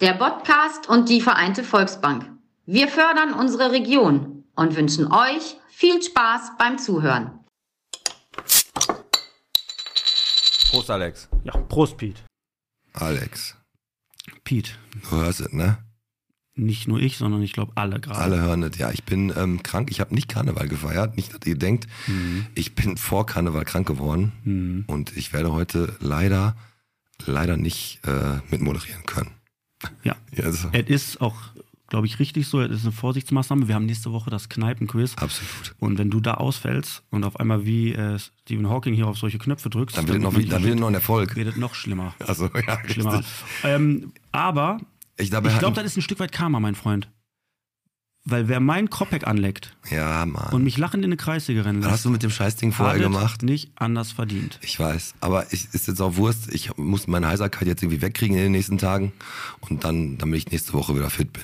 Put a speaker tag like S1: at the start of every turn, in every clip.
S1: der Podcast und die Vereinte Volksbank. Wir fördern unsere Region und wünschen euch viel Spaß beim Zuhören.
S2: Prost, Alex.
S3: Ja, Prost, Piet.
S4: Alex,
S3: Piet.
S4: du hörst es, ne?
S3: Nicht nur ich, sondern ich glaube alle gerade.
S4: Alle hören es. Ja, ich bin ähm, krank. Ich habe nicht Karneval gefeiert. Nicht, dass ihr denkt,
S3: Mhm.
S4: ich bin vor Karneval krank geworden.
S3: Mhm.
S4: Und ich werde heute leider, leider nicht äh, mitmoderieren können.
S3: Ja.
S4: Ja, also,
S3: Es ist auch, glaube ich, richtig so. Es ist eine Vorsichtsmaßnahme. Wir haben nächste Woche das Kneipenquiz.
S4: absolut.
S3: Und wenn du da ausfällst und auf einmal wie äh, Stephen Hawking hier auf solche Knöpfe drückst,
S4: Dann wird es noch, wie- dann wird es noch ein Erfolg.
S3: wird es noch schlimmer.
S4: Also, ja,
S3: schlimmer.
S4: richtig.
S3: Ähm, aber
S4: Ich glaube,
S3: ich glaube, das ist ein Stück weit Karma, mein Freund. Weil wer meinen Kopek anleckt
S4: Ja, Mann.
S3: und mich lachend in eine Kreissäge rennen
S4: Was
S3: lässt,
S4: Ah. hast du mit dem Scheißding vorher
S3: hat es
S4: gemacht?
S3: nicht anders verdient.
S4: Ich weiß, aber ich, ist jetzt auch Wurst. Ich muss meine Heiserkeit jetzt irgendwie wegkriegen in den nächsten Tagen und dann, damit ich nächste Woche wieder fit bin.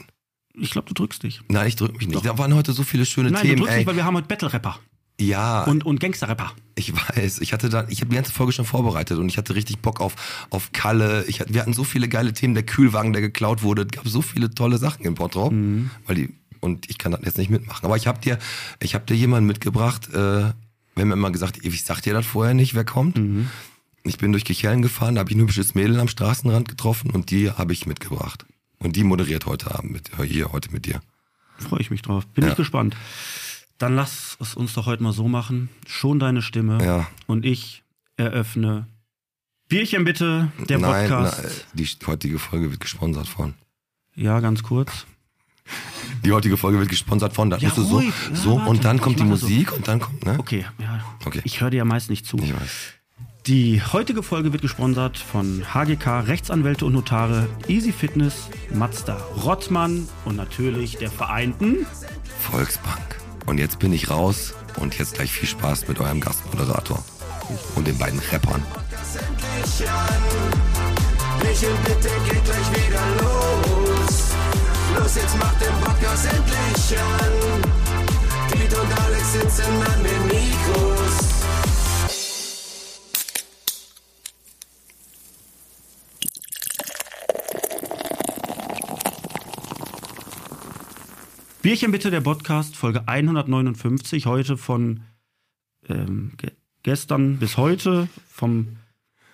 S3: Ich glaube, du drückst dich.
S4: Nein, ich drücke mich nicht.
S3: Doch.
S4: Da waren heute so viele schöne
S3: Nein, du
S4: Themen.
S3: drückst
S4: ey.
S3: dich, weil wir haben heute Battle-Rapper
S4: ja,
S3: und, und Gangster-Rapper.
S4: ich weiß. Ich hatte da, ich habe die ganze Folge schon vorbereitet und ich hatte richtig Bock auf, auf Kalle. Ich, hatte- wir hatten so viele geile Themen. Der Kühlwagen, der geklaut wurde. Es gab so viele tolle Sachen im Bottrop.
S3: Mhm.
S4: Weil die, und ich kann das jetzt nicht mitmachen. Aber ich habe dir, ich habe dir jemanden mitgebracht, äh, wir haben immer gesagt, ich sag dir das vorher nicht, wer kommt.
S3: Mhm.
S4: Ich bin durch Kichellen gefahren, da habe ich ein hübsches Mädel am Straßenrand getroffen und die habe ich mitgebracht. Und die moderiert heute Abend mit, hier heute mit dir.
S3: Freue ich mich drauf. Bin
S4: Ja.
S3: ich gespannt. Dann lass es uns doch heute mal so machen. Schon deine Stimme
S4: Ja.
S3: und ich eröffne. Bierchen bitte, der
S4: nein,
S3: Podcast.
S4: nein, die heutige Folge wird gesponsert von.
S3: Ja, ganz kurz.
S4: Die heutige Folge wird gesponsert von. Da
S3: Ja,
S4: musst du
S3: ruhig.
S4: so,
S3: Ja,
S4: so
S3: warte,
S4: und dann
S3: ich
S4: kommt die
S3: mache so.
S4: Musik und dann kommt, ne?
S3: Okay, ja.
S4: Okay.
S3: Ich höre dir ja meist nicht zu.
S4: Ich weiß.
S3: Die heutige Folge wird gesponsert von HGK Rechtsanwälte und Notare, Easy Fitness, Mazda, Rottmann und natürlich der Vereinten.
S4: Volksbank. Und jetzt bin ich raus und jetzt gleich viel Spaß mit eurem Gastmoderator und den beiden Rappern.
S5: endlich an. Lächeln bitte geht gleich wieder los. Los, jetzt macht den Podcast endlich an. Piet und Alex sitzen an den Mikros.
S3: Bierchen bitte, der Podcast, Folge 159, heute von ähm, ge gestern bis heute, vom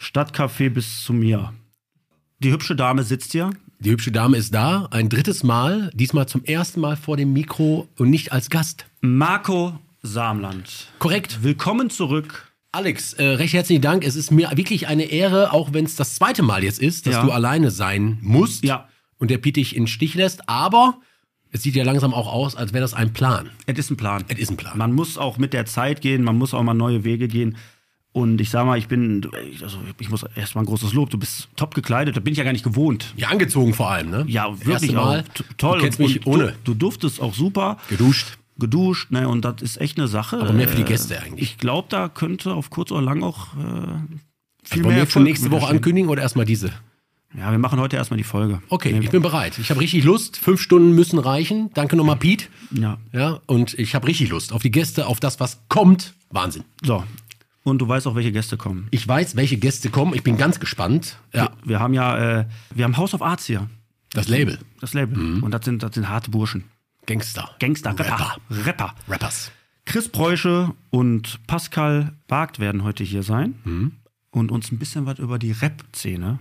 S3: Stadtcafé bis zu mir. Die hübsche Dame sitzt hier.
S6: Die hübsche Dame ist da, ein drittes Mal, diesmal zum ersten Mal vor dem Mikro und nicht als Gast.
S3: Marco Samland.
S6: Korrekt.
S3: Willkommen zurück.
S6: Alex, äh, recht herzlichen Dank. Es ist mir wirklich eine Ehre, auch wenn es das zweite Mal jetzt ist, dass
S3: Ja.
S6: du alleine sein musst
S3: Ja.
S6: und der Piet dich in den Stich lässt. Aber es sieht ja langsam auch aus, als wäre das ein Plan.
S3: Es ist ein Plan.
S6: Es ist ein Plan.
S3: Man muss auch mit der Zeit gehen, man muss auch mal neue Wege gehen. Und ich sag mal, ich bin, du- also ich muss erstmal ein großes Lob, du bist top gekleidet, da bin ich ja gar nicht gewohnt.
S6: Ja, angezogen vor allem, ne?
S3: Ja,
S6: Das
S3: wirklich
S6: erste Mal.
S3: auch. T- Toll.
S6: Du kennst mich
S3: du,
S6: ohne.
S3: Du duftest auch super.
S6: Geduscht.
S3: geduscht, ne, und das ist echt eine Sache. Äh,
S6: Aber mehr für die Gäste eigentlich. Also
S3: Ich glaube, da könnte auf kurz oder lang auch äh, viel
S6: Wollen
S3: mehr
S6: wir jetzt schon
S3: Erfolg
S6: nächste Woche
S3: mitstehen.
S6: ankündigen oder erstmal diese?
S3: Ja, wir machen heute erstmal die Folge.
S6: Okay,
S3: Nee,
S6: ich bin bereit. Ich habe richtig Lust. Fünf Stunden müssen reichen. Danke nochmal, Piet.
S3: Ja,
S6: Ja, und ich habe richtig Lust auf die Gäste, auf das, was kommt. Wahnsinn.
S3: so. Und du weißt auch, welche Gäste kommen.
S6: Ich weiß, welche Gäste kommen. Ich bin ganz gespannt. Ja,
S3: Wir, wir haben ja, äh, wir haben House of Arts hier,
S6: das Label.
S3: das Label.
S6: Mhm.
S3: Und das sind, das sind harte Burschen.
S6: Gangster.
S3: Gangster, Rapper.
S6: Rapper.
S3: Rapper.
S6: Rappers.
S3: Chris Preusche und Pascal Barth werden heute hier sein
S6: Mhm.
S3: und uns ein bisschen was über die Rap-Szene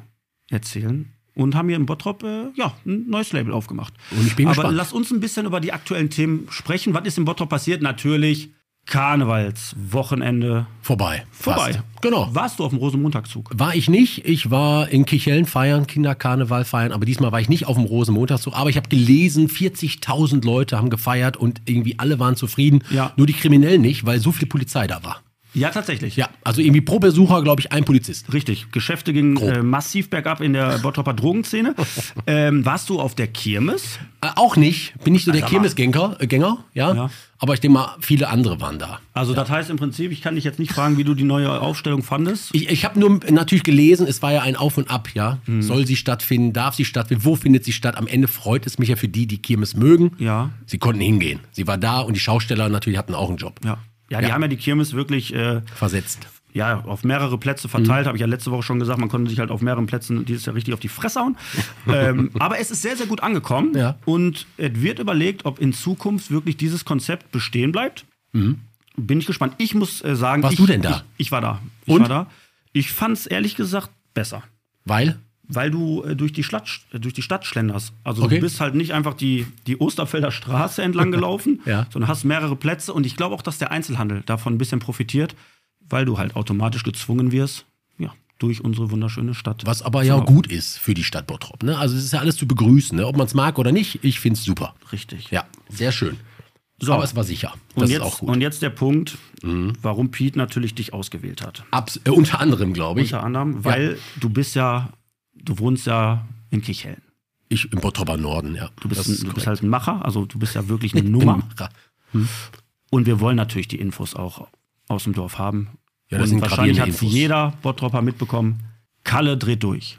S3: erzählen. Und haben hier im Bottrop äh, ja, ein neues Label aufgemacht.
S6: Und ich bin
S3: Aber
S6: gespannt.
S3: lass uns ein bisschen über die aktuellen Themen sprechen. Was ist im Bottrop passiert? Natürlich Karnevalswochenende
S6: Vorbei.
S3: vorbei.
S6: Fast. Genau.
S3: Warst du auf dem Rosenmontagszug?
S6: War ich nicht. Ich war in Kichellen feiern, Kinderkarneval feiern, aber diesmal war ich nicht auf dem Rosenmontagszug. Aber ich habe gelesen, 40.000 Leute haben gefeiert und irgendwie alle waren zufrieden.
S3: Ja.
S6: Nur die Kriminellen nicht, weil so viel Polizei da war.
S3: Ja, tatsächlich.
S6: Ja, also irgendwie pro Besucher, glaube ich, ein Polizist.
S3: Richtig. Geschäfte gingen
S6: Grob.
S3: äh, massiv bergab in der Bottroper Drogenszene. ähm, warst du auf der Kirmes?
S6: Äh, auch nicht. Bin nicht so der
S3: sag mal.
S6: Kirmesgänger, äh, Gänger, ja?
S3: Ja.
S6: Aber ich denke mal, viele andere waren da.
S3: Also das heißt im Prinzip, ich kann dich jetzt nicht fragen, wie du die neue Aufstellung fandest.
S6: Ich, ich habe nur natürlich gelesen, es war ja ein Auf und Ab, ja.
S3: Mhm.
S6: Soll sie stattfinden, darf sie stattfinden, wo findet sie statt? Am Ende freut es mich ja für die, die Kirmes mögen.
S3: Ja.
S6: Sie konnten hingehen. Sie war da und die Schausteller natürlich hatten auch einen Job.
S3: Ja. Ja, die
S6: Ja.
S3: haben ja die Kirmes wirklich äh,
S6: Versetzt.
S3: ja, auf mehrere Plätze
S6: Mhm.
S3: verteilt, habe ich ja letzte Woche schon gesagt, man konnte sich halt auf mehreren Plätzen dieses Jahr richtig auf die Fresse hauen. ähm, aber es ist sehr, sehr gut angekommen
S6: Ja.
S3: und es wird überlegt, ob in Zukunft wirklich dieses Konzept bestehen bleibt. Bin ich gespannt. Ich muss äh, sagen,
S6: Mhm. Warst
S3: ich,
S6: du denn da?
S3: Ich, ich war da. Ich
S6: Und?
S3: war da. Ich fand es ehrlich gesagt besser
S6: Weil?
S3: weil du äh, durch, die Stadt, äh, durch die Stadt schlenderst. Also
S6: Okay.
S3: du bist halt nicht einfach die, die Osterfelder Straße entlang gelaufen,
S6: Ja.
S3: sondern hast mehrere Plätze. Und ich glaube auch, dass der Einzelhandel davon ein bisschen profitiert, weil du halt automatisch gezwungen wirst, ja, durch unsere wunderschöne Stadt.
S6: Was aber ja gut ist für die Stadt Bottrop. Ne? Also es ist ja alles zu begrüßen, ne? ob man es mag oder nicht. Ich finde es super.
S3: Richtig.
S6: Ja, sehr schön.
S3: So.
S6: Aber es war sicher. Das
S3: und, jetzt,
S6: ist auch gut. Mhm.
S3: und jetzt der Punkt, warum Pete natürlich dich ausgewählt hat.
S6: Abs äh, unter anderem, glaube ich.
S3: Unter anderem, weil du bist ja, du wohnst ja in Kichellen.
S6: Ich im Bottroper Norden, ja.
S3: Du bist,
S6: Das ist
S3: ein, du bist
S6: korrekt.
S3: halt ein Macher, also du bist ja wirklich eine Nummer.
S6: Ra-
S3: Und wir wollen natürlich die Infos auch aus dem Dorf haben.
S6: Ja, das
S3: und
S6: sind
S3: wahrscheinlich hat
S6: gravierende Infos.
S3: jeder Bottropper mitbekommen. Kalle dreht durch.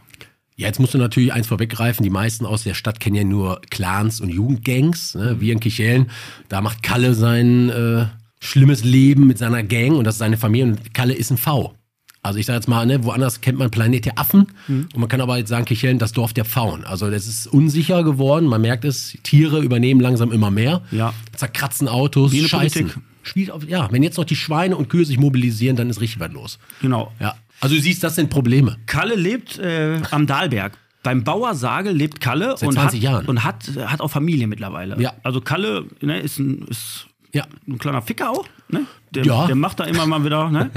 S6: Ja, jetzt musst du natürlich eins vorweggreifen. Die meisten aus der Stadt kennen ja nur Clans und Jugendgangs.
S3: Mhm.
S6: Ne? Wir in Kichellen, da macht Kalle sein äh, schlimmes Leben mit seiner Gang und das ist seine Familie. Und Kalle ist ein V. Also ich sage jetzt mal, ne, woanders kennt man Planet der Affen
S3: Mhm.
S6: und man kann aber jetzt sagen, Kichellen, das Dorf der Pfauen. Also das ist unsicher geworden, man merkt es, Tiere übernehmen langsam immer mehr,
S3: Ja.
S6: zerkratzen Autos,
S3: Wie eine
S6: scheißen.
S3: Politik.
S6: Spielt auf, ja, wenn jetzt noch die Schweine und Kühe sich mobilisieren, dann ist richtig was los.
S3: Genau.
S6: Ja. Also du siehst, das sind Probleme.
S3: Kalle lebt äh, am Dahlberg. Beim Bauer Sage lebt Kalle
S6: Seit
S3: und,
S6: 20
S3: hat,
S6: Jahren.
S3: und hat, hat auch Familie mittlerweile.
S6: Ja.
S3: Also Kalle ne, ist, ein, ist
S6: Ja.
S3: ein kleiner Ficker auch. Ne? Der,
S6: Ja.
S3: der macht da immer mal wieder. Ne?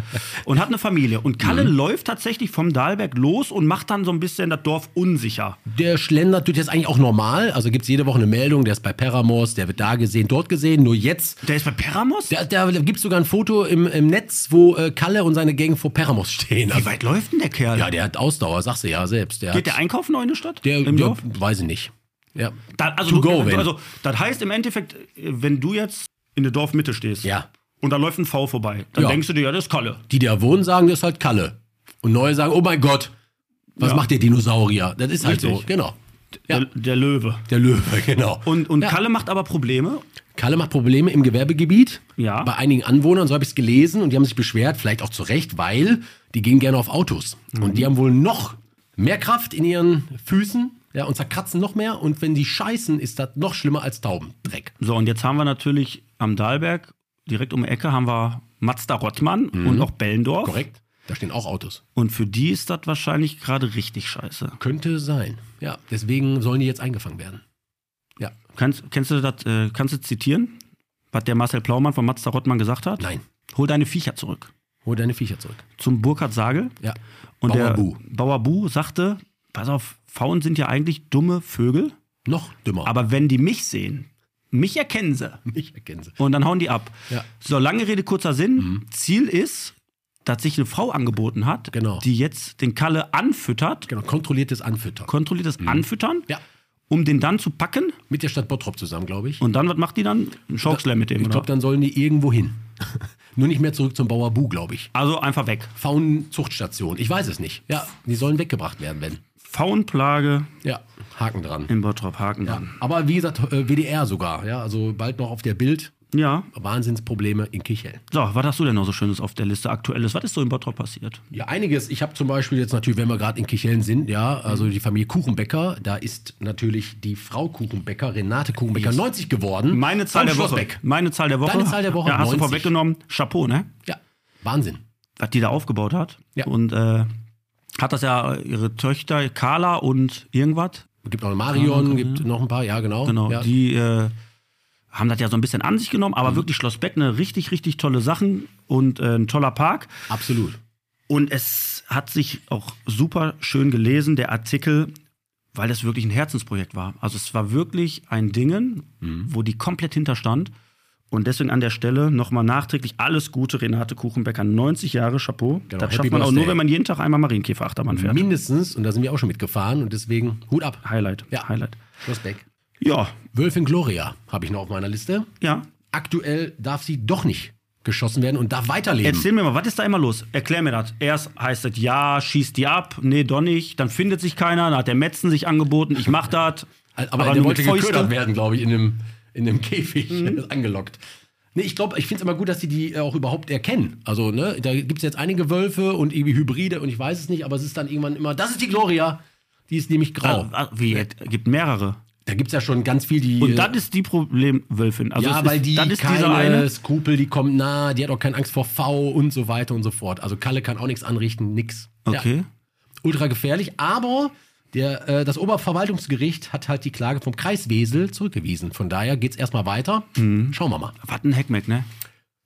S3: Und hat eine Familie. Und Kalle
S6: Mhm.
S3: läuft tatsächlich vom Dahlberg los und macht dann so ein bisschen das Dorf unsicher.
S6: Der schlendert tut jetzt eigentlich auch normal. Also gibt es jede Woche eine Meldung, der ist bei Peramos, der wird da gesehen, dort gesehen, nur jetzt.
S3: Der ist bei Peramos?
S6: Da, da gibt es sogar ein Foto im, im Netz, wo äh, Kalle und seine Gang vor Peramos stehen.
S3: Wie
S6: Also,
S3: weit läuft denn der Kerl?
S6: ja, der hat Ausdauer, sagst du ja selbst. Der
S3: Geht der
S6: hat,
S3: einkaufen noch in die Stadt?
S6: der,
S3: Im
S6: der
S3: Dorf?
S6: weiß ich nicht. Ja.
S3: Da, also,
S6: To
S3: to
S6: go,
S3: go,
S6: wenn.
S3: also, das heißt im Endeffekt, äh, wenn du jetzt in der Dorfmitte stehst
S6: ja.
S3: und da läuft ein V vorbei, dann
S6: Ja.
S3: denkst du dir, ja, das ist Kalle.
S6: Die, die da wohnen, sagen, das ist halt Kalle. Und neue sagen, oh mein Gott, was
S3: Ja.
S6: macht der Dinosaurier? Das ist halt so,
S3: Richtig.
S6: genau. Ja.
S3: Der, der Löwe.
S6: Der Löwe, genau.
S3: Und, und
S6: Ja.
S3: Kalle macht aber Probleme.
S6: Kalle macht Probleme im Gewerbegebiet.
S3: Ja.
S6: Bei einigen Anwohnern, so habe ich es gelesen, und die haben sich beschwert, vielleicht auch zu Recht, weil die gehen gerne auf Autos.
S3: Mhm.
S6: Und die haben wohl noch mehr Kraft in ihren Füßen ja, und zerkratzen noch mehr. Und wenn die scheißen, ist das noch schlimmer als Taubendreck.
S3: So, und jetzt haben wir natürlich am Dahlberg, direkt um die Ecke, haben wir Mazda Rottmann und auch Bellendorf.
S6: Mhm. Korrekt? Da stehen auch Autos.
S3: Und für die ist das wahrscheinlich gerade richtig scheiße.
S6: Könnte sein. Ja, deswegen sollen die jetzt eingefangen werden. Ja,
S3: Kannst, kennst du das, äh, kannst du zitieren, was der Marcel Plaumann von Mazda Rottmann gesagt hat?
S6: nein.
S3: Hol deine Viecher zurück.
S6: Hol deine Viecher zurück.
S3: Zum Burkhard Sagel.
S6: Ja.
S3: Und
S6: Bauer
S3: der
S6: Bu.
S3: Bauer Bu sagte, pass auf, Pfauen sind ja eigentlich dumme Vögel,
S6: Noch dümmer.
S3: aber wenn die mich sehen, mich erkennen sie.
S6: ich erkenne sie.
S3: Und dann hauen die ab.
S6: Ja. Mhm.
S3: So, lange Rede, kurzer Sinn. Ziel ist, dass sich eine Frau angeboten hat,
S6: Genau.
S3: die jetzt den Kalle anfüttert,
S6: Genau, kontrolliertes Anfüttern.
S3: kontrolliertes Anfüttern,
S6: Mhm. Ja.
S3: um den dann zu packen.
S6: Mit der Stadt Bottrop zusammen, glaube ich.
S3: Und dann, was macht die dann? Ein Schaukslam mit dem,
S6: Ich
S3: oder?
S6: glaube, dann sollen die irgendwo hin. Nur nicht mehr zurück zum Bauer Bu, glaube ich.
S3: also einfach weg.
S6: Faunenzuchtstation. Ich weiß es nicht. Ja, die sollen weggebracht werden, wenn.
S3: Pfauenplage
S6: Ja, Haken dran.
S3: im Bottrop Haken dran.
S6: Aber wie gesagt, äh, WDR sogar. Ja, also bald noch auf der Bild.
S3: Ja.
S6: Wahnsinnsprobleme in Kichel.
S3: So, was hast du denn noch so Schönes auf der Liste? Aktuelles? Was ist so im Bottrop passiert?
S6: Ja, einiges. Ich habe zum Beispiel jetzt natürlich, wenn wir gerade in Kichellen sind, ja, also die Familie Kuchenbäcker, da ist natürlich die Frau Kuchenbäcker, Renate Kuchenbäcker, 90 geworden.
S3: Meine Zahl der
S6: Vom
S3: Woche.
S6: Schlossbeck.
S3: Meine Zahl der Woche.
S6: Deine Zahl der Woche,
S3: Ja, hast
S6: 90.
S3: du vorweggenommen. Chapeau, ne?
S6: Ja, Wahnsinn.
S3: Was die da aufgebaut hat.
S6: Ja.
S3: Und äh, hat das ja ihre Töchter Carla und irgendwas.
S6: Gibt noch eine Marion, gibt noch ein paar, ja, genau.
S3: Genau.
S6: ja. Mhm.
S3: Die äh, haben das ja so ein bisschen an sich genommen, aber wirklich Schlossbeck, eine richtig, richtig tolle Sachen und äh, ein toller Park.
S6: Absolut.
S3: Und es hat sich auch super schön gelesen, der Artikel, weil das wirklich ein Herzensprojekt war. Also es war wirklich ein Dingen,
S6: Mhm.
S3: wo die komplett hinterstand. Und deswegen an der Stelle nochmal nachträglich alles Gute, Renate Kuchenbecker, 90 Jahre, Chapeau.
S6: Genau,
S3: das
S6: happy
S3: schafft man auch
S6: birthday.
S3: nur, wenn man jeden Tag einmal Marienkäferachterbahn fährt.
S6: Mindestens, und da sind wir auch schon mitgefahren und deswegen Hut ab.
S3: Highlight,
S6: Ja.
S3: Highlight.
S6: Schlossbeck.
S3: Ja,
S6: Wölfin Gloria habe ich noch auf meiner Liste.
S3: ja.
S6: Aktuell darf sie doch nicht geschossen werden und darf weiterleben.
S3: Erzähl mir mal, was ist da immer los? Erklär mir das. Erst heißt es, ja, schießt die ab, nee, doch nicht. Dann findet sich keiner, dann hat der Metzen sich angeboten, ich mach das.
S6: aber
S3: nur
S6: der wollte
S3: mit Mhm. Fäusten.
S6: geködert werden, glaube ich, in einem, in einem Käfig angelockt. Nee, ich glaube, ich finde es immer gut, dass die die auch überhaupt erkennen. Also, ne, da gibt es jetzt einige Wölfe und irgendwie Hybride und ich weiß es nicht, aber es ist dann irgendwann immer, das ist die Gloria. Die ist nämlich grau.
S3: Ah, ah, wie, es gibt mehrere.
S6: Da gibt es ja schon ganz viel, die.
S3: Und
S6: äh,
S3: das ist die Problemwölfin. Also es
S6: ja,
S3: ist,
S6: weil die
S3: das ist
S6: keine
S3: dieser eine.
S6: Skrupel, die kommt nah, die hat auch keine Angst vor V und so weiter und so fort. Also Kalle kann auch nichts anrichten, nix.
S3: Okay.
S6: Ja, ultra gefährlich, aber der, äh, das Oberverwaltungsgericht hat halt die Klage vom Kreis Wesel zurückgewiesen. Von daher geht's erstmal weiter.
S3: Mhm.
S6: Schauen wir mal.
S3: Was ein Heckmeck, ne?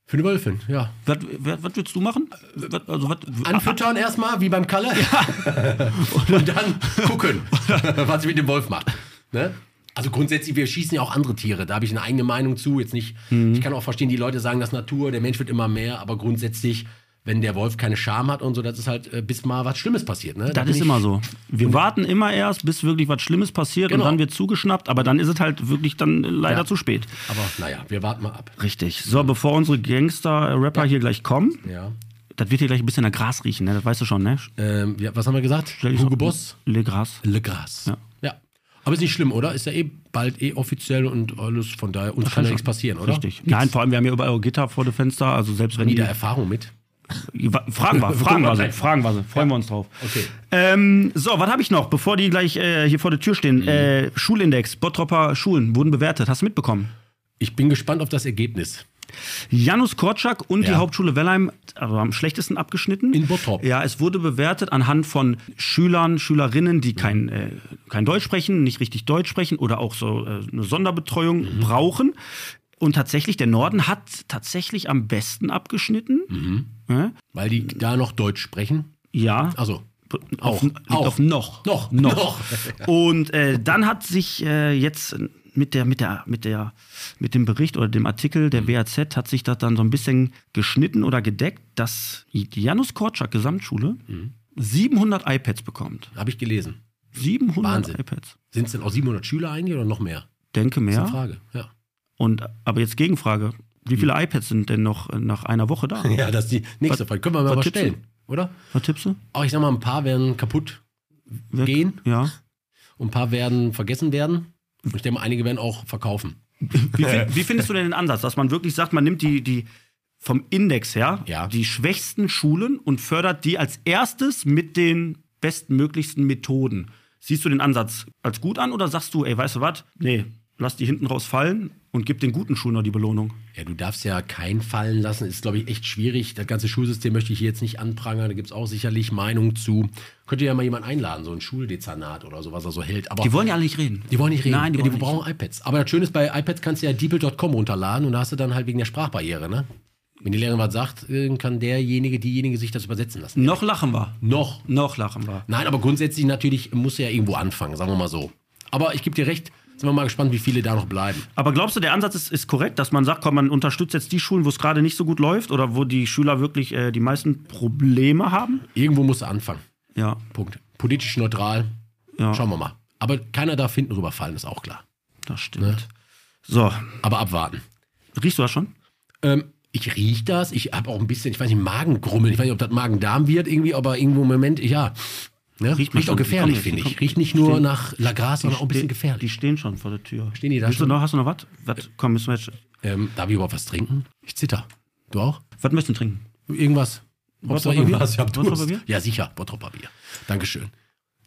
S6: Für eine Wölfin, ja.
S3: Was, was, was würdest du machen? Was, also, was,
S6: Anfüttern erstmal, wie beim Kalle. Und dann gucken, was sie mit dem Wolf macht. Ne? Also grundsätzlich, wir schießen ja auch andere Tiere. Da habe ich eine eigene Meinung zu. Jetzt nicht,
S3: Mhm.
S6: ich kann auch verstehen, die Leute sagen, das ist Natur, der Mensch wird immer mehr, aber grundsätzlich, wenn der Wolf keine Scham hat und so, das ist halt, äh, bis mal was Schlimmes passiert. Ne? Da
S3: ah, Das
S6: bin
S3: ist
S6: ich-
S3: immer so. Wir warten immer erst, bis wirklich was Schlimmes passiert
S6: Genau.
S3: und dann wird zugeschnappt, aber dann ist es halt wirklich dann leider
S6: Ja.
S3: zu spät.
S6: Aber naja, wir warten mal ab.
S3: Richtig. So, bevor unsere Gangster-Rapper hier gleich kommen,
S6: Ja.
S3: das wird hier gleich ein bisschen nach Gras riechen, ne? das weißt du schon, ne?
S6: Ähm, ja was haben wir gesagt? Hugo Boss?
S3: Le Gras.
S6: Le Gras.
S3: Ja.
S6: Ja. Aber ist nicht schlimm, oder? Ist ja eh bald eh offiziell und alles von daher. Uns kann ja nichts passieren, oder?
S3: also Richtig. Nein, vor allem, wir haben ja überall Gitter vor dem Fenster, also selbst wenn
S6: Nie
S3: die.
S6: da Erfahrung mit.
S3: Fragen wir, fragen wir sie,
S6: Guck
S3: fragen wir sie, freuen wir uns drauf.
S6: Okay.
S3: Ähm, so, was habe ich noch, bevor die gleich äh, hier vor der Tür
S6: Mhm.
S3: stehen? Äh, Schulindex, Bottropper Schulen wurden bewertet, hast du mitbekommen?
S6: Ich bin gespannt auf das Ergebnis.
S3: Janusz Korczak und die
S6: Ja.
S3: Hauptschule Wellheim also am schlechtesten abgeschnitten.
S6: In Bottrop.
S3: Ja, es wurde bewertet anhand von Schülern, Schülerinnen,
S6: Mhm.
S3: die kein, äh, kein Deutsch sprechen, nicht richtig Deutsch sprechen oder auch so äh, eine Sonderbetreuung
S6: Mhm.
S3: brauchen. Und tatsächlich, der Norden hat tatsächlich am besten abgeschnitten.
S6: Mhm.
S3: Ja.
S6: Weil die da noch Deutsch sprechen.
S3: Ja.
S6: Also,
S3: auf,
S6: auch,
S3: liegt
S6: auch.
S3: auf noch.
S6: Noch,
S3: Noch.
S6: noch.
S3: Und äh, dann hat sich äh, jetzt mit der, mit der, mit der, mit dem Bericht oder dem Artikel
S6: Mhm.
S3: der BAZ hat sich das dann so ein bisschen geschnitten oder gedeckt, dass die Janusz Korczak Gesamtschule
S6: Mhm.
S3: 700 iPads bekommt.
S6: habe ich gelesen.
S3: 700
S6: Wahnsinn.
S3: iPads.
S6: Sind es denn auch 700 Schüler eigentlich oder noch mehr?
S3: Denke
S6: Das ist
S3: mehr.
S6: eine Frage. Ja.
S3: Und aber jetzt Gegenfrage. Wie viele iPads sind denn noch äh, nach einer Woche da?
S6: ja, das ist die nächste
S3: Was-
S6: Frage. Können wir mal
S3: was
S6: was
S3: tippst
S6: stellen, oder?
S3: Was tippst du?
S6: Auch ich sag mal, ein paar werden kaputt
S3: Wer-
S6: gehen
S3: Ja.
S6: und ein paar werden vergessen werden. Und ich denke mal, einige werden auch verkaufen.
S3: Wie, fin- wie findest du denn den Ansatz, dass man wirklich sagt, man nimmt die, die vom Index her
S6: Ja.
S3: die schwächsten Schulen und fördert die als erstes mit den bestmöglichsten Methoden? Siehst du den Ansatz als gut an oder sagst du, ey, weißt du was? Nee, lass die hinten raus fallen und gib den guten Schulen noch die Belohnung.
S6: Ja, du darfst ja keinen fallen lassen. Ist, glaube ich, echt schwierig. Das ganze Schulsystem möchte ich hier jetzt nicht anprangern. Da gibt es auch sicherlich Meinungen zu. Könnt ihr ja mal jemanden einladen, so ein Schuldezernat oder so, was er so hält. Aber
S3: Die wollen ja alle nicht reden.
S6: Die wollen nicht reden.
S3: Nein, die
S6: ja,
S3: wollen
S6: die
S3: nicht.
S6: brauchen iPads. Aber das Schöne ist, bei iPads kannst du ja DeepL.com runterladen und da hast du dann halt wegen der Sprachbarriere, ne? Wenn die Lehrerin was sagt, äh, kann derjenige, diejenige sich das übersetzen lassen.
S3: Noch lachen wir.
S6: Noch.
S3: Noch lachen wir.
S6: Nein, aber grundsätzlich natürlich muss ja irgendwo anfangen, sagen wir mal so. Aber ich gebe dir recht, sind wir mal gespannt, wie viele da noch bleiben.
S3: Aber glaubst du, der Ansatz ist, ist korrekt, dass man sagt, komm, man unterstützt jetzt die Schulen, wo es gerade nicht so gut läuft oder wo die Schüler wirklich äh, die meisten Probleme haben?
S6: Irgendwo musst du anfangen.
S3: Ja.
S6: Punkt. Politisch neutral.
S3: Ja.
S6: Schauen wir mal. Aber keiner darf hinten rüberfallen, ist auch klar.
S3: Das stimmt.
S6: Ne?
S3: So,
S6: Aber abwarten.
S3: riechst du das schon?
S6: Ähm, ich riech das, ich habe auch ein bisschen, ich weiß nicht, Magengrummeln. Ich weiß nicht, ob das Magen-Darm wird irgendwie, aber irgendwo im Moment, ja. Ne?
S3: Riecht
S6: Riecht,
S3: man schon.
S6: auch
S3: Die kommen-
S6: gefährlich,
S3: die
S6: finde
S3: kommen-
S6: ich. Riecht nicht nur
S3: stehen-
S6: nach Lagras, sondern auch ein bisschen
S3: Die- Die
S6: gefährlich.
S3: stehen schon vor der Tür.
S6: Stehen die da
S3: Willst du
S6: schon?
S3: noch, hast du noch was? Was? Komm, müssen wir jetzt.
S6: Ähm, darf ich überhaupt was trinken? Ich zitter. Du auch?
S3: Was möchtest du trinken?
S6: Irgendwas? Ob's noch
S3: Bottropper Bier?
S6: irgendwas? Ja, du
S3: Bottropper
S6: hast-
S3: Bier?
S6: ja, sicher, Bottropper Bier. Dankeschön.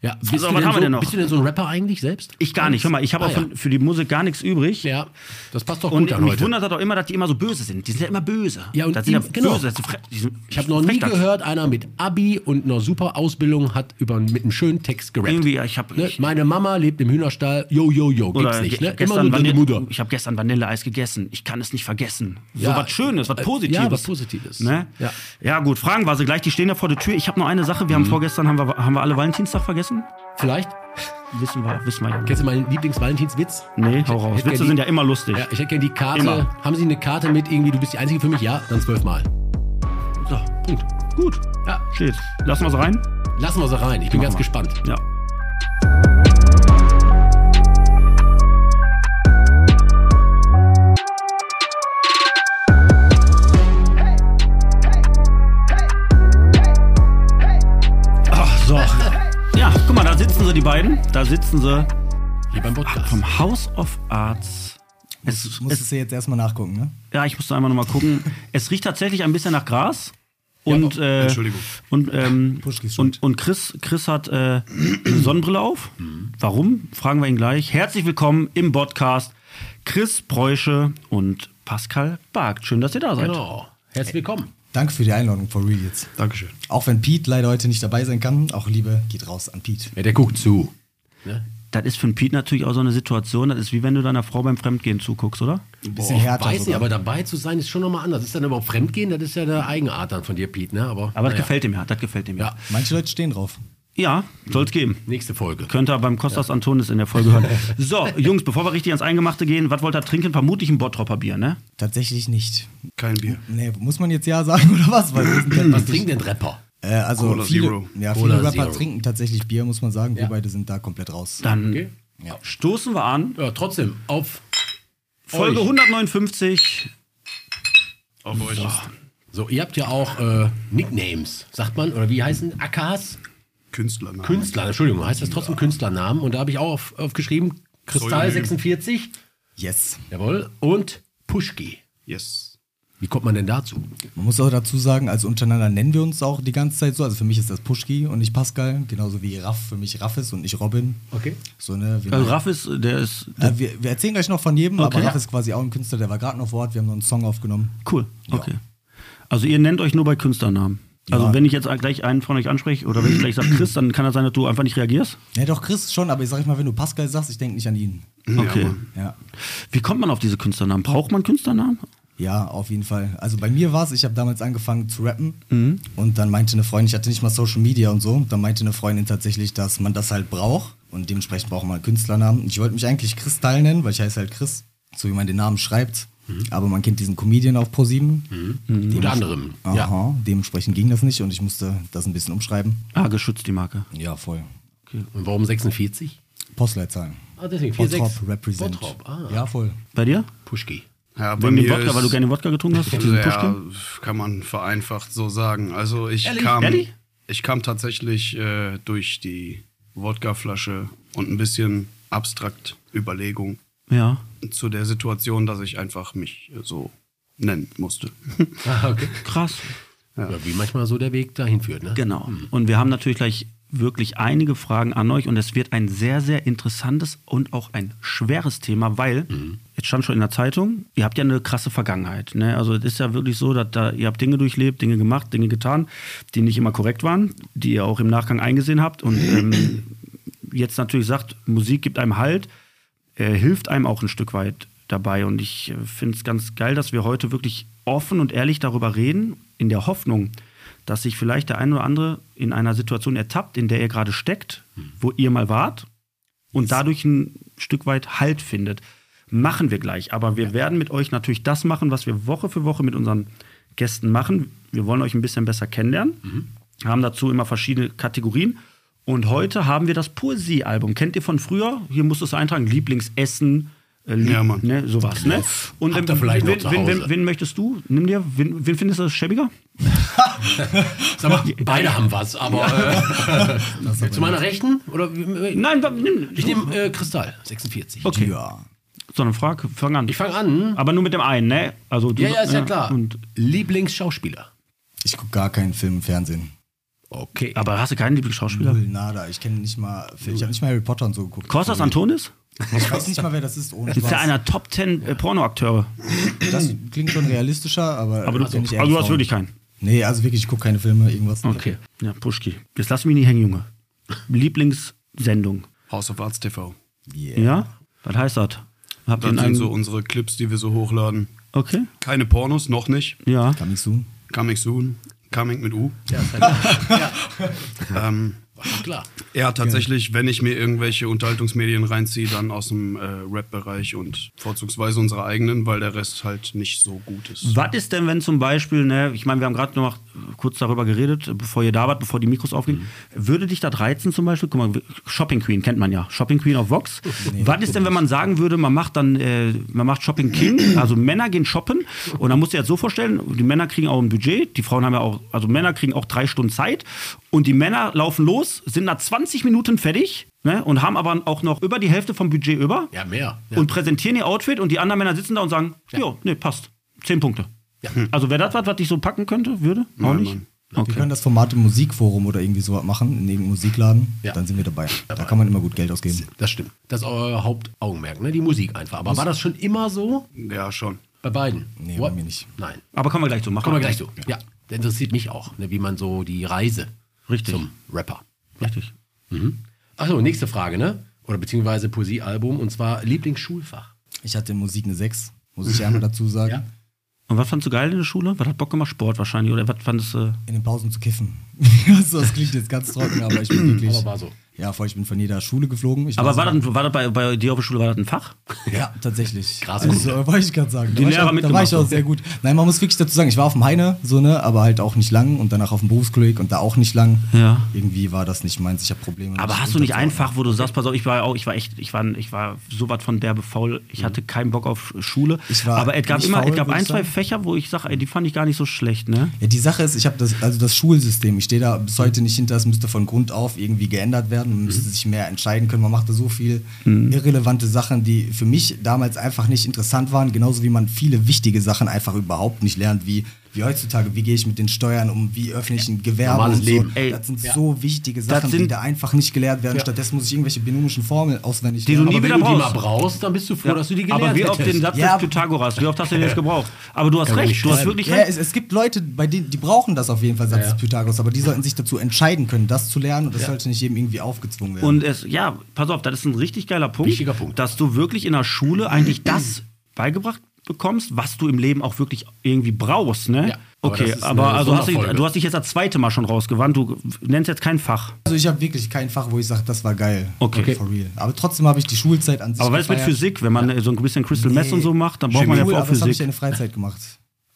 S6: Ja, bist,
S3: Also, was
S6: du denn
S3: haben wir
S6: so,
S3: denn noch?
S6: bist du denn so ein Rapper eigentlich selbst?
S3: Ich gar nicht. Hör mal, ich habe
S6: Ah,
S3: auch von, für die Musik gar nichts übrig.
S6: ja. ja, das passt doch
S3: Und
S6: gut an
S3: mich
S6: heute.
S3: wundert das auch immer, dass die immer so böse sind. Die sind ja immer böse.
S6: Ja, und
S3: das sind ja
S6: ihm- genau.
S3: böse. Das sind fre- die sind
S6: Ich habe noch nie
S3: Frechdachs.
S6: gehört, einer mit Abi und einer super Ausbildung hat über, mit einem schönen Text gerappt.
S3: Irgendwie, ja, ich habe.
S6: Ne? Meine Mama lebt im Hühnerstall. Jo, jo, jo. Gibt's nicht. Ne? Immer nur deine Mutter.
S3: Ich habe gestern Vanilleeis gegessen. Ich kann es nicht vergessen. so
S6: Ja.
S3: was Schönes, was
S6: Äh,
S3: Positives.
S6: ja, was Positives.
S3: Ne? Ja.
S6: Ja. Mhm.
S3: gut, fragen wir sie gleich. Die stehen da vor der Tür. Ich habe noch eine Sache. Wir haben vorgestern, haben wir, haben wir alle Valentinstag vergessen?
S6: Vielleicht.
S3: Wissen wir, wissen wir ja. nicht.
S6: Kennst du meinen Lieblings-Valentinswitz?
S3: Nee, hau raus.
S6: hätte gern
S3: Witze
S6: die-
S3: sind ja immer lustig.
S6: Ja, ich hätte gerne die Karte.
S3: Immer.
S6: Haben Sie eine Karte mit irgendwie, du bist die Einzige für mich? Ja, dann zwölfmal.
S3: So, Punkt. Gut.
S6: Ja,
S3: Steht. Lassen wir es rein.
S6: lassen wir sie rein. Ich bin ganz
S3: wir.
S6: gespannt.
S3: Ja. Ach so. Ja, guck mal, da sitzen sie, die beiden. Da sitzen sie
S6: Hier beim Podcast.
S3: vom House of Arts Es, es,
S7: Musstest du jetzt erstmal nachgucken, ne?
S3: ja, ich musste einmal nochmal gucken. es riecht tatsächlich ein bisschen nach Gras. Und, äh,
S6: Entschuldigung.
S3: Und, ähm,
S7: Puschki ist
S3: und, und Chris, Chris hat äh, eine Sonnenbrille auf. Warum? Fragen wir ihn gleich. Herzlich willkommen im Podcast. Chris Preusche und Pascal Bargt. Schön, dass ihr da seid.
S6: Genau. Herzlich willkommen.
S7: Danke für die Einladung, for real jetzt.
S6: Dankeschön.
S7: Auch wenn Pete leider heute nicht dabei sein kann, auch Liebe geht raus an Pete.
S6: Ja, der guckt zu.
S3: Das ist für den Pete natürlich auch so eine Situation. Das ist wie wenn du deiner Frau beim Fremdgehen zuguckst, oder?
S7: Ein bisschen härter.
S6: Weiß nicht,
S7: sogar.
S6: aber dabei zu sein ist schon nochmal anders. Ist dann überhaupt Fremdgehen? Das ist ja der Eigenart dann von dir, Pete, ne? Aber,
S3: Aber das
S6: naja.
S3: gefällt ihm ja. Das gefällt ihm ja.
S6: Ja.
S7: Manche Leute stehen drauf.
S3: Ja, soll's geben.
S6: Nächste Folge.
S3: Könnt ihr beim Kostas Antonis in der Folge hören. So, Jungs, bevor wir richtig ans Eingemachte gehen, was wollt ihr trinken? Vermutlich ein Bottropper Bier, ne?
S7: Tatsächlich nicht.
S8: Kein Bier.
S7: Nee, muss man jetzt ja sagen oder was? Weil wir sind ja-
S6: Was trinkt denn Rapper?
S7: Äh, also
S8: Cola
S7: viele,
S8: Zero.
S7: Ja,
S6: Cola
S7: viele Rapper
S6: Zero.
S7: trinken tatsächlich Bier, muss man sagen. Wir beide sind da komplett raus.
S3: Dann
S6: Okay.
S3: stoßen wir an.
S6: Ja, trotzdem, auf.
S3: Folge
S6: euch.
S3: 159.
S8: Auf euch.
S6: So, ihr habt ja auch äh, Nicknames, sagt man, oder wie heißen AKs?
S8: Künstlernamen.
S6: Künstler, Entschuldigung, heißt das trotzdem Künstlernamen? Und da habe ich auch auf, aufgeschrieben, Kristall
S8: Pseudonym.
S6: 46,
S7: Yes.
S6: jawohl, und Puschki.
S8: Yes.
S6: Wie kommt man denn dazu?
S7: Man muss auch dazu sagen, also untereinander nennen wir uns auch die ganze Zeit so. Also für mich ist das Puschki und nicht Pascal, genauso wie Raff für mich Raff ist und ich Robin.
S6: Okay.
S7: So, ne, wir,
S3: Also Raff ist, der ist
S7: äh, wir, wir erzählen gleich noch von jedem, aber
S3: Okay.
S7: Raff ist quasi auch ein Künstler, der war gerade noch vor Ort. Wir haben noch einen Song aufgenommen.
S3: cool. Okay. Also ihr nennt euch nur bei Künstlernamen. Also
S7: Ja.
S3: wenn ich jetzt gleich einen von euch anspreche oder wenn ich gleich sage Chris, dann kann das sein, dass du einfach nicht reagierst.
S7: Ja, doch, Chris schon, aber ich sag mal, wenn du Pascal sagst, ich denke nicht an ihn.
S3: Okay.
S7: Ja.
S3: Wie kommt man auf diese Künstlernamen? Braucht man Künstlernamen?
S7: Ja, auf jeden Fall. Also bei mir war es, ich habe damals angefangen zu rappen und dann meinte eine Freundin, ich hatte nicht mal Social Media und so, dann meinte eine Freundin tatsächlich, dass man das halt braucht und dementsprechend braucht man einen Künstlernamen. Und Ich wollte mich eigentlich Kristall nennen, weil ich heiße halt Chris, so wie man den Namen schreibt. Aber man kennt diesen Comedian auf ProSieben.
S6: Unter anderem.
S7: Aha,
S6: Ja.
S7: dementsprechend ging das nicht und ich musste das ein bisschen umschreiben.
S3: Ah, geschützt die Marke.
S7: Ja, voll.
S6: Und warum 46?
S7: Postleitzahl.
S6: Ah, deswegen 46.
S7: Bottrop represent.
S6: Bottrop, ah.
S7: Ja, voll.
S3: Bei dir?
S6: Puschki.
S8: Ja, bei
S3: Wegen dem
S8: mir
S3: Wodka,
S8: ist-
S3: weil du gerne Wodka getrunken hast? Diesen
S8: ja,
S3: Pushkin?
S8: kann man vereinfacht so sagen. Also ich
S6: Ehrlich?
S8: kam,
S3: Ehrlich?
S8: ich kam tatsächlich äh, durch die Wodkaflasche und ein bisschen abstrakt Überlegung
S3: ja.
S8: zu der Situation, dass ich einfach mich äh, so nennen musste.
S6: Ah, okay.
S3: Krass.
S6: ja. wie manchmal so der Weg dahin führt, ne?
S3: Genau. Und wir haben natürlich gleich wirklich einige Fragen an euch und es wird ein sehr, sehr interessantes und auch ein schweres Thema, weil, jetzt stand schon in der Zeitung, ihr habt ja eine krasse Vergangenheit. Ne? Also es ist ja wirklich so, dass da, ihr habt Dinge durchlebt, Dinge gemacht, Dinge getan, die nicht immer korrekt waren, die ihr auch im Nachgang eingesehen habt und ähm, jetzt natürlich sagt, Musik gibt einem Halt, äh, hilft einem auch ein Stück weit dabei. Und ich finde es ganz geil, dass wir heute wirklich offen und ehrlich darüber reden, in der Hoffnung, dass sich vielleicht der ein oder andere in einer Situation ertappt, in der ihr gerade steckt, wo ihr mal wart und dadurch ein Stück weit Halt findet. Machen wir gleich. Aber wir werden mit euch natürlich das machen, was wir Woche für Woche mit unseren Gästen machen. Wir wollen euch ein bisschen besser kennenlernen,
S6: Mhm.
S3: haben dazu immer verschiedene Kategorien. Und heute haben wir das Poesiealbum. Kennt ihr von früher? Hier musst du es eintragen. Lieblingsessen, äh, Lieb,
S8: Ja, Mann.
S3: ne, sowas. Ne? Und
S6: Habt ihr vielleicht noch
S3: wen,
S6: zu
S3: wen, wen,
S6: Hause?
S3: wen möchtest du? Nimm dir, wen, wen findest du schäbiger?
S6: Sag mal, beide haben was, aber äh, zu meiner Rechten? Oder, äh,
S3: Nein, wa- nimm,
S6: ich nehme äh, Kristall 46.
S3: Okay.
S7: Ja.
S3: Sondern frag, fang an.
S6: Ich fange an.
S3: Aber nur mit dem einen, ne? Also du,
S6: Ja, ja, ist ja
S3: äh,
S6: klar.
S3: Und,
S6: Lieblingsschauspieler.
S7: Ich gucke gar keinen Film im Fernsehen.
S6: Okay.
S3: aber hast du keinen Lieblingsschauspieler?
S7: Null, nada. Ich kenne nicht mal, ich habe nicht mal Harry Potter und so geguckt.
S3: Kostas Antonis?
S7: Ich weiß nicht mal, wer das ist, ohne
S3: Ist ja
S7: Spaß.
S3: einer Top 10 äh, Pornoakteure.
S7: Das klingt schon realistischer, aber.
S3: Aber du,
S7: also,
S3: also du hast wirklich keinen.
S7: Nee, also wirklich, ich gucke keine Filme, irgendwas.
S3: Okay. Ja, Puschki. Jetzt lass mich nicht hängen, Junge. Lieblingssendung.
S8: House of Arts TV.
S7: Yeah.
S3: Ja? Was heißt das? Habt ihr
S8: Das
S3: einen
S8: sind
S3: eigenen-
S8: so unsere Clips, die wir so hochladen.
S3: Okay.
S8: Keine Pornos, noch nicht.
S3: Ja.
S7: Coming soon.
S8: Coming soon. Coming mit U.
S6: Ja, ist ja klar.
S8: Ähm,
S6: War schon klar.
S8: Ja, tatsächlich, wenn ich mir irgendwelche Unterhaltungsmedien reinziehe, dann aus dem äh, Rap-Bereich und vorzugsweise unsere eigenen, weil der Rest halt nicht so gut ist.
S3: Was ist denn, wenn zum Beispiel, ne, ich meine, wir haben gerade noch kurz darüber geredet, bevor ihr da wart, bevor die Mikros aufgingen. Würde dich das reizen zum Beispiel? Guck mal, Shopping Queen kennt man ja. Shopping Queen auf Vox. Was ist denn, wenn man sagen würde, man macht dann, äh, man macht Shopping King, also Männer gehen shoppen und dann musst du dir jetzt so vorstellen, die Männer kriegen auch ein Budget, die Frauen haben ja auch, also Männer kriegen auch drei Stunden Zeit und die Männer laufen los, sind nach 20 20 Minuten fertig ne, und haben aber auch noch über die Hälfte vom Budget über
S6: Ja, mehr. Ja.
S3: und präsentieren ihr Outfit und die anderen Männer sitzen da und sagen, ja, nee, passt. Zehn Punkte. Also wäre das was, was ich so packen könnte, würde? Auch nicht?
S7: Wir
S3: Okay.
S7: können das Format im Musikforum oder irgendwie sowas machen, in irgendeinem Musikladen.
S6: Ja.
S7: Dann sind wir dabei. Da kann man immer gut Geld ausgeben.
S6: das stimmt. Das ist euer Hauptaugenmerk, ne? Die Musik einfach. Aber war das schon immer so
S3: Mhm.
S8: Ja, schon.
S6: bei beiden?
S7: Nee, bei
S6: What?
S7: mir nicht.
S6: Nein.
S3: Aber kommen wir gleich zu machen.
S6: Kommen wir gleich zu. Ja, das interessiert mich auch, ne? wie man so die Reise
S3: Richtig.
S6: zum Rapper.
S3: Richtig.
S6: Achso, nächste Frage, ne? Oder beziehungsweise Poesiealbum und zwar Lieblingsschulfach.
S7: Ich hatte in Musik eine 6, muss ich ja einmal dazu sagen.
S6: Ja.
S3: Und was fandst du geil in der Schule? Was hat Bock gemacht? Sport wahrscheinlich. Oder was fandest du?
S7: In den Pausen zu kiffen. also das klingt jetzt ganz trocken, aber ich bin wirklich.
S6: Aber war so.
S7: Ja, voll, ich bin von jeder Schule geflogen. Ich
S3: Aber
S7: so-
S3: war das, war das bei, bei dir auf der Schule, war das ein Fach?
S7: Ja, tatsächlich.
S6: Krass,
S7: Also, wollte ich gerade sagen. Da war ich
S3: Lehrer
S7: auch, Da war ich
S3: mitgemacht.
S7: auch sehr gut. Nein, man muss wirklich dazu sagen, ich war auf dem Heine, so, ne, aber halt auch nicht lang und danach auf dem Berufskolleg und da auch nicht lang.
S3: Ja.
S7: Irgendwie war das nicht meins. Ich habe Probleme.
S3: Aber
S7: mich
S3: hast du nicht
S7: unterzuordnen.
S3: einfach, wo du sagst, pass auf, ich war auch, ich war echt, ich war, ich war so was von derbe faul, ich hatte keinen Bock auf Schule.
S7: Ich war
S3: aber es gab
S7: nicht
S3: immer,
S7: faul,
S3: es gab
S7: würd
S3: ein,
S7: ich
S3: zwei
S7: sagen.
S3: Fächer, wo ich sage, die fand ich gar nicht so schlecht, ne?
S7: Ja, die Sache ist, ich habe das, also das Schulsystem, ich stehe da bis heute nicht hinter, es müsste von Grund auf irgendwie geändert werden, man
S3: Mhm.
S7: müsste sich mehr entscheiden können, man macht da so viel irrelevante Sachen, die für mich damals einfach nicht interessant waren, genauso wie man viele wichtige Sachen einfach überhaupt nicht lernt, wie, wie heutzutage, wie gehe ich mit den Steuern um, wie öffne ich ein Gewerbe
S6: normales
S7: und so.
S6: Leben.
S3: Ey,
S7: das sind so wichtige Sachen, die
S3: sind-
S7: da einfach nicht gelehrt werden. Stattdessen muss ich irgendwelche binomischen Formeln auswendig
S3: Die du
S7: lernen.
S3: nie
S6: Wenn
S3: wieder
S6: du die
S3: brauchst.
S6: mal brauchst, dann bist du froh, dass du die gelernt
S3: aber wie oft
S6: hättest.
S3: den Satz
S7: Ja,
S3: des Pythagoras, wie oft hast du den jetzt gebraucht? Aber du hast
S6: Kann man
S3: recht,
S6: nicht
S3: du hast
S6: schreiben.
S3: wirklich
S7: Ja,
S3: recht.
S7: es, es gibt Leute, bei denen, die brauchen das auf jeden Fall, sagt
S6: Ja,
S7: des
S6: ja.
S7: Pythagoras, aber die sollten sich dazu entscheiden können, das zu lernen und das sollte nicht jedem irgendwie aufgezwungen werden.
S3: Und es, ja, pass auf, das ist ein richtig geiler Punkt,
S6: Wichtiger Punkt.
S3: dass du wirklich in der Schule eigentlich das beigebracht bekommst, was du im Leben auch wirklich irgendwie brauchst, ne?
S6: Ja, aber das
S3: okay,
S6: ist eine
S3: aber, also hast du,
S6: Sonderfolge.
S3: du hast dich jetzt das zweite Mal schon rausgewandt, du nennst jetzt kein Fach.
S7: Also ich habe wirklich kein Fach, wo ich sage, das war geil.
S3: Okay. Okay.
S7: For real. Aber trotzdem habe ich die Schulzeit an sich
S3: Aber weil es mit
S7: gefeiert.
S3: Physik, wenn man äh, so ein bisschen Crystal Mess und so macht, dann braucht man ja
S7: Cool,
S3: auch
S7: aber das habe ich ja
S3: Physik.
S7: in der Freizeit gemacht.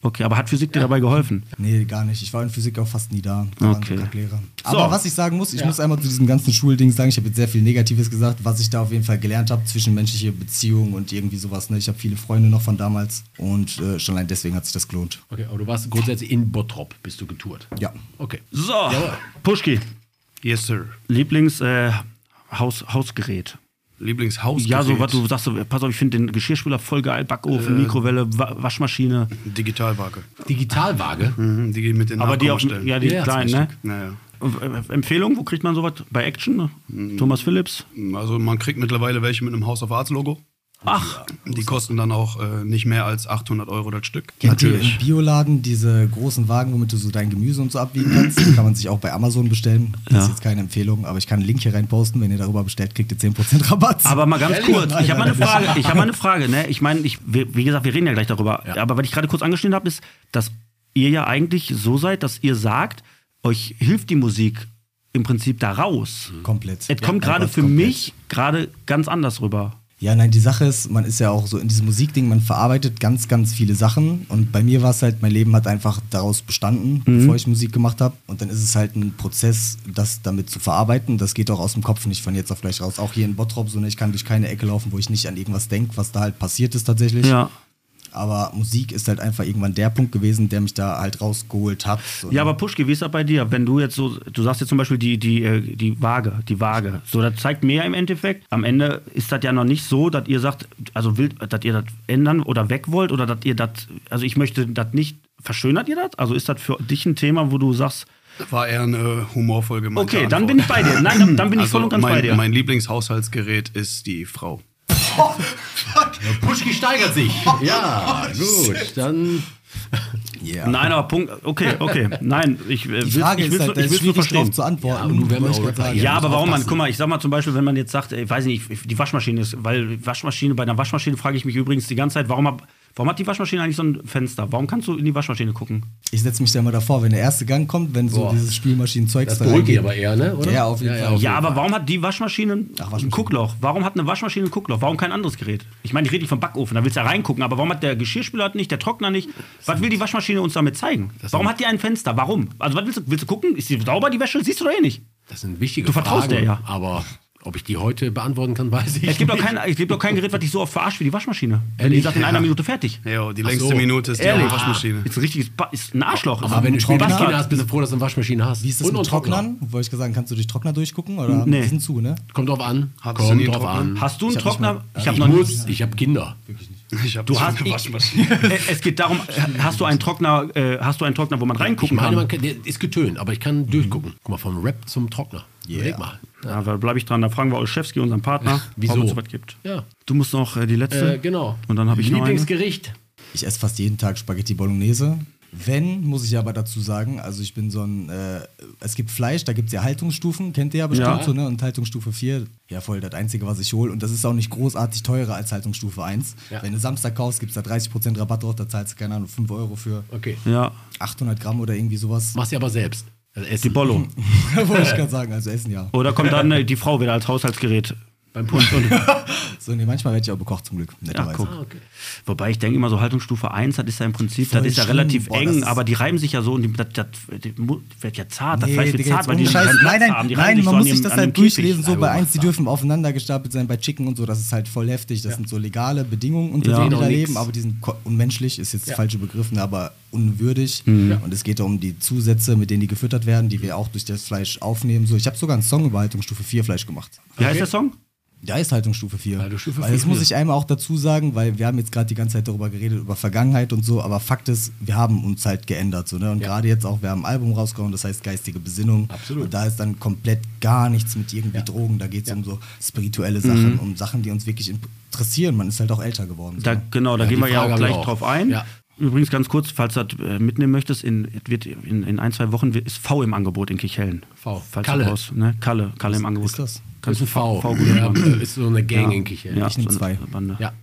S3: Okay, aber hat Physik dir dabei geholfen?
S7: Nee, gar nicht. Ich war in Physik auch fast nie da. Da waren so
S3: Okay.
S7: Kacklehrer. Aber
S3: So.
S7: was ich sagen muss, ich muss einmal zu diesem ganzen Schulding sagen, ich habe jetzt sehr viel Negatives gesagt, was ich da auf jeden Fall gelernt habe, zwischenmenschliche Beziehungen und irgendwie sowas. Ne? Ich habe viele Freunde noch von damals und äh, schon allein deswegen hat sich das gelohnt.
S6: Okay, aber du warst grundsätzlich in Bottrop, bist du getourt.
S7: Ja.
S6: Okay.
S3: So, Puschki,
S8: Yes, sir.
S3: Lieblings äh, Haus, Hausgerät.
S8: Lieblingshausgerät.
S3: Ja, so was du sagst, so, äh, pass auf, ich finde den Geschirrspüler voll geil, Backofen, Mikrowelle, Wa Waschmaschine.
S8: Digitalwaage.
S6: Digitalwaage.
S3: Hm.
S8: Mhm, die gehen mit den
S3: Aber die auch,
S8: Nachkommastellen.
S3: ja, die
S6: Ja,
S3: kleinen,
S6: zum
S3: ne?
S8: Naja.
S3: Äh, Empfehlung, wo kriegt man sowas? Bei Action? ne? Thomas Phillips?
S8: Also man kriegt mittlerweile welche mit einem House of Arts Logo.
S3: Ach,
S8: Die kosten dann auch äh, nicht mehr als 800 Euro das Stück.
S7: Kennt ihr im Bioladen diese großen Wagen, womit du so dein Gemüse und so abwiegen kannst? kann man sich auch bei Amazon bestellen. Das ist jetzt keine Empfehlung, aber ich kann einen Link hier rein posten. Wenn ihr darüber bestellt, kriegt ihr 10% Rabatt.
S3: Aber mal ganz
S6: Ehrlich?
S3: kurz,
S7: Nein,
S3: ich habe mal eine
S7: nein,
S3: Frage. Ich habe mal eine Frage. Ne? Ich meine, ich, wir- wie gesagt, wir reden ja gleich darüber.
S6: Ja.
S3: Aber was ich gerade kurz angeschnitten habe, ist, dass ihr ja eigentlich so seid, dass ihr sagt, euch hilft die Musik im Prinzip da raus.
S7: komplett.
S3: Es kommt
S7: Ja,
S3: gerade
S7: Rabatt
S3: für
S7: komplett.
S3: mich gerade ganz anders rüber.
S7: Ja, nein, die Sache ist, man ist ja auch so in diesem Musikding, man verarbeitet ganz, ganz viele Sachen. Und bei mir war es halt, mein Leben hat einfach daraus bestanden,
S3: Mhm.
S7: bevor ich Musik gemacht habe. Und dann ist es halt ein Prozess, das damit zu verarbeiten. Das geht auch aus dem Kopf nicht von jetzt auf gleich raus. Auch hier in Bottrop, so ne, ich kann durch keine Ecke laufen, wo ich nicht an irgendwas denke, was da halt passiert ist tatsächlich.
S3: Ja.
S7: Aber Musik ist halt einfach irgendwann der Punkt gewesen, der mich da halt rausgeholt hat. So,
S3: Ja,
S7: ne?
S3: aber Puschke, wie ist das bei dir? Wenn du jetzt so, du sagst jetzt zum Beispiel die, die, äh, die Waage, die Waage. So, das zeigt mir ja im Endeffekt, am Ende ist das ja noch nicht so, dass ihr sagt, also will, dass ihr das ändern oder weg wollt oder dass ihr das, also ich möchte das nicht, verschönert ihr das? Also ist das für dich ein Thema, wo du sagst,
S8: War eher eine humorvoll gemeinte
S3: okay,
S8: Antwort.
S3: dann bin ich bei dir. Nein, dann, dann bin ich
S8: also
S3: voll und ganz
S8: mein,
S3: bei dir.
S8: Mein Lieblingshaushaltsgerät ist die Frau.
S6: Puschki steigert sich. Ja, gut. Dann
S3: Nein, aber Punkt, okay, okay. Nein, ich äh,
S7: die
S3: will's-
S7: Frage
S3: ich
S7: ist
S3: will's
S7: halt,
S3: nur-
S7: da
S3: ich
S7: ist
S3: will's nur
S7: schwierig drauf
S3: verstehen.
S7: zu antworten.
S6: Ja, und du wärst
S7: wollte ich
S6: auch
S7: grad
S6: Rapper,
S7: sagen.
S3: Ja, aber warum man,
S6: aufpassen.
S3: guck mal, ich sag mal zum Beispiel, wenn man jetzt sagt, ich weiß nicht, die Waschmaschine ist, weil Waschmaschine, bei einer Waschmaschine frage ich mich übrigens die ganze Zeit, warum, hab, warum hat die Waschmaschine eigentlich so ein Fenster? Warum kannst du in die Waschmaschine gucken?
S7: Ich setze mich da immer davor, wenn der erste Gang kommt, wenn so
S6: Boah.
S7: dieses Spülmaschinenzeug
S6: das
S7: da
S6: beruhigt dich
S7: reingeht.
S6: aber eher, ne? Oder?
S7: Ja, auf jeden Fall.
S6: auf
S3: ja,
S6: jeden
S3: aber
S6: Fall.
S3: warum hat die Waschmaschine, ein
S7: Waschmaschine.
S3: Guckloch? Warum hat eine Waschmaschine ein Guckloch? Warum kein anderes Gerät? Ich meine, ich rede nicht vom Backofen, da willst du ja reingucken, aber warum hat der Geschirrspüler hat nicht, der Trockner nicht? Was will die Waschmaschine uns damit zeigen? Warum hat die ein Fenster? Warum? Also, was willst du, willst du gucken? Ist die sauber, die Wäsche? Siehst du doch eh nicht.
S6: Das sind wichtige
S3: Du vertraust
S6: Fragen,
S3: der ja.
S6: Aber Ob ich die heute beantworten kann, weiß ich
S3: Es gibt, doch
S6: nicht.
S3: kein, es gibt doch kein Gerät, was dich so oft verarscht wie die Waschmaschine. Wenn die
S6: Ehrlich?
S3: sagt, in einer Minute fertig.
S8: Ja, die
S6: Ach
S8: längste
S6: so.
S8: Minute ist die
S3: Ehrlich?
S8: Waschmaschine.
S3: Ist ein richtiges ba ist ein Arschloch.
S6: Aber wenn du spät
S7: Trockner-
S6: Kinder hast, bist du froh, dass du eine Waschmaschine hast.
S7: Wie ist das mit
S6: einen Trockner.
S7: Trocknern? Wollte ich gesagt, kannst du durch Trockner durchgucken? Oder
S3: Nee.
S7: nee. diesen zu, ne?
S6: Kommt drauf an.
S8: Hattest du
S6: Kommt
S8: nie einen
S6: drauf
S8: Trockner?
S6: an.
S3: hast du einen
S7: Ich hab's
S3: Trockner?
S7: nicht
S3: Ich habe
S6: Ich
S3: noch nie.
S6: muss, ich habe Kinder.
S8: Ich hab
S3: Du
S8: schon
S3: hast-
S8: eine Waschmaschine.
S3: Äh, Es geht darum, äh, hast du einen Trockner, äh, hast du einen Trockner, wo man
S6: Ich
S3: reingucken
S6: meine, man
S3: kann?
S6: kann, der ist getönt, aber ich kann durchgucken. Guck mal, vom Rap zum Trockner. Überleg mal.
S3: Mhm. Ja, da bleibe ich dran. Da fragen wir Olszewski, unseren Partner,
S6: Wieso?
S3: ob es was gibt.
S6: Ja.
S3: Du musst noch äh, die letzte.
S6: Äh, genau.
S3: Und dann habe ich noch eine.
S6: Lieblingsgericht.
S7: Ich esse fast jeden Tag Spaghetti Bolognese. Wenn, muss ich aber dazu sagen, also ich bin so ein, äh, es gibt Fleisch, da gibt es ja Haltungsstufen, kennt ihr ja bestimmt
S3: Ja.
S7: so, ne? Und Haltungsstufe 4, ja voll, das Einzige, was ich hole. Und das ist auch nicht großartig teurer als Haltungsstufe 1.
S6: Ja.
S7: Wenn du Samstag kaufst, gibt es da 30% Rabatt drauf, da zahlst du, keine Ahnung, 5 Euro für
S6: Okay.
S3: Ja,
S7: 800 Gramm oder irgendwie sowas.
S6: Machst du aber selbst. Also Essen.
S3: die Bollo.
S7: Wollte ich gerade sagen, also Essen ja.
S3: Oder kommt dann äh, die Frau wieder als Haushaltsgerät beim Punsch und
S7: So, nee, manchmal werde ich auch bekocht zum Glück, netterweise.
S3: guck. Wobei ich denke immer so Haltungsstufe 1, das ist ja im Prinzip,
S7: Voll
S3: das ist ja
S7: schlimm.
S3: relativ
S7: Boah, das
S3: eng,
S7: ist-
S3: aber die reiben sich ja so und die, das, das, die mu- wird ja zart, das
S7: Nee,
S3: Fleisch wird zart,
S7: Digga, jetzt
S3: weil um die
S7: ohne
S3: keinen
S7: Scheiß.
S3: Platz
S7: Nein, nein,
S3: haben. Die reiben
S7: nein,
S3: sich
S7: man
S3: so an
S7: muss
S3: dem-
S7: sich das
S3: an dem
S7: halt
S3: Käfig.
S7: durchlesen, so
S6: Ja,
S7: bei
S6: aber
S7: eins, die
S6: machbar.
S7: dürfen aufeinander gestapelt sein, bei Chicken und so, das ist halt voll heftig, das sind so legale Bedingungen, unter
S3: Ja.
S7: denen
S6: Genau,
S7: die da
S6: nix.
S7: leben, aber die sind ko- unmenschlich, ist jetzt der falsche Begriff, ne, aber unwürdig
S3: Mhm.
S7: und es geht ja um die Zusätze, mit denen die gefüttert werden, die wir auch durch das Fleisch aufnehmen, so, ich habe sogar einen Song über Haltungsstufe 4 Fleisch gemacht.
S3: Wie heißt der Song?
S7: Da ist Haltungsstufe 4.
S6: Haltungsstufe
S7: weil das
S6: 4.
S7: muss ich einmal auch dazu sagen, weil wir haben jetzt gerade die ganze Zeit darüber geredet, über Vergangenheit und so, aber Fakt ist, wir haben uns halt geändert. So, ne? Und gerade jetzt auch, wir haben ein Album rausgehauen, das heißt geistige Besinnung.
S6: Absolut.
S7: Und da ist dann komplett gar nichts mit irgendwie Drogen, da geht es um so spirituelle Sachen, um Sachen, die uns wirklich interessieren. Man ist halt auch älter geworden. So.
S3: Mhm. Da, genau, da gehen wir
S6: die
S3: ja auch
S6: Frage haben wir
S3: gleich
S6: auch.
S3: drauf ein.
S6: Ja.
S3: Übrigens ganz kurz, falls du das äh, mitnehmen möchtest, in, es wird in, in ein, zwei Wochen wird- ist V im Angebot in Kichellen.
S6: V.
S3: Falls
S6: Kalle.
S3: Du raus, ne? Kalle. Kalle im Angebot.
S7: ist das?
S6: Das
S3: Kannst
S6: ist ein V.
S3: V gut
S6: ja,
S3: machen.
S6: ist so eine Gang, denke ich.
S3: Ja,
S7: Ich nehm
S3: so eine
S7: zwei.
S3: Bande.
S6: Ja.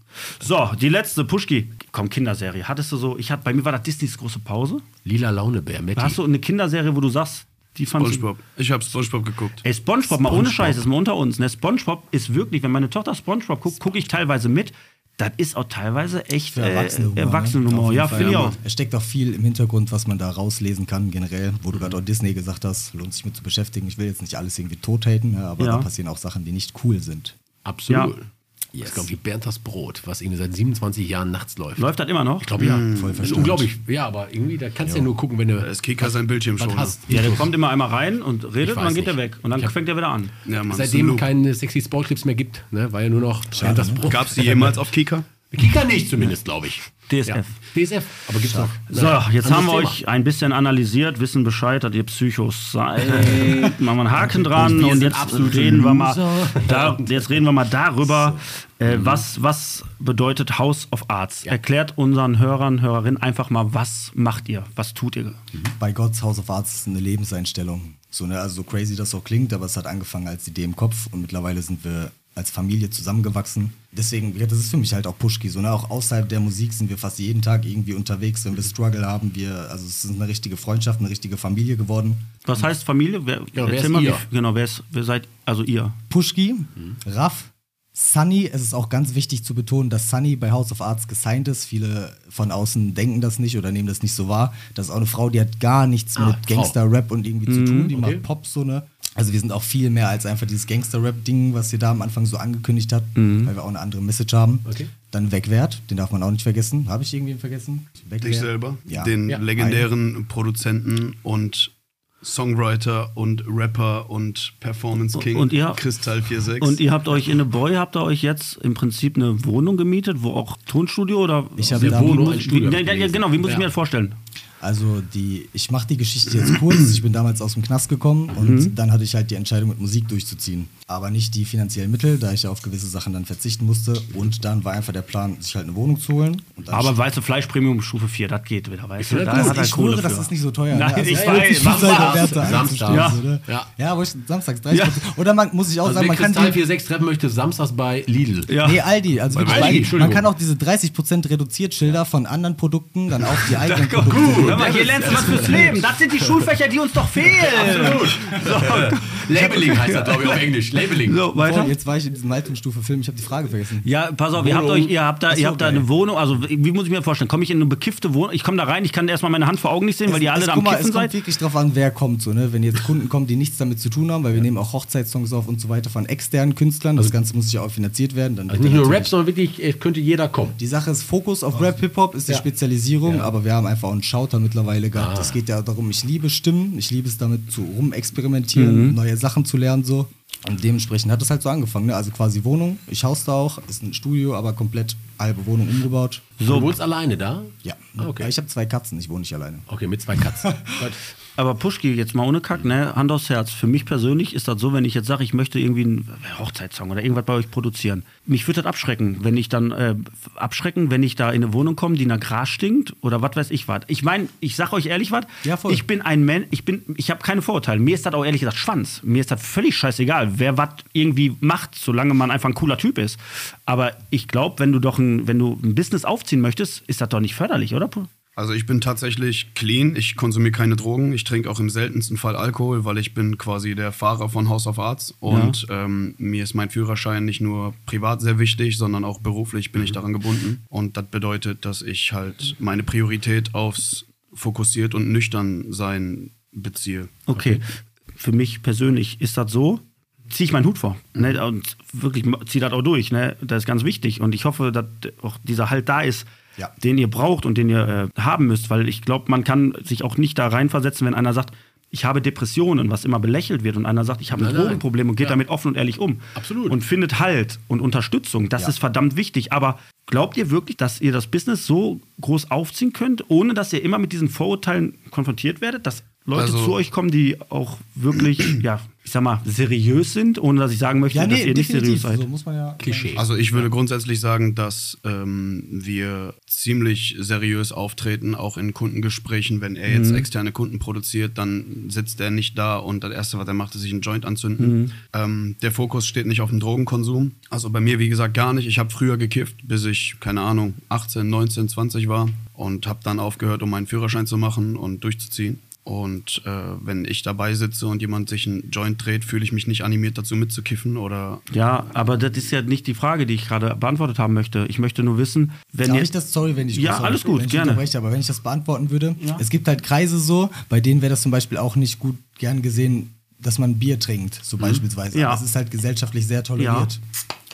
S3: So, die letzte, Pushki. Komm, Kinderserie. Hattest du so, ich hatte, bei mir war das Disneys große Pause.
S6: Lila Launebär, Matti.
S3: Hast du eine Kinderserie, wo du sagst, die fand
S8: SpongeBob. Ich hab SpongeBob geguckt.
S3: Ey, Spongebob, mal ohne Scheiß, ist mal unter uns. Ne? Spongebob ist wirklich, wenn meine Tochter Spongebob guckt, gucke ich teilweise mit. Das ist auch teilweise echt
S7: Für
S3: äh,
S7: Erwachsene. Humor,
S3: erwachsene
S7: ne? Auf
S3: Nummer.
S7: jeden
S3: Ja,
S7: Fall,
S3: finde ich auch.
S7: Es steckt auch viel im Hintergrund, was man da rauslesen kann, generell, wo
S3: Mhm.
S7: du gerade auch Disney gesagt hast, lohnt sich mit zu beschäftigen. Ich will jetzt nicht alles irgendwie tot haten, ne, aber
S3: Ja.
S7: da passieren auch Sachen, die nicht cool sind.
S6: Absolut.
S3: Ja.
S6: Das ist, glaube ich, wie Bernd das Brot, was irgendwie seit 27 Jahren nachts läuft.
S3: Läuft Ne? das immer noch?
S6: Ich glaube, ja.
S7: voll
S6: Das ist
S7: verstanden.
S6: unglaublich. Ja, aber irgendwie, da kannst du ja nur gucken, wenn du
S8: Da ist Kika sein Bildschirm
S6: was
S8: schon. ne?
S6: hast.
S3: Ja, der kommt immer einmal rein und
S6: Ich
S3: redet und
S6: weiß
S3: dann geht er
S6: nicht.
S3: weg. Und dann
S6: Ich hab-
S3: fängt er wieder an.
S8: Ja, Mann, ist ein
S6: Seitdem
S8: Loop.
S6: keine sexy Sportclips mehr gibt, ne? weil ja nur noch Bernd das Brot.
S8: Gab's die jemals auf Kika?
S6: Kika nicht zumindest, glaube ich.
S3: DSF.
S6: Ja. DSF. Aber gibt's noch.
S3: So,
S6: Na,
S3: jetzt
S6: anderes
S3: haben wir
S6: Thema.
S3: euch ein bisschen analysiert, wissen Bescheid, dass ihr Psychos seid. Machen wir einen Haken dran
S6: Wir
S3: und
S6: sind
S3: jetzt
S6: absolute
S3: reden, wir mal
S6: Loser.
S3: da, jetzt reden wir mal darüber, äh, was, was bedeutet House of Arts. Erklärt unseren Hörern, Hörerinnen einfach mal, was macht ihr, was tut ihr?
S7: bei God's House of Arts ist eine Lebenseinstellung. So, ne, also so crazy das auch klingt, aber es hat angefangen als Idee im Kopf und mittlerweile sind wir als Familie zusammengewachsen. Deswegen, ja, das ist für mich halt auch Pushki. So, ne, auch außerhalb der Musik sind wir fast jeden Tag irgendwie unterwegs, wenn wir Struggle haben. Wir, also es ist eine richtige Freundschaft, eine richtige Familie geworden.
S3: Was heißt Familie? Wer,
S6: wer
S3: erzähl
S6: ist
S3: mal, wie-
S6: ihr?
S3: Genau, wer, ist, wer seid, also ihr?
S7: Pushki,
S6: Mhm.
S7: Raff, Sunny. Es ist auch ganz wichtig zu betonen, dass Sunny bei House of Arts gesigned ist. Viele von außen denken das nicht oder nehmen das nicht so wahr. Das ist auch eine Frau, die hat gar nichts
S6: Ah,
S7: mit
S6: Frau.
S7: Gangster-Rap und irgendwie zu tun. Die
S6: okay.
S7: macht Pop so ne. Also wir sind auch viel mehr als einfach dieses Gangster-Rap-Ding, was ihr da am Anfang so angekündigt habt, weil wir auch eine andere Message haben.
S6: Okay.
S7: Dann Wegwert, den darf man auch nicht vergessen. Habe ich irgendwen vergessen? Wegwert.
S8: Dich selber,
S7: Ja.
S8: den
S6: Ja.
S8: legendären Produzenten und Songwriter und Rapper und Performance King
S3: Und ihr-
S8: Kristall 46.
S3: Und ihr habt euch in eine Boy, habt ihr euch jetzt im Prinzip eine Wohnung gemietet, wo auch Tonstudio oder?
S7: Ich habe
S6: Wir
S7: da
S6: wohnen
S3: Wie-
S6: nur ein Studio.
S3: ja, ja, ja, genau, wie muss ich
S6: Ja.
S3: mir das vorstellen?
S7: Also die, ich mache die Geschichte jetzt kurz. Ich bin damals aus dem Knast gekommen
S3: Mhm.
S7: und dann hatte ich halt die Entscheidung, mit Musik durchzuziehen. Aber nicht die finanziellen Mittel, da ich ja auf gewisse Sachen dann verzichten musste. Und dann war einfach der Plan, sich halt eine Wohnung zu holen. Und dann Also
S3: Aber weißt du, Fleisch Premium Stufe 4, das geht wieder, weißt du?
S6: Ja,
S3: Ah, Da
S6: gut,
S3: hat er
S7: ich
S3: Kohle
S7: schwöre, das
S3: für.
S7: ist nicht so teuer.
S3: Nein,
S7: ne? Also
S3: ich
S7: es
S3: weiß,
S7: ist viel
S3: Samstag.
S7: Werte einzustellen,
S6: Samstag.
S7: so, ne?
S6: Ja.
S7: ja, wo ich samstags 30 Oder man muss ich auch
S6: Also
S7: sagen,
S6: wer
S7: man kann
S6: Kristall
S7: die,
S6: 46 treffen möchte, samstags bei Lidl.
S3: Ja.
S7: Nee, Aldi. Also wirklich
S6: Aldi,
S7: Aldi, man
S6: Entschuldigung.
S7: kann auch diese 30% reduziert Schilder von anderen Produkten dann auf die eigenen Produkte
S3: Hör mal, hier lernst du was fürs Leben. Das sind die Schulfächer, die uns doch fehlen.
S6: Labeling heißt das, glaube ich, auf Englisch. Labeling.
S3: So,
S7: Boah,
S3: weiter.
S7: jetzt war ich in diesem Altstufe Film, ich habe die Frage vergessen.
S3: Ja, pass auf, ihr habt, euch, ihr habt, da, ihr habt da eine Wohnung, also wie muss ich mir das vorstellen? Komme ich in eine bekiffte Wohnung? Ich komme da rein, ich kann erstmal meine Hand vor Augen nicht sehen, weil
S7: Es-
S3: ihr alle
S7: es,
S3: da am
S7: guck mal,
S3: Kiffen
S7: es kommt
S3: seid.
S7: wirklich drauf an, wer kommt. So, ne? Wenn jetzt Kunden kommen, die nichts damit zu tun haben, weil wir nehmen auch Hochzeitssongs auf und so weiter von externen Künstlern.
S3: Also
S7: Das Ganze muss ja auch finanziert werden. Dann wird
S6: Nicht
S7: dann
S6: nur
S7: natürlich-
S6: Rap, sondern wirklich, äh, könnte jeder kommen.
S7: Die Sache ist, Fokus auf Rap, Hip-Hop ist die Spezialisierung, aber wir haben einfach einen Shouter mittlerweile gehabt.
S3: Ah.
S7: Es geht ja darum, ich liebe Stimmen, ich liebe es damit zu
S3: Mhm.
S7: rumexperimentieren, neue Sachen zu lernen so. Und dementsprechend hat es halt so angefangen, ne? also quasi Wohnung, ich haus da auch, ist ein Studio, aber komplett halbe Wohnung umgebaut.
S6: So. Du wohnst alleine da?
S7: Ja,
S6: Ah, okay.
S7: okay. ich habe zwei Katzen, ich wohne nicht alleine.
S6: Okay, mit zwei Katzen. Gott.
S3: Aber Puschki, jetzt mal ohne Kack, ne? Hand aufs Herz. Für mich persönlich ist das so, wenn ich jetzt sage, ich möchte irgendwie einen Hochzeitssong oder irgendwas bei euch produzieren. Mich würde das abschrecken, wenn ich dann äh, abschrecken, wenn ich da in eine Wohnung komme, die nach Gras stinkt oder was weiß ich was. Ich meine, ich sag euch ehrlich was,
S7: Ja, voll.
S3: ich bin ein Mensch, ich bin, ich habe keine Vorurteile. Mir ist das auch ehrlich gesagt Schwanz. Mir ist das völlig scheißegal, wer was irgendwie macht, solange man einfach ein cooler Typ ist. Aber ich glaube, wenn du doch ein, wenn du ein Business aufziehen möchtest, ist das doch nicht förderlich, oder? Pu-
S8: Also ich bin tatsächlich clean, ich konsumiere keine Drogen, ich trinke auch im seltensten Fall Alkohol, weil ich bin quasi der Fahrer von House of Arts und ähm, mir ist mein Führerschein nicht nur privat sehr wichtig, sondern auch beruflich bin ich daran gebunden und das bedeutet, dass ich halt meine Priorität aufs fokussiert und nüchtern sein beziehe.
S3: Okay. Für mich persönlich ist das so, ziehe ich meinen Hut vor. Ne? Und wirklich ziehe das auch durch. Ne? Das ist ganz wichtig. Und ich hoffe, dass auch dieser Halt da ist,
S7: Ja.
S3: den ihr braucht und den ihr äh, haben müsst. Weil ich glaube, man kann sich auch nicht da reinversetzen, wenn einer sagt, ich habe Depressionen, was immer belächelt wird, und einer sagt, ich habe ein
S6: Nein, nein.
S3: Drogenproblem und geht
S6: Ja.
S3: damit offen und ehrlich um.
S6: Absolut.
S3: Und findet Halt und Unterstützung. Das ist verdammt wichtig. Aber glaubt ihr wirklich, dass ihr das Business so groß aufziehen könnt, ohne dass ihr immer mit diesen Vorurteilen konfrontiert werdet, dass Leute
S8: Also-
S3: zu euch kommen, die auch wirklich, ja, ich sag mal, seriös sind, ohne dass ich sagen möchte, dass ihr nicht seriös seid.
S7: so muss man ja.
S6: Klischee.
S8: Also ich würde grundsätzlich sagen, dass ähm, wir ziemlich seriös auftreten, auch in Kundengesprächen. Wenn er jetzt externe Kunden produziert, dann sitzt er nicht da und das Erste, was er macht, ist sich einen Joint anzünden. Ähm, der Fokus steht nicht auf dem Drogenkonsum. Also bei mir, wie gesagt, gar nicht. Ich habe früher gekifft, bis ich, keine Ahnung, 18, 19, 20 war und habe dann aufgehört, um meinen Führerschein zu machen und durchzuziehen. Und äh, wenn ich dabei sitze und jemand sich einen Joint dreht, fühle ich mich nicht animiert dazu mitzukiffen oder
S3: Ja, aber das ist ja nicht die Frage, die ich gerade beantwortet haben möchte. Ich möchte nur wissen, wenn
S7: Darf
S3: ihr.
S7: ich das? Sorry, wenn ich
S3: Ja,
S7: sorry,
S3: alles gut,
S7: wenn ich
S3: gerne.
S7: unterbreche, aber wenn ich das beantworten würde, es gibt halt Kreise so, bei denen wäre das zum Beispiel auch nicht gut gern gesehen, dass man Bier trinkt, so beispielsweise.
S3: Mhm. Ja.
S7: Das ist halt gesellschaftlich sehr toleriert.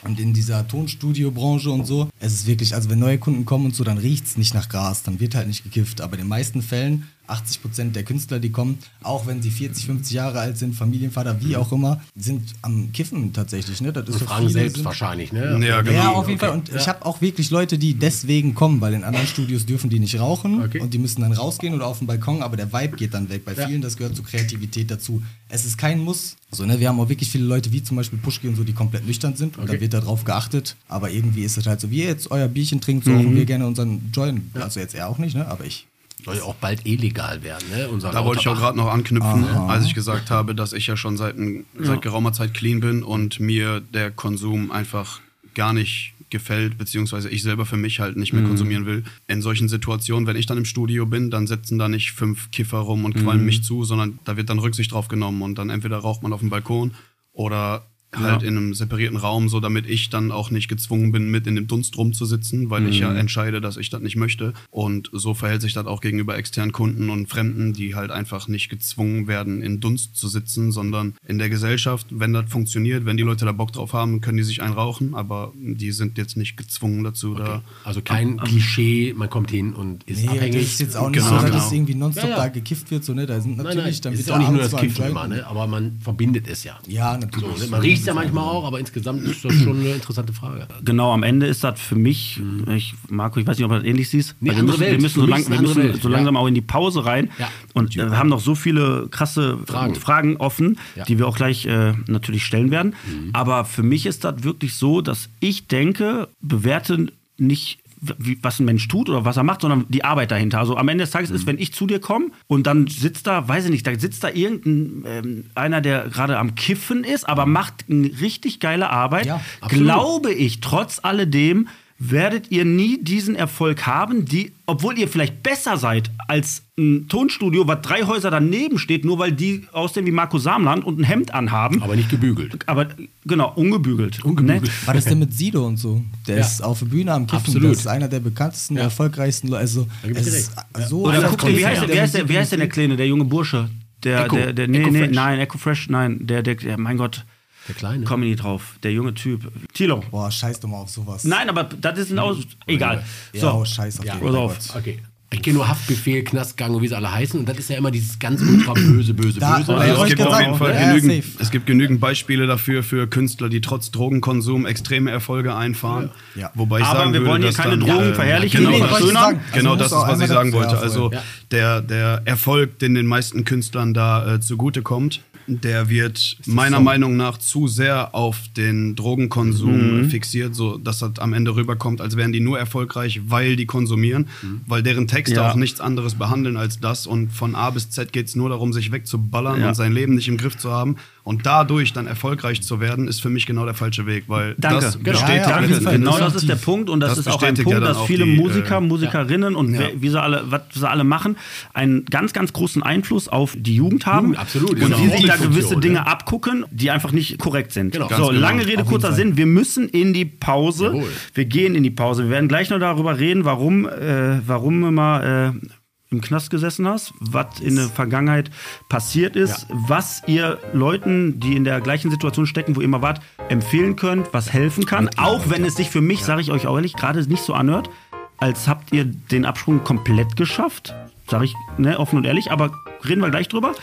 S7: Und in dieser Tonstudiobranche und so, es ist wirklich, also wenn neue Kunden kommen und so, dann riecht es nicht nach Gras, dann wird halt nicht gekifft. Aber in den meisten Fällen, 80 Prozent der Künstler, die kommen, auch wenn sie 40, 50 Jahre alt sind, Familienvater,
S3: Mhm.
S7: wie auch immer, sind am Kiffen tatsächlich. Ne? Das ist für
S6: Fragen
S7: viele
S6: selbst
S7: sind-
S6: wahrscheinlich, ne?
S8: Ja, genau.
S7: ja, auf jeden Fall. Und ich habe auch wirklich Leute, die deswegen kommen, weil in anderen Studios dürfen die nicht rauchen
S6: Okay.
S7: und die müssen dann rausgehen oder auf den Balkon, aber der Vibe geht dann weg. Bei vielen, das gehört zur Kreativität dazu. Es ist kein Muss. So, ne, wir haben auch wirklich viele Leute, wie zum Beispiel Puschki und so, die komplett nüchtern sind und
S6: Okay.
S7: da wird darauf geachtet. Aber irgendwie ist es halt so, wie ihr jetzt euer Bierchen trinkt, so
S6: Mhm.
S7: rauchen wir gerne unseren Joint. Also jetzt er auch nicht, ne? aber ich.
S6: Soll ja auch bald illegal werden, ne? Unser
S8: Da wollte ich auch
S6: Lauterbach.
S8: gerade noch anknüpfen, als ich gesagt habe, dass ich ja schon seit, ein, seit geraumer Zeit clean bin und mir der Konsum einfach gar nicht gefällt, beziehungsweise ich selber für mich halt nicht mehr konsumieren will. In solchen Situationen, wenn ich dann im Studio bin, dann sitzen da nicht fünf Kiffer rum und qualmen mich zu, sondern da wird dann Rücksicht drauf genommen und dann entweder raucht man auf dem Balkon oder halt in einem separierten Raum, so damit ich dann auch nicht gezwungen bin, mit in dem Dunst rumzusitzen, weil ich ja entscheide, dass ich das nicht möchte. Und so verhält sich das auch gegenüber externen Kunden und Fremden, die halt einfach nicht gezwungen werden, in Dunst zu sitzen, sondern in der Gesellschaft, wenn das funktioniert, wenn die Leute da Bock drauf haben, können die sich einrauchen, aber die sind jetzt nicht gezwungen dazu, da
S6: Also kein Klischee, man kommt hin und ist abhängig.
S7: das ist jetzt auch nicht
S8: Genau,
S7: so, dass
S8: genau.
S7: es irgendwie nonstop
S6: Ja, ja.
S7: da gekifft wird, so, ne? Da sind
S6: Nein, nein,
S7: natürlich, dann
S6: es
S7: wird
S6: ist
S7: da
S6: auch nicht nur das
S7: abends mal ein
S6: Kiffen
S7: Joint-
S6: immer, ne? aber man verbindet es ja.
S7: Ja,
S6: So,
S7: natürlich.
S6: ne? Man riecht es ja manchmal auch, aber insgesamt ist das schon eine interessante Frage.
S3: Genau, am Ende ist das für mich, ich, Marco, ich weiß nicht, ob du das ähnlich siehst,
S6: Nee,
S3: weil wir
S6: andere
S3: müssen, wir
S6: Welt.
S3: müssen,
S6: Für
S3: so,
S6: mich
S3: lang,
S6: ist
S3: wir
S6: eine andere
S3: müssen
S6: Welt,
S3: so langsam
S6: ja.
S3: auch in die Pause rein
S6: Ja.
S3: und äh, haben noch so viele krasse Fragen,
S6: Fragen.
S3: Fragen offen,
S6: Ja.
S3: die wir auch gleich äh, natürlich stellen werden. Aber für mich ist das wirklich so, dass ich denke, bewerte nicht wie, was ein Mensch tut oder was er macht, sondern die Arbeit dahinter. Also am Ende des Tages ist, wenn ich zu dir komme und dann sitzt da, weiß ich nicht, da sitzt da irgendein ähm, einer, der gerade am Kiffen ist, aber macht eine richtig geile Arbeit,
S7: Ja,
S6: absolut.
S3: glaube ich trotz alledem, werdet ihr nie diesen Erfolg haben, die, obwohl ihr vielleicht besser seid als ein Tonstudio, was drei Häuser daneben steht, nur weil die aussehen wie Marco Samland und ein Hemd anhaben.
S6: Aber nicht gebügelt.
S3: Aber genau, ungebügelt.
S6: Ungebügelt.
S3: Ne?
S7: War das denn mit Sido und so? Der
S6: Ja.
S7: ist auf der Bühne am Kiffen.
S6: Absolut.
S7: Das ist einer der bekanntesten, der erfolgreichsten Leute. Also,
S6: gebe ich
S7: es
S6: dir
S7: ist so
S3: Oder
S7: alles
S3: guck dir, wie heißt, der,
S7: konzentriert.
S3: wer, ist der, wer ist denn der Kleine, der junge Bursche? Der,
S6: Echo.
S3: der, der, nee,
S6: Echo
S3: nee,
S6: Fresh.
S3: nein, Echo Fresh, nein, der, der, der, mein Gott,
S6: Der Kleine.
S3: komme ich nicht drauf. Der junge Typ. Tilo.
S7: Boah, scheiß doch mal auf sowas.
S3: Nein, aber das ist ein Aus. Egal.
S7: Ja,
S3: So,
S7: oh, scheiß auf
S6: Ja.
S7: ja.
S3: pass auf.
S6: Okay. Ich kenne nur Haftbefehl, Knastgang und wie sie alle heißen. Und das ist ja immer dieses ganz ultra böse, böse,
S7: Da-
S6: böse.
S7: Ja,
S8: Also
S7: hab
S8: es
S7: ich
S8: gibt auf
S7: gesagt.
S8: jeden Fall
S7: Ja,
S8: genügend,
S7: safe.
S8: es gibt genügend Beispiele dafür für Künstler, die trotz Drogenkonsum extreme Erfolge einfahren.
S7: Ja.
S8: Wobei ich
S3: Aber
S8: sagen
S3: wir
S8: würde,
S3: wollen hier
S8: dass
S3: keine
S8: dann,
S3: Drogen verherrlichen,
S8: Genau,
S7: nee,
S8: das,
S7: wollte ich sagen. Also
S8: genau
S7: muss
S8: das ist,
S7: auch
S8: was ich
S7: einmal
S8: sagen
S7: dazu-
S8: wollte.
S7: ja,
S8: Also
S7: voll.
S8: der, der Erfolg, den den meisten Künstlern da äh, zugutekommt, der wird meiner Meinung nach zu sehr auf den Drogenkonsum
S7: Mhm.
S8: äh, fixiert, so dass das am Ende rüberkommt, als wären die nur erfolgreich, weil die konsumieren,
S7: Mhm.
S8: weil deren Texte
S3: Ja.
S8: auch nichts anderes behandeln als das und von A bis Z geht es nur darum, sich wegzuballern
S3: Ja.
S8: und sein Leben nicht im Griff zu haben und dadurch dann erfolgreich zu werden, ist für mich genau der falsche Weg, weil
S3: Danke.
S8: das
S3: Genau.
S8: besteht
S7: Ja, ja, auf
S3: Danke.
S7: jeden Fall.
S3: Genau das
S7: Definitiv.
S3: ist der Punkt und das,
S8: Das
S3: ist auch ein
S8: bestätigt ja
S3: Punkt,
S8: dann
S3: dass
S8: auch
S3: viele
S8: die,
S3: Musiker,
S8: äh,
S3: Musikerinnen und wer- wie sie alle, was sie alle machen, einen ganz, ganz großen Einfluss auf die Jugend haben.
S6: Jugend, absolut.
S3: Und
S6: Genau.
S3: die sich da
S6: Vorbildfunktion,
S3: gewisse Dinge
S6: ja.
S3: abgucken, die einfach nicht korrekt sind.
S6: Genau.
S3: So,
S8: Ganz genau.
S3: lange Rede, kurzer Sinn. Wir müssen in die Pause.
S6: Jawohl.
S3: Wir gehen in die Pause. Wir werden gleich noch darüber reden, warum, äh, warum du mal äh, im Knast gesessen hast, was in der Vergangenheit passiert ist, was ihr Leuten, die in der gleichen Situation stecken, wo ihr mal wart, empfehlen könnt, was helfen kann. Auch wenn es sich für mich, sage ich euch auch ehrlich, gerade nicht so anhört, als habt ihr den Absprung komplett geschafft. Sage ich ne, offen und ehrlich, aber reden wir gleich drüber.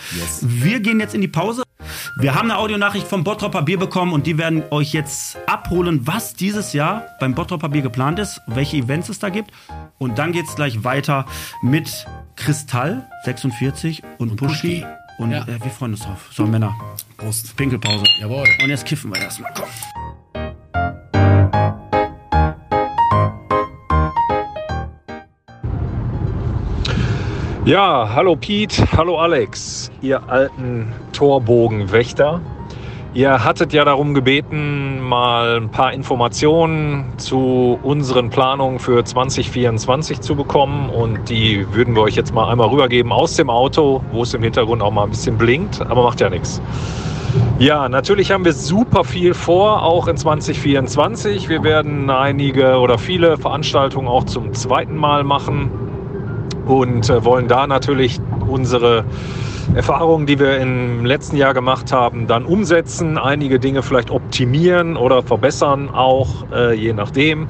S3: Wir gehen jetzt in die Pause. Wir haben eine Audionachricht vom Bottropper Bier bekommen und die werden euch jetzt abholen, was dieses Jahr beim Bottropper Bier geplant ist, welche Events es da gibt. Und dann geht's gleich weiter mit Kristall 46 und, Pushki.
S6: Pushki.
S3: Und
S6: Ja.
S3: äh, wir freuen uns drauf. So, Männer. Prost. Pinkelpause.
S6: Jawohl.
S3: Und jetzt kiffen wir erstmal. Komm.
S9: Ja, hallo Piet, hallo Alex, ihr alten Torbogenwächter. Ihr hattet ja darum gebeten, mal ein paar Informationen zu unseren Planungen für 2024 zu bekommen. Und die würden wir euch jetzt mal einmal rübergeben aus dem Auto, wo es im Hintergrund auch mal ein bisschen blinkt, aber macht ja nichts. Ja, natürlich haben wir super viel vor, auch in 2024. Wir werden einige oder viele Veranstaltungen auch zum zweiten Mal machen und äh, wollen da natürlich unsere Erfahrungen, die wir im letzten Jahr gemacht haben, dann umsetzen, einige Dinge vielleicht optimieren oder verbessern, auch äh, je nachdem.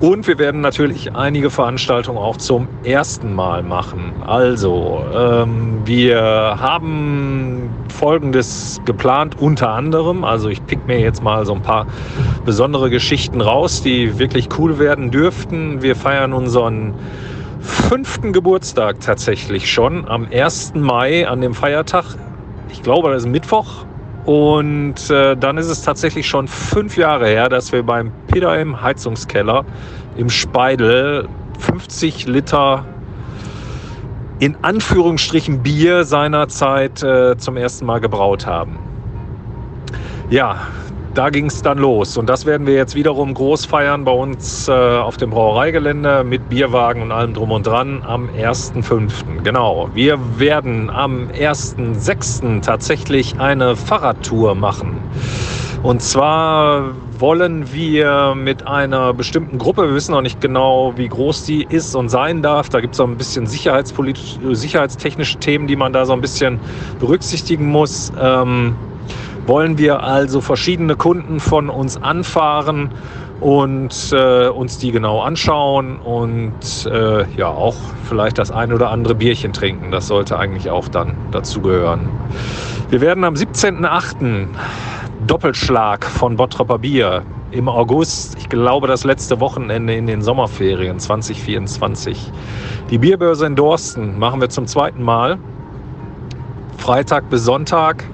S9: Und wir werden natürlich einige Veranstaltungen auch zum ersten Mal machen. Also, ähm, wir haben Folgendes geplant, unter anderem. Also, ich pick mir jetzt mal so ein paar besondere Geschichten raus, die wirklich cool werden dürften. Wir feiern unseren fünften Geburtstag tatsächlich schon am 1. Mai an dem Feiertag. Ich glaube, das ist Mittwoch. Und äh, dann ist es tatsächlich schon fünf Jahre her, dass wir beim Peter im Heizungskeller im Speidel 50 Liter in Anführungsstrichen Bier seinerzeit äh, zum ersten Mal gebraut haben. Ja, da ging es dann los. Und das werden wir jetzt wiederum groß feiern bei uns äh, auf dem Brauereigelände mit Bierwagen und allem drum und dran am 1.5. Genau. Wir werden am 1.6. tatsächlich eine Fahrradtour machen. Und zwar wollen wir mit einer bestimmten Gruppe, wir wissen noch nicht genau, wie groß die ist und sein darf. Da gibt es auch ein bisschen sicherheitspolitisch, äh, sicherheitstechnische Themen, die man da so ein bisschen berücksichtigen muss. Ähm, wollen wir also verschiedene Kunden von uns anfahren und äh, uns die genau anschauen und äh, ja auch vielleicht das ein oder andere Bierchen trinken. Das sollte eigentlich auch dann dazugehören. Wir werden am 17.08. Doppelschlag von Bottropper Bier im August, ich glaube das letzte Wochenende in den Sommerferien 2024. Die Bierbörse in Dorsten machen wir zum zweiten Mal. Freitag bis Sonntag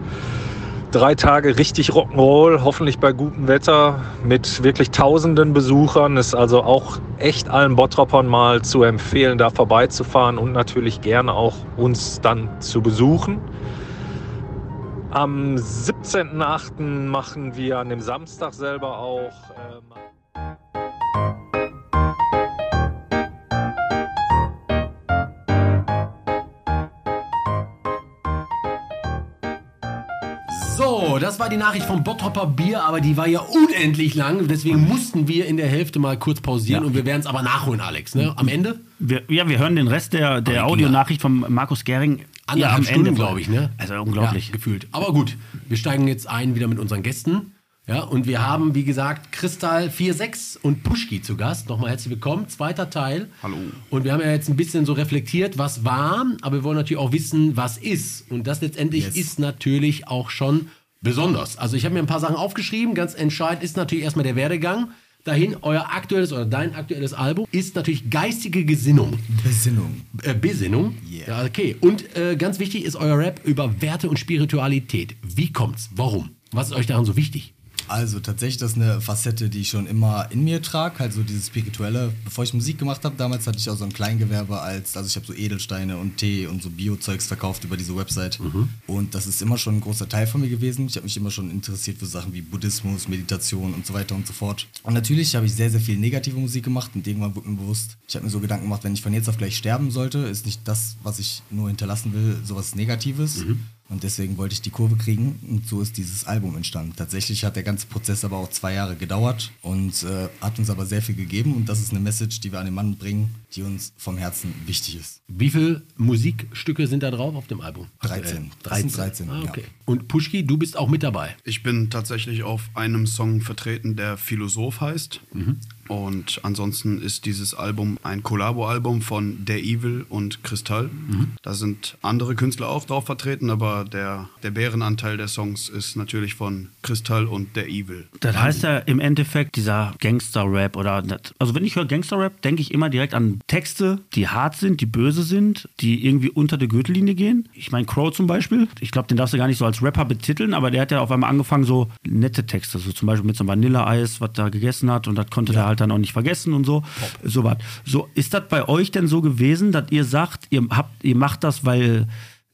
S9: drei Tage richtig Rock'n'Roll, hoffentlich bei gutem Wetter, mit wirklich tausenden Besuchern. Ist also auch echt allen Bottropern mal zu empfehlen, da vorbeizufahren und natürlich gerne auch uns dann zu besuchen. Am äh, 17.08. machen wir an dem Samstag selber auch. ähm,
S6: So, das war die Nachricht vom Bottropper Bier, aber die war ja unendlich lang. Deswegen mussten wir in der Hälfte mal kurz pausieren und wir werden es aber nachholen, Alex. Ne? Am Ende?
S3: Wir, ja, wir hören den Rest der, der
S6: klar.
S3: Audionachricht von Markus Gering ja,
S6: Anderthalb Stunden, glaube ich. Ne?
S3: Also unglaublich.
S6: Ja, gefühlt. Aber gut, wir steigen jetzt ein wieder mit unseren Gästen. Ja, und wir haben, wie gesagt, Kristall 46 und Puschki zu Gast. Nochmal herzlich willkommen, zweiter Teil. Hallo. Und wir haben ja jetzt ein bisschen so reflektiert, was war, aber wir wollen natürlich auch wissen, was ist. Und das letztendlich ist natürlich auch schon besonders. Also ich habe mir ein paar Sachen aufgeschrieben. Ganz entscheidend ist natürlich erstmal der Werdegang. Dahin, euer aktuelles oder dein aktuelles Album ist natürlich geistige Gesinnung.
S7: Besinnung.
S6: Äh, Besinnung. Ja, okay. Und äh, ganz wichtig ist euer Rap über Werte und Spiritualität. Wie kommt's? Warum? Was ist euch daran so wichtig?
S7: Also tatsächlich, das ist eine Facette, die ich schon immer in mir trage, halt so dieses Spirituelle. Bevor ich Musik gemacht habe, damals hatte ich auch so ein Kleingewerbe als, also ich habe so Edelsteine und Tee und so Bio-Zeugs verkauft über diese Website. Und das ist immer schon ein großer Teil von mir gewesen. Ich habe mich immer schon interessiert für Sachen wie Buddhismus, Meditation und so weiter und so fort. Und natürlich habe ich sehr, sehr viel negative Musik gemacht und irgendwann wurde mir bewusst, ich habe mir so Gedanken gemacht, wenn ich von jetzt auf gleich sterben sollte, ist nicht das, was ich nur hinterlassen will, sowas Negatives. Und deswegen wollte ich die Kurve kriegen und so ist dieses Album entstanden. Tatsächlich hat der ganze Prozess aber auch zwei Jahre gedauert und äh, hat uns aber sehr viel gegeben und das ist eine Message, die wir an den Mann bringen, die uns vom Herzen wichtig ist.
S6: Wie viele Musikstücke sind da drauf auf dem Album?
S7: 13. Das
S6: 13.
S7: sind 13,
S6: ah,
S7: ja.
S6: okay. Und Puschki, du bist auch mit dabei.
S8: Ich bin tatsächlich auf einem Song vertreten, der Philosoph heißt. Und ansonsten ist dieses Album ein Kollabo-Album von Der Evil und Kristall. Da sind andere Künstler auch drauf vertreten, aber der, der Bärenanteil der Songs ist natürlich von Kristall und Der Evil.
S3: Das heißt ja im Endeffekt dieser Gangster-Rap oder das, also wenn ich höre Gangster-Rap, denke ich immer direkt an Texte, die hart sind, die böse sind, die irgendwie unter der Gürtellinie gehen. Ich meine Crow zum Beispiel, ich glaube, den darfst du gar nicht so als Rapper betiteln, aber der hat ja auf einmal angefangen so nette Texte, so zum Beispiel mit so einem Vanilleeis, was da gegessen hat und das konnte der halt dann auch nicht vergessen und so. So was. So ist das bei euch denn so gewesen, dass ihr sagt, ihr habt, ihr macht das, weil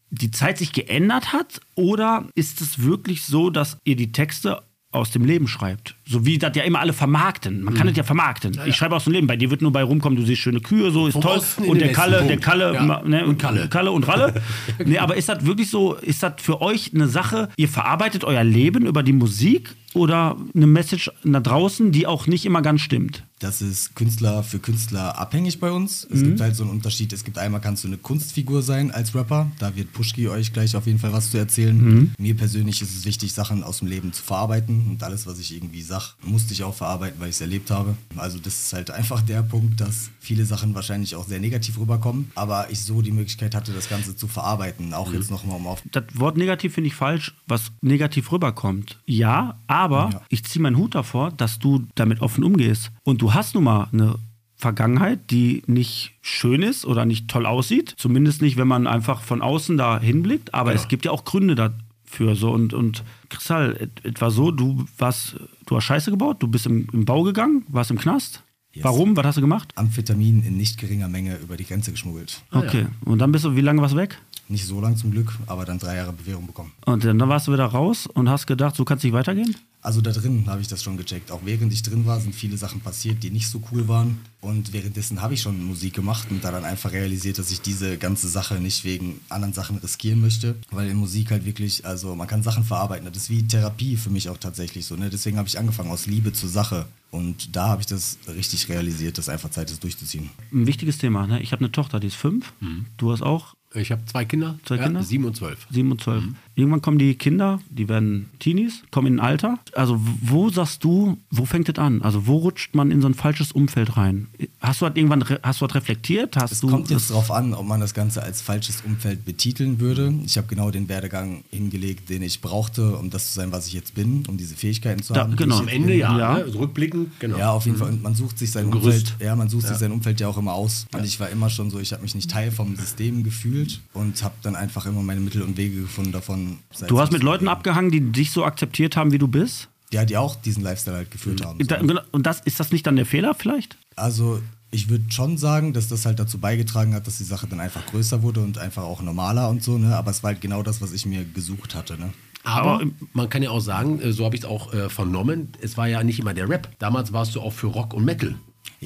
S3: die Zeit sich geändert hat? Oder ist es wirklich so, dass ihr die Texte aus dem Leben schreibt? So wie das ja immer alle vermarkten. Man kann
S6: Mhm.
S3: das ja vermarkten. Ich schreibe aus dem Leben. Bei dir wird nur bei rumkommen, du siehst schöne Kühe, so ist
S6: Vom
S3: toll.
S6: Osten in
S3: und
S6: den
S3: der Kalle,
S6: Westen,
S3: der Kalle,
S6: Punkt. Ja.
S3: ma- ne,
S6: Und Kalle.
S3: Kalle und Ralle. nee, aber ist das wirklich so, ist das für euch eine Sache, ihr verarbeitet euer Leben über die Musik oder eine Message nach draußen, die auch nicht immer ganz stimmt?
S7: Das ist Künstler für Künstler abhängig bei uns. Es gibt halt so einen Unterschied. Es gibt einmal kannst du eine Kunstfigur sein als Rapper. Da wird Pushki euch gleich auf jeden Fall was zu erzählen. Mir persönlich ist es wichtig, Sachen aus dem Leben zu verarbeiten. Und alles, was ich irgendwie sag, musste ich auch verarbeiten, weil ich es erlebt habe. Also das ist halt einfach der Punkt, dass viele Sachen wahrscheinlich auch sehr negativ rüberkommen. Aber ich so die Möglichkeit hatte, das Ganze zu verarbeiten. Auch jetzt nochmal um auf
S3: das Wort negativ finde ich falsch, was negativ rüberkommt. Ja, aber
S7: Ja.
S3: ich ziehe meinen Hut davor, dass du damit offen umgehst. Und du hast nun mal eine Vergangenheit, die nicht schön ist oder nicht toll aussieht. Zumindest nicht, wenn man einfach von außen da hinblickt. Aber es gibt ja auch Gründe dafür. So. Und, und Kristall, et- etwa so, du warst, du hast Scheiße gebaut, du bist im, im Bau gegangen, warst im Knast. Warum? Was hast du gemacht?
S7: Amphetamin in nicht geringer Menge über die Grenze geschmuggelt.
S3: Okay. Und dann bist du wie lange was weg?
S7: Nicht so lang zum Glück, aber dann drei Jahre Bewährung bekommen.
S3: Und dann warst du wieder raus und hast gedacht, so kann es nicht weitergehen?
S7: Also da drin habe ich das schon gecheckt. Auch während ich drin war, sind viele Sachen passiert, die nicht so cool waren. Und währenddessen habe ich schon Musik gemacht und da dann einfach realisiert, dass ich diese ganze Sache nicht wegen anderen Sachen riskieren möchte. Weil in Musik halt wirklich, also man kann Sachen verarbeiten. Das ist wie Therapie für mich auch tatsächlich so. Ne? Deswegen habe ich angefangen aus Liebe zur Sache. Und da habe ich das richtig realisiert, dass einfach Zeit ist, durchzuziehen.
S3: ein wichtiges Thema. Ne? Ich habe eine Tochter, die ist fünf. Du hast auch
S6: Ich habe zwei Kinder.
S3: Zwei Kinder?
S6: Mhm. Sieben und zwölf. Mhm.
S3: sieben und zwölf. Irgendwann kommen die Kinder, die werden Teenies, kommen in ein Alter. Also wo sagst du, wo fängt das an? Also wo rutscht man in so ein falsches Umfeld rein? Hast du das irgendwann, re- hast du das reflektiert? Hast
S7: Es
S3: du
S7: kommt jetzt drauf an, ob man das Ganze als falsches Umfeld betiteln würde. Ich habe genau den Werdegang hingelegt, den ich brauchte, um das zu sein, was ich jetzt bin, um diese Fähigkeiten zu
S3: Da-
S7: haben. die
S3: genau.
S7: ich
S6: Am
S7: jetzt
S6: Ende
S7: bin.
S6: ja.
S3: Ja.
S6: Ne? Also Rückblickend, genau.
S7: Ja, auf jeden Fall. Und man sucht sich sein
S6: Gerüst.
S7: Umfeld. Ja, man sucht sich sein Umfeld ja auch immer aus. Und ich war immer schon so, ich habe mich nicht Teil vom System gefühlt und habe dann einfach immer meine Mittel und Wege gefunden davon.
S3: Du hast mit Leuten abgehangen, die dich so akzeptiert haben, wie du bist?
S7: Ja, die auch diesen Lifestyle halt geführt haben.
S3: Da, genau. und das, ist das nicht dann der Fehler vielleicht?
S7: Also ich würde schon sagen, dass das halt dazu beigetragen hat, dass die Sache dann einfach größer wurde und einfach auch normaler und so, ne? Aber es war halt genau das, was ich mir gesucht hatte, ne?
S6: Aber man kann ja auch sagen, äh, so habe ich es auch äh, vernommen, es war ja nicht immer der Rap. Damals warst du auch für Rock und Metal.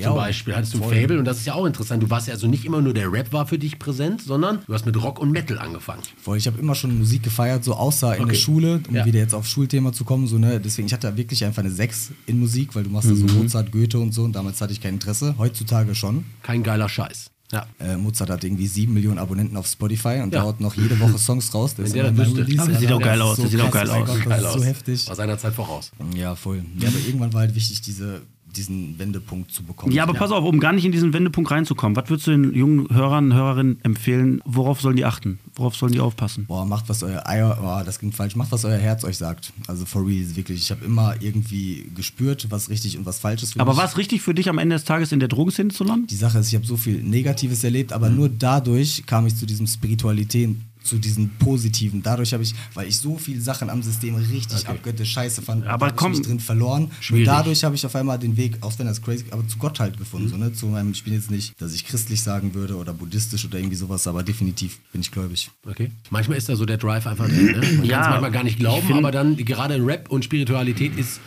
S6: zum Beispiel. Hattest du ein Fable und das ist ja auch interessant. Du warst ja also nicht immer nur der Rap war für dich präsent, sondern du hast mit Rock und Metal angefangen.
S7: Voll, ich habe immer schon Musik gefeiert, so außer in
S6: Okay.
S7: der Schule, um
S6: Ja.
S7: wieder jetzt aufs Schulthema zu kommen. So, ne? Deswegen, ich hatte wirklich einfach eine 6 in Musik, weil du machst ja so Mozart, Goethe und so und damals hatte ich kein Interesse. Heutzutage schon.
S6: Kein geiler Scheiß. Ja.
S7: Äh, Mozart hat irgendwie 7 Millionen Abonnenten auf Spotify und
S6: Ja.
S7: haut noch jede Woche Songs raus. Der
S6: Wenn
S7: ist
S6: der
S7: immer
S6: das
S7: neu
S6: wüsste.
S7: released.
S3: Aber sieht
S7: Ja,
S3: auch geil
S7: das
S3: aus,
S7: ist
S3: das sieht auch geil
S7: mein
S3: aus.
S7: Gott,
S6: Geil
S7: Das ist so
S6: aus.
S7: heftig.
S6: War seiner Zeit voraus.
S7: Ja, voll. Ja, aber irgendwann war halt wichtig, diese, diesen Wendepunkt zu bekommen.
S3: Ja, aber pass auf, um gar nicht in diesen Wendepunkt reinzukommen, was würdest du den jungen Hörern und Hörerinnen empfehlen? Worauf sollen die achten? Worauf sollen die aufpassen?
S7: Boah, macht was euer Eier, boah, das klingt falsch, macht was euer Herz euch sagt. Also for real, wirklich. Ich habe immer irgendwie gespürt, was richtig und was falsch ist. Für
S3: Aber
S7: mich.
S3: war es richtig für dich, am Ende des Tages in der Drogenszene zu landen?
S7: Die Sache ist, ich habe so viel Negatives erlebt, aber nur dadurch kam ich zu diesem Spiritualität, zu diesem Positiven. Dadurch habe ich, weil ich so viele Sachen am System richtig abgötte, scheiße fand,
S3: Aber
S7: hab ich
S3: komm-
S7: mich drin verloren.
S6: Schwierig.
S7: Und dadurch habe ich auf einmal den Weg, auch wenn das crazy, aber zu Gott halt gefunden. So, ne? zu meinem, ich bin jetzt nicht, dass ich christlich sagen würde oder buddhistisch oder irgendwie sowas, aber definitiv bin ich gläubig.
S6: Okay. Manchmal ist da so der Drive einfach drin. Ne? Man
S3: Ja,
S6: kann es manchmal gar nicht glauben,
S3: ich find-
S6: aber dann gerade Rap und Spiritualität ist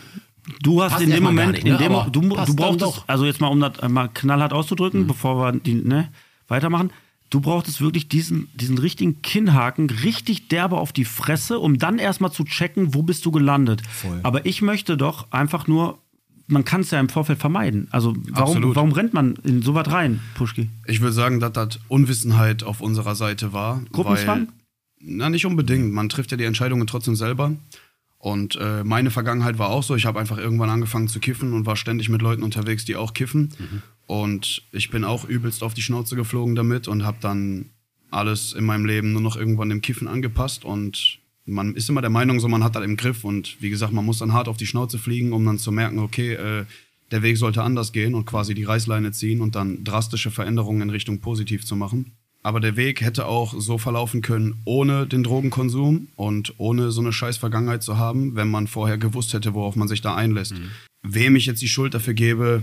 S3: Du hast
S6: Passt
S3: in dem
S6: erstmal
S3: Moment,
S6: gar nicht, ne?
S3: in dem,
S6: Aber
S3: du, mu-
S6: passt
S3: du
S6: dann
S3: brauchtest,
S6: doch. Mhm.
S3: also jetzt mal, um das mal knallhart auszudrücken, bevor wir die, ne, weitermachen, du brauchtest wirklich diesen, diesen richtigen Kinnhaken, richtig derbe auf die Fresse, um dann erstmal zu checken, wo bist du gelandet. Aber ich möchte doch einfach nur, man kann es ja im Vorfeld vermeiden. Also warum,
S8: Absolut.
S3: warum rennt man in so was rein, Puschki?
S8: Ich würde sagen, dass das Unwissenheit auf unserer Seite war.
S3: Gruppenzwang?
S8: Weil, na, nicht unbedingt. Man trifft ja die Entscheidungen trotzdem selber. Und äh, meine Vergangenheit war auch so. Ich habe einfach irgendwann angefangen zu kiffen und war ständig mit Leuten unterwegs, die auch kiffen. Und ich bin auch übelst auf die Schnauze geflogen damit und habe dann alles in meinem Leben nur noch irgendwann dem Kiffen angepasst. Und man ist immer der Meinung, so man hat das im Griff. Und wie gesagt, man muss dann hart auf die Schnauze fliegen, um dann zu merken, okay, äh, der Weg sollte anders gehen und quasi die Reißleine ziehen und dann drastische Veränderungen in Richtung positiv zu machen. Aber der Weg hätte auch so verlaufen können, ohne den Drogenkonsum und ohne so eine scheiß Vergangenheit zu haben, wenn man vorher gewusst hätte, worauf man sich da einlässt. Wem ich jetzt die Schuld dafür gebe,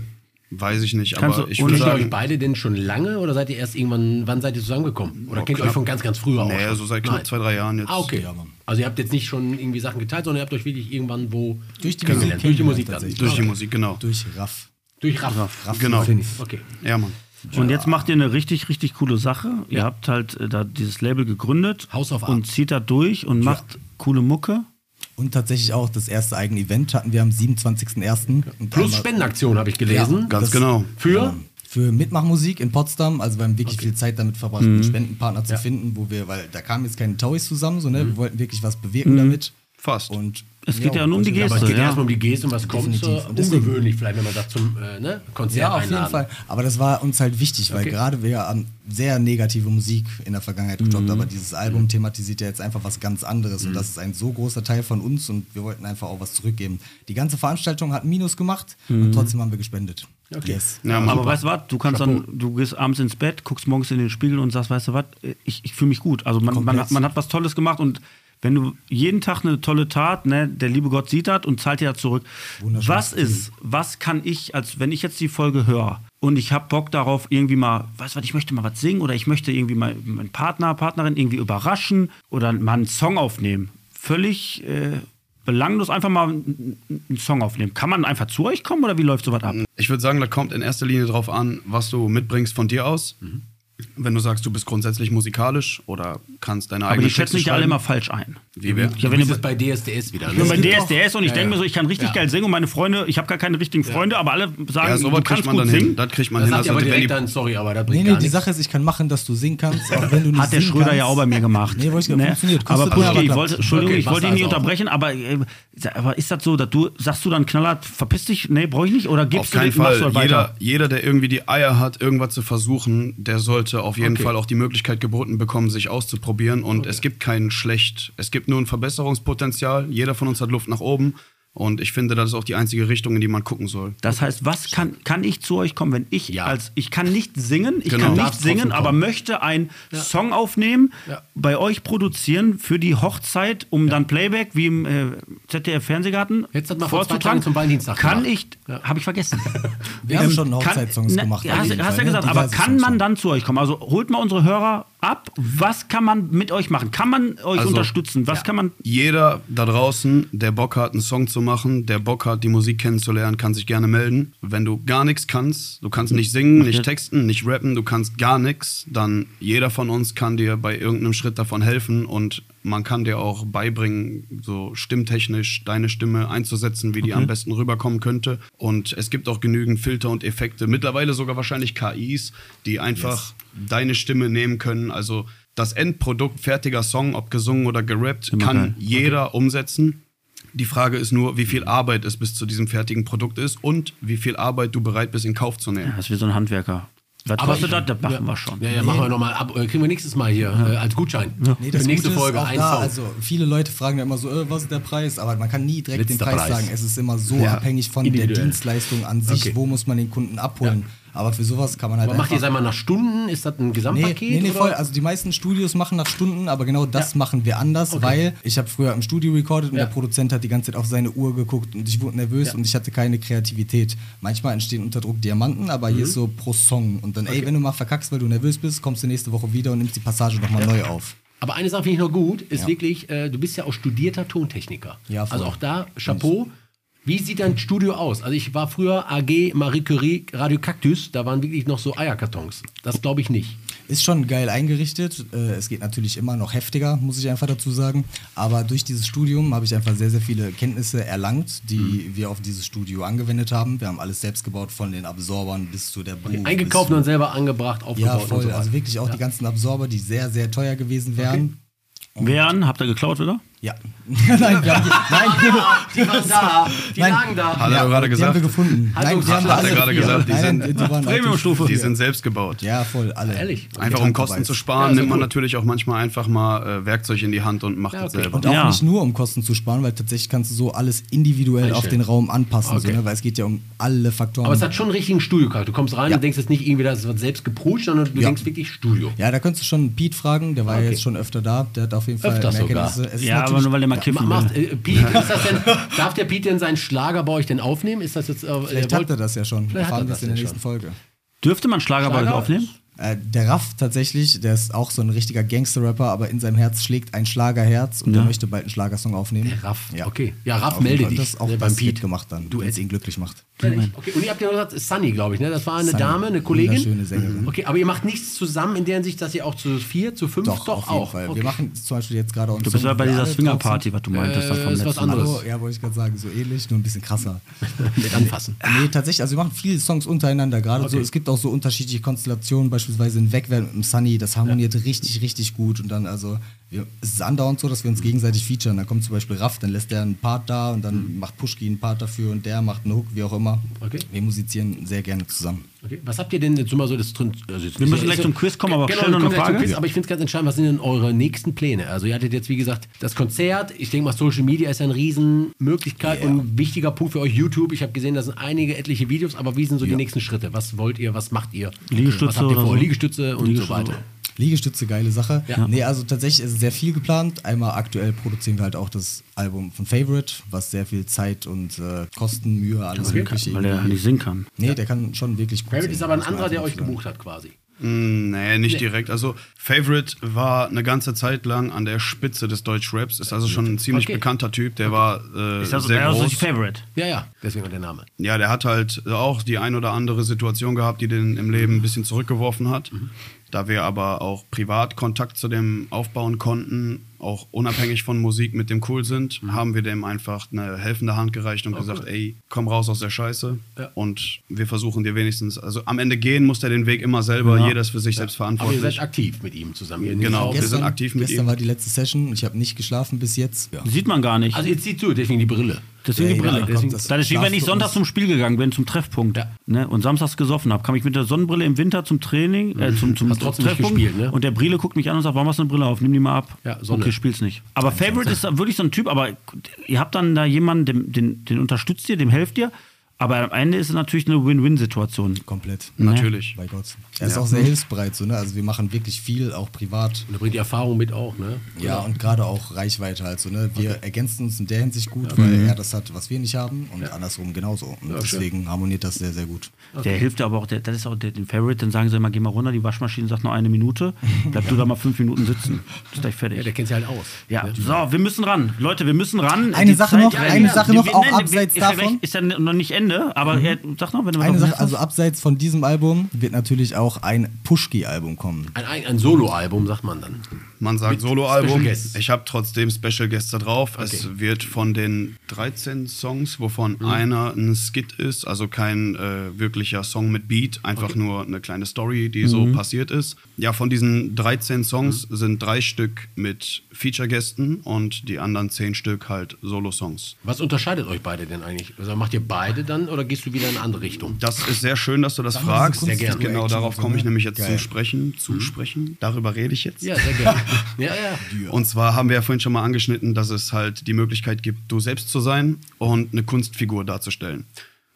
S8: weiß ich nicht.
S3: Kannst
S8: aber
S3: du
S8: ich
S3: ohne
S8: würde
S6: Kennt ihr euch
S8: sagen,
S6: beide denn schon lange oder seid ihr erst irgendwann, wann seid ihr zusammengekommen? Oder
S8: Ja,
S6: kennt ihr euch
S8: knapp.
S6: von ganz, ganz früher auch?
S8: nee,
S6: schon?
S8: so seit knapp
S6: Nein.
S8: zwei, drei Jahren jetzt.
S6: Ah, okay. Also ihr habt jetzt nicht schon irgendwie Sachen geteilt, sondern ihr habt euch wirklich irgendwann wo
S7: Durch die
S6: kennengelernt.
S7: Musik
S6: Durch die Musik dann.
S7: tatsächlich.
S8: Durch die
S6: Okay.
S8: Musik, genau.
S7: Durch Raff.
S6: Durch Raff. Raff
S8: Genau.
S6: Okay.
S8: Ja, Mann.
S3: Und jetzt macht ihr eine richtig, richtig coole Sache. Ihr
S6: Ja.
S3: habt halt äh, da dieses Label gegründet
S6: House of Art.
S3: und zieht da durch und macht coole Mucke.
S7: Und tatsächlich auch das erste eigene Event hatten wir am 27.01. Und
S6: Plus
S7: einmal-
S6: Spendenaktion habe ich gelesen.
S8: Ganz genau.
S6: Für?
S7: Ähm, Für Mitmachmusik in Potsdam, also wir haben wirklich viel Zeit damit verbracht,
S3: Mhm.
S7: einen Spendenpartner zu finden, wo wir, weil da kamen jetzt keine Tauis zusammen, so, ne? wir wollten wirklich was bewirken damit.
S8: Fast.
S7: Und
S3: Mhm. Es geht ja nur um die
S6: Aber es
S3: Geste.
S6: geht ja
S3: Ja.
S6: erstmal um die Geste und was kommt.
S7: Definitiv.
S6: äh,
S7: Und deswegen-
S6: Ungewöhnlich vielleicht, wenn man sagt, zum äh, ne, Konzert
S7: Ja, auf
S6: einladen.
S7: jeden Fall. Aber das war uns halt wichtig, weil
S6: Okay.
S7: gerade wir haben sehr negative Musik in der Vergangenheit
S3: Mhm.
S7: gedroppt, aber dieses Album thematisiert ja jetzt einfach was ganz anderes und das ist ein so großer Teil von uns und wir wollten einfach auch was zurückgeben. Die ganze Veranstaltung hat Minus gemacht
S3: Mhm.
S7: und trotzdem haben wir gespendet.
S6: Okay.
S7: Yes.
S8: Ja, Mann.
S3: Aber weißt du was, du kannst dann, du gehst abends ins Bett, guckst morgens in den Spiegel und sagst, weißt du was, ich, ich fühle mich gut. Also man, man,
S7: Komplett.
S3: hat, man hat was Tolles gemacht und wenn du jeden Tag eine tolle Tat, ne, der liebe Gott sieht das und zahlt dir das zurück. Was ist, was kann ich, als wenn ich jetzt die Folge höre und ich habe Bock darauf, irgendwie mal, weißt du was, ich möchte mal was singen oder ich möchte irgendwie mal meinen Partner, Partnerin irgendwie überraschen oder mal einen Song aufnehmen. Völlig äh, belanglos einfach mal einen, einen Song aufnehmen. Kann man einfach zu euch kommen oder wie läuft sowas ab?
S8: Ich würde sagen, das kommt in erster Linie drauf an, was du mitbringst von dir aus. Wenn du sagst, du bist grundsätzlich musikalisch oder kannst deine
S3: Aber
S8: eigenen
S3: die schätzen dich ja
S8: ja
S3: alle immer falsch ein.
S8: Wie wir,
S3: Ja,
S6: Du
S3: wenn
S6: bist
S3: du,
S6: jetzt bei DSDS wieder.
S3: ich bin bei
S6: ne?
S3: DSDS und ich denke mir so, ich kann richtig
S6: Ja.
S3: geil singen und meine Freunde, ich habe gar keine richtigen Freunde, aber alle sagen,
S8: ja,
S3: du
S8: sowas
S3: kannst
S8: kriegt man
S3: gut
S8: dann hin.
S3: singen.
S8: Das kriegt man
S6: Da
S8: hin.
S6: sagt ihr
S8: dass
S6: aber
S3: Also
S8: du- wenn
S6: direkt dann, sorry, aber das
S7: Nee,
S6: bringt
S7: nee,
S6: gar
S7: die
S6: nichts.
S7: Sache ist, ich kann machen, dass du singen kannst, auch wenn du nicht
S3: Hat der
S7: singen
S3: Schröder
S7: kannst.
S3: ja auch bei mir gemacht. ne?
S7: Nee, wollte ich-
S6: Ne?
S7: funktioniert.
S3: Aber
S7: Kostet nur,
S3: Puschke,
S7: aber
S3: ich
S7: klappt.
S3: wollte, Entschuldigung,
S6: Okay,
S3: ich wollte ihn
S6: passt
S3: nicht
S6: also auch.
S3: unterbrechen, aber, äh, aber ist das so, dass du, sagst du dann knallhart, verpiss dich, nee, brauche ich nicht, oder
S8: Auf
S3: gibst du
S8: keinen
S3: den, machst du halt
S8: Fall.
S3: weiter?
S8: Jeder, jeder, der irgendwie die Eier hat, irgendwas zu versuchen, der sollte auf jeden
S6: Okay.
S8: Fall auch die Möglichkeit geboten bekommen, sich auszuprobieren. Und es gibt keinen schlecht. Es gibt nur ein Verbesserungspotenzial. Jeder von uns hat Luft nach oben. Und ich finde, das ist auch die einzige Richtung, in die man gucken soll.
S3: Das heißt, was kann, kann ich zu euch kommen, wenn ich
S6: Ja.
S3: als ich kann nicht singen, ich
S8: Genau.
S3: kann nicht
S8: Darfst
S3: singen,
S6: trotzdem
S3: aber
S6: kommen.
S3: möchte einen Song aufnehmen,
S6: Ja.
S3: bei euch produzieren für die Hochzeit, um dann Playback wie im äh, ZDF Fernsehgarten
S6: Jetzt hat man vor zwei
S3: vorzutragen.
S6: Tagen zum Valentinstag
S3: kann
S6: gemacht.
S3: ich, habe ich vergessen. Ähm,
S7: Wir haben schon
S3: kann-
S7: Hochzeitssongs
S3: na,
S7: gemacht. auf
S3: Hast,
S7: jeden
S3: hast
S7: Fall,
S3: ja gesagt,
S7: ne?
S3: aber
S7: Diverse
S3: kann
S7: Songs
S3: man dann zu euch kommen? Also holt mal unsere Hörer ab? Was kann man mit euch machen? Kann man euch
S8: Also,
S3: unterstützen? Was kann man.
S8: Jeder da draußen, der Bock hat, einen Song zu machen, der Bock hat, die Musik kennenzulernen, kann sich gerne melden. Wenn du gar nichts kannst, du kannst nicht singen, nicht texten, nicht rappen, du kannst gar nichts, dann jeder von uns kann dir bei irgendeinem Schritt davon helfen und man kann dir auch beibringen, so stimmtechnisch deine Stimme einzusetzen, wie die am besten rüberkommen könnte. Und es gibt auch genügend Filter und Effekte, mittlerweile sogar wahrscheinlich KIs, die einfach deine Stimme nehmen können. Also das Endprodukt, fertiger Song, ob gesungen oder gerappt, kann
S3: geil.
S8: jeder umsetzen. Die Frage ist nur, wie viel Arbeit es bis zu diesem fertigen Produkt ist und wie viel Arbeit du bereit bist, in Kauf zu nehmen.
S3: Das ist wie so ein Handwerker. Was
S6: Aber
S3: kostet das?
S6: ich-
S3: Das machen wir schon.
S6: Ja, ja, machen wir nochmal ab. äh, Kriegen wir nächstes Mal hier äh, als Gutschein.
S7: Nee,
S6: Für
S7: das
S6: nächste
S7: Gute
S6: Folge
S7: ist auch
S6: ein
S7: da,
S6: Song.
S7: also viele Leute fragen ja immer so, äh, was ist der Preis? Aber man kann nie direkt
S6: Letzter
S7: den Preis,
S6: Preis.
S7: sagen. Es ist immer so abhängig von der
S6: Individuell.
S7: Dienstleistung an sich,
S6: Okay.
S7: wo muss man den Kunden abholen. Aber für sowas kann man halt
S6: aber macht ihr es
S7: einfach...
S6: einmal nach Stunden? Ist das ein
S7: Nee,
S6: Gesamtpaket?
S7: nee, nee,
S6: oder?
S7: voll. Also die meisten Studios machen nach Stunden, aber genau das machen wir anders, weil ich habe früher im Studio recorded und
S6: Ja.
S7: der Produzent hat die ganze Zeit auf seine Uhr geguckt und ich wurde nervös und ich hatte keine Kreativität. Manchmal entstehen unter Druck Diamanten, aber
S6: Mhm.
S7: hier ist so pro Song. Und dann, ey, wenn du mal verkackst, weil du nervös bist, kommst du nächste Woche wieder und nimmst die Passage nochmal neu auf.
S6: Aber eine Sache finde ich noch gut, ist wirklich, äh, du bist ja auch studierter Tontechniker.
S7: Ja, voll.
S6: also auch da, Chapeau. Wie sieht dein Studio aus? Also ich war früher AG Marie Curie Radio Cactus, da waren wirklich noch so Eierkartons. Das glaube ich nicht.
S7: Ist schon geil eingerichtet. Äh, Es geht natürlich immer noch heftiger, muss ich einfach dazu sagen. Aber durch dieses Studium habe ich einfach sehr, sehr viele Kenntnisse erlangt, die wir auf dieses Studio angewendet haben. Wir haben alles selbst gebaut, von den Absorbern bis zu der Buch.
S6: Eingekauft
S7: bis
S6: und selber angebracht,
S7: zu- Ja,
S6: aufgebaut und
S7: voll.
S6: so weiter.
S7: also wirklich auch die ganzen Absorber, die sehr, sehr teuer gewesen wären.
S3: Wären, habt ihr geklaut, oder?
S7: Ja. nein, wir haben die, nein,
S6: Die waren da, die
S7: Nein.
S6: lagen da.
S8: Hat er gerade
S7: die haben
S8: gesagt.
S7: wir gefunden.
S6: Hat
S7: nein,
S6: uns
S7: die haben wir
S6: Hat er
S7: alle
S8: gerade
S7: vier.
S8: gesagt, die
S7: nein, nein,
S8: sind-
S7: die waren alle
S3: Premiumstufe.
S8: Die
S7: vier.
S8: sind selbst gebaut.
S7: Ja, voll, alle.
S6: Ehrlich?
S8: Einfach um Kosten zu sparen, nimmt man natürlich auch manchmal einfach mal äh, Werkzeug in die Hand und macht
S6: Ja,
S8: es
S6: okay.
S8: selber.
S7: Und auch
S3: Ja.
S7: nicht nur, um Kosten zu sparen, weil tatsächlich kannst du so alles individuell auf den Raum anpassen, so,
S6: Okay.
S7: ne? weil es geht ja um alle Faktoren.
S6: Aber es hat schon einen richtigen Studiocharakter. Du kommst rein
S7: Ja.
S6: und denkst jetzt nicht irgendwie, das wird selbst gepusht, sondern du
S7: Ja.
S6: denkst wirklich Studio.
S7: ja, da könntest du schon Pete fragen, der war ja
S6: Okay.
S7: jetzt schon öfter da, der hat auf jeden Fall
S6: Öfter
S7: mehr
S6: sogar.
S7: Kenntnisse. Es ist
S3: Ja, aber
S7: natürlich-
S3: nur weil der mal
S6: Ma-
S3: kiffen will.
S6: Macht, äh, Piet, ist das denn, darf der Piet denn seinen Schlager bei euch denn aufnehmen? Ist das jetzt, äh,
S7: vielleicht
S6: er
S7: hat
S6: wollt-
S7: er das ja schon.
S6: Vielleicht hat
S7: Erfahren
S6: er
S7: wir
S6: das
S7: es in der
S6: denn
S7: nächsten
S6: schon.
S7: Folge.
S3: Dürfte man Schlager bei euch
S6: Schlager?
S3: aufnehmen?
S7: Äh, der Raff tatsächlich, der ist auch so ein richtiger Gangster-Rapper, aber in seinem Herz schlägt ein Schlagerherz und der möchte bald einen Schlagersong aufnehmen.
S6: Raff,
S7: Ja.
S6: okay. Ja, Raff,
S7: Auf jeden
S6: melde
S7: Fall.
S6: dich
S7: Das auch
S6: ne,
S7: das
S6: beim
S7: Pete
S6: Piet.
S7: gemacht dann, wenn es ihn glücklich macht.
S6: Okay, und ihr habt ja noch gesagt, Sunny, glaube ich, ne? Das war eine
S7: Sunny,
S6: Dame, eine Kollegin. Mhm.
S7: wunderschöne Sängerin.
S6: Okay, aber ihr macht nichts zusammen in der Hinsicht, dass ihr auch zu vier, zu fünf
S7: Doch, auf jeden
S6: auch.
S7: Fall.
S6: Okay.
S7: Wir machen zum Beispiel jetzt gerade
S3: Du bist ja bei dieser Swingerparty, was du meintest, dann
S6: Äh,
S3: vom
S6: ist was
S3: letzten
S6: anderes.
S3: Mal.
S7: Hallo, ja, wollte ich gerade sagen, so ähnlich, nur ein bisschen krasser.
S6: mit anfassen.
S7: Nee, tatsächlich. Also wir machen viele Songs untereinander. Gerade so, es gibt auch so unterschiedliche Konstellationen, beispielsweise ein Wegwerden mit dem Sunny, das harmoniert richtig, richtig gut. Und dann, also, wir, es ist andauernd so, dass wir uns gegenseitig featuren. Dann kommt zum Beispiel Raff, dann lässt der einen Part da und dann macht Pushki einen Part dafür und der macht einen Hook, wie auch immer.
S6: Mhm. Okay.
S7: Wir musizieren sehr gerne zusammen.
S6: Okay. Was habt ihr denn jetzt immer so das drin? Also jetzt
S3: Wir müssen gleich zum Quiz kommen, aber
S6: genau,
S3: stell noch
S6: wir kommen
S3: eine
S6: gleich zum
S3: Frage.
S6: Quiz, aber ich finde es ganz entscheidend, was sind denn eure nächsten Pläne? Also ihr hattet jetzt, wie gesagt, das Konzert. Ich denke mal, Social Media ist ja eine Riesenmöglichkeit und ein wichtiger Punkt für euch YouTube. Ich habe gesehen, da sind einige etliche Videos, aber wie sind so die nächsten Schritte? Was wollt ihr, was macht ihr?
S3: Liegestütze
S6: was habt ihr
S3: oder
S6: vor?
S3: so?
S6: Liegestütze und so weiter.
S7: Liegestütze, geile Sache.
S6: Ja.
S7: Nee, also tatsächlich ist sehr viel geplant. Einmal aktuell produzieren wir halt auch das Album von Favorite, was sehr viel Zeit und äh, Kosten, Mühe, alles Mögliche.
S3: Weil er
S7: irgendwie-
S3: nicht singen kann.
S8: Äh,
S7: Nee, der kann schon wirklich gut
S6: Barrett
S7: singen,
S6: ist aber ein
S7: muss man
S6: anderer, der
S7: einfach
S6: euch
S7: sagen.
S6: gebucht hat quasi.
S8: Nee, nicht direkt. Also Favorite war eine ganze Zeit lang an der Spitze des Deutschraps. Ist also schon ein ziemlich
S6: Okay. also
S8: bekannter Typ. Der war äh,
S3: Ist das,
S8: sehr
S3: das
S8: groß.
S3: ist die Favorite?
S6: Ja, ja, deswegen war der Name.
S8: Ja, der hat halt auch die ein oder andere Situation gehabt, die den im Leben ein bisschen zurückgeworfen hat.
S6: Mhm.
S8: Da wir aber auch privat Kontakt zu dem aufbauen konnten, auch unabhängig von Musik mit dem cool sind,
S6: Mhm.
S8: haben wir dem einfach eine helfende Hand gereicht und gesagt, ey, komm raus aus der Scheiße
S6: Oh, Ja.
S8: und wir versuchen dir wenigstens, also am Ende gehen muss der den Weg immer selber, jeder ist für sich selbst
S6: Aber ihr
S8: verantwortlich.
S6: seid aktiv mit ihm zusammen. Ihr
S8: Genau.
S6: nehmt
S8: Wir
S6: auf.
S8: sind aktiv mit
S7: gestern
S8: ihm.
S7: war die letzte Session. Ich habe nicht geschlafen bis jetzt. Ja.
S3: Sieht man gar nicht.
S6: Also ihr zieht zu, deswegen die Brille.
S3: Deswegen die
S7: Ja,
S3: Brille.
S7: ja,
S3: deswegen,
S7: kommt, das
S3: das ist wie wenn ich
S7: darfst du
S3: sonntags
S7: uns-
S3: zum Spiel gegangen bin, zum Treffpunkt. Ne, und samstags gesoffen habe. Kam ich mit der Sonnenbrille im Winter zum Training, äh, zum, zum
S6: Hast Mhm. trotzdem nicht gespielt, ne?
S3: Und der Brille guckt mich an und sagt, warum hast du eine Brille auf? Nimm die mal ab.
S6: Ja, Sonne.
S3: Okay, spiel's nicht. Aber Favorite ist wirklich so ein Typ, aber ihr habt dann da jemanden, den, den, den unterstützt ihr, dem helft ihr. Aber am Ende ist es natürlich eine Win-Win-Situation. ne?
S7: Komplett.
S8: Natürlich.
S7: Bei Gott. Er ist auch sehr hilfsbereit, so, ne? Also wir machen wirklich viel, auch privat.
S6: Und da bringt die Erfahrung mit auch, ne?
S7: Ja, und gerade auch Reichweite halt so, ne? Wir ergänzen uns in der Hinsicht gut, weil
S8: Mhm.
S7: er das hat, was wir nicht haben und andersrum genauso. Und deswegen harmoniert das sehr, sehr gut.
S3: Der hilft aber auch, der, das ist auch der, den Favorite, dann sagen sie immer, geh mal runter, die Waschmaschine sagt nur eine Minute, bleib du da mal fünf Minuten sitzen. Ist gleich fertig.
S6: Ja, der kennt sich halt aus.
S3: Ja, so, wir müssen ran. Leute, wir müssen ran.
S7: Eine Sache noch,
S3: rennt.
S7: eine Sache noch,
S3: Wir-
S7: auch
S3: wir-
S7: abseits
S3: ist ja
S7: davon.
S3: recht, Ist ja noch nicht Ende, aber
S8: Mhm.
S3: ja, sag noch, wenn du was
S7: Eine
S3: auf dem
S7: Sache,
S3: Herzen
S7: also
S3: hast.
S7: abseits von diesem Album wird natürlich auch ein Pushki-Album kommen.
S6: Ein, ein, ein Solo-Album, sagt man dann.
S8: Man sagt
S6: Special
S8: Soloalbum.
S6: Guests.
S8: Ich habe trotzdem Special Guests da drauf. Es wird von den 13 Songs, wovon
S6: Mhm.
S8: einer ein Skit ist, also kein äh, wirklicher Song mit Beat, einfach nur eine kleine Story, die
S6: Mhm.
S8: so passiert ist. Ja, von diesen 13 Songs sind drei Stück mit Feature-Gästen und die anderen zehn Stück halt Solo-Songs.
S6: Was unterscheidet euch beide denn eigentlich? Also macht ihr beide dann oder gehst du wieder in eine andere Richtung?
S8: Das ist sehr schön, dass du das fragst.
S6: Sehr gerne.
S8: Genau, darauf komme ich nämlich jetzt
S7: Geil.
S8: zum Sprechen. Zum Sprechen. Darüber rede ich jetzt.
S6: Mhm. Ja, sehr gerne. ja, ja.
S8: Und zwar haben wir ja vorhin schon mal angeschnitten, dass es halt die Möglichkeit gibt, du selbst zu sein und eine Kunstfigur darzustellen.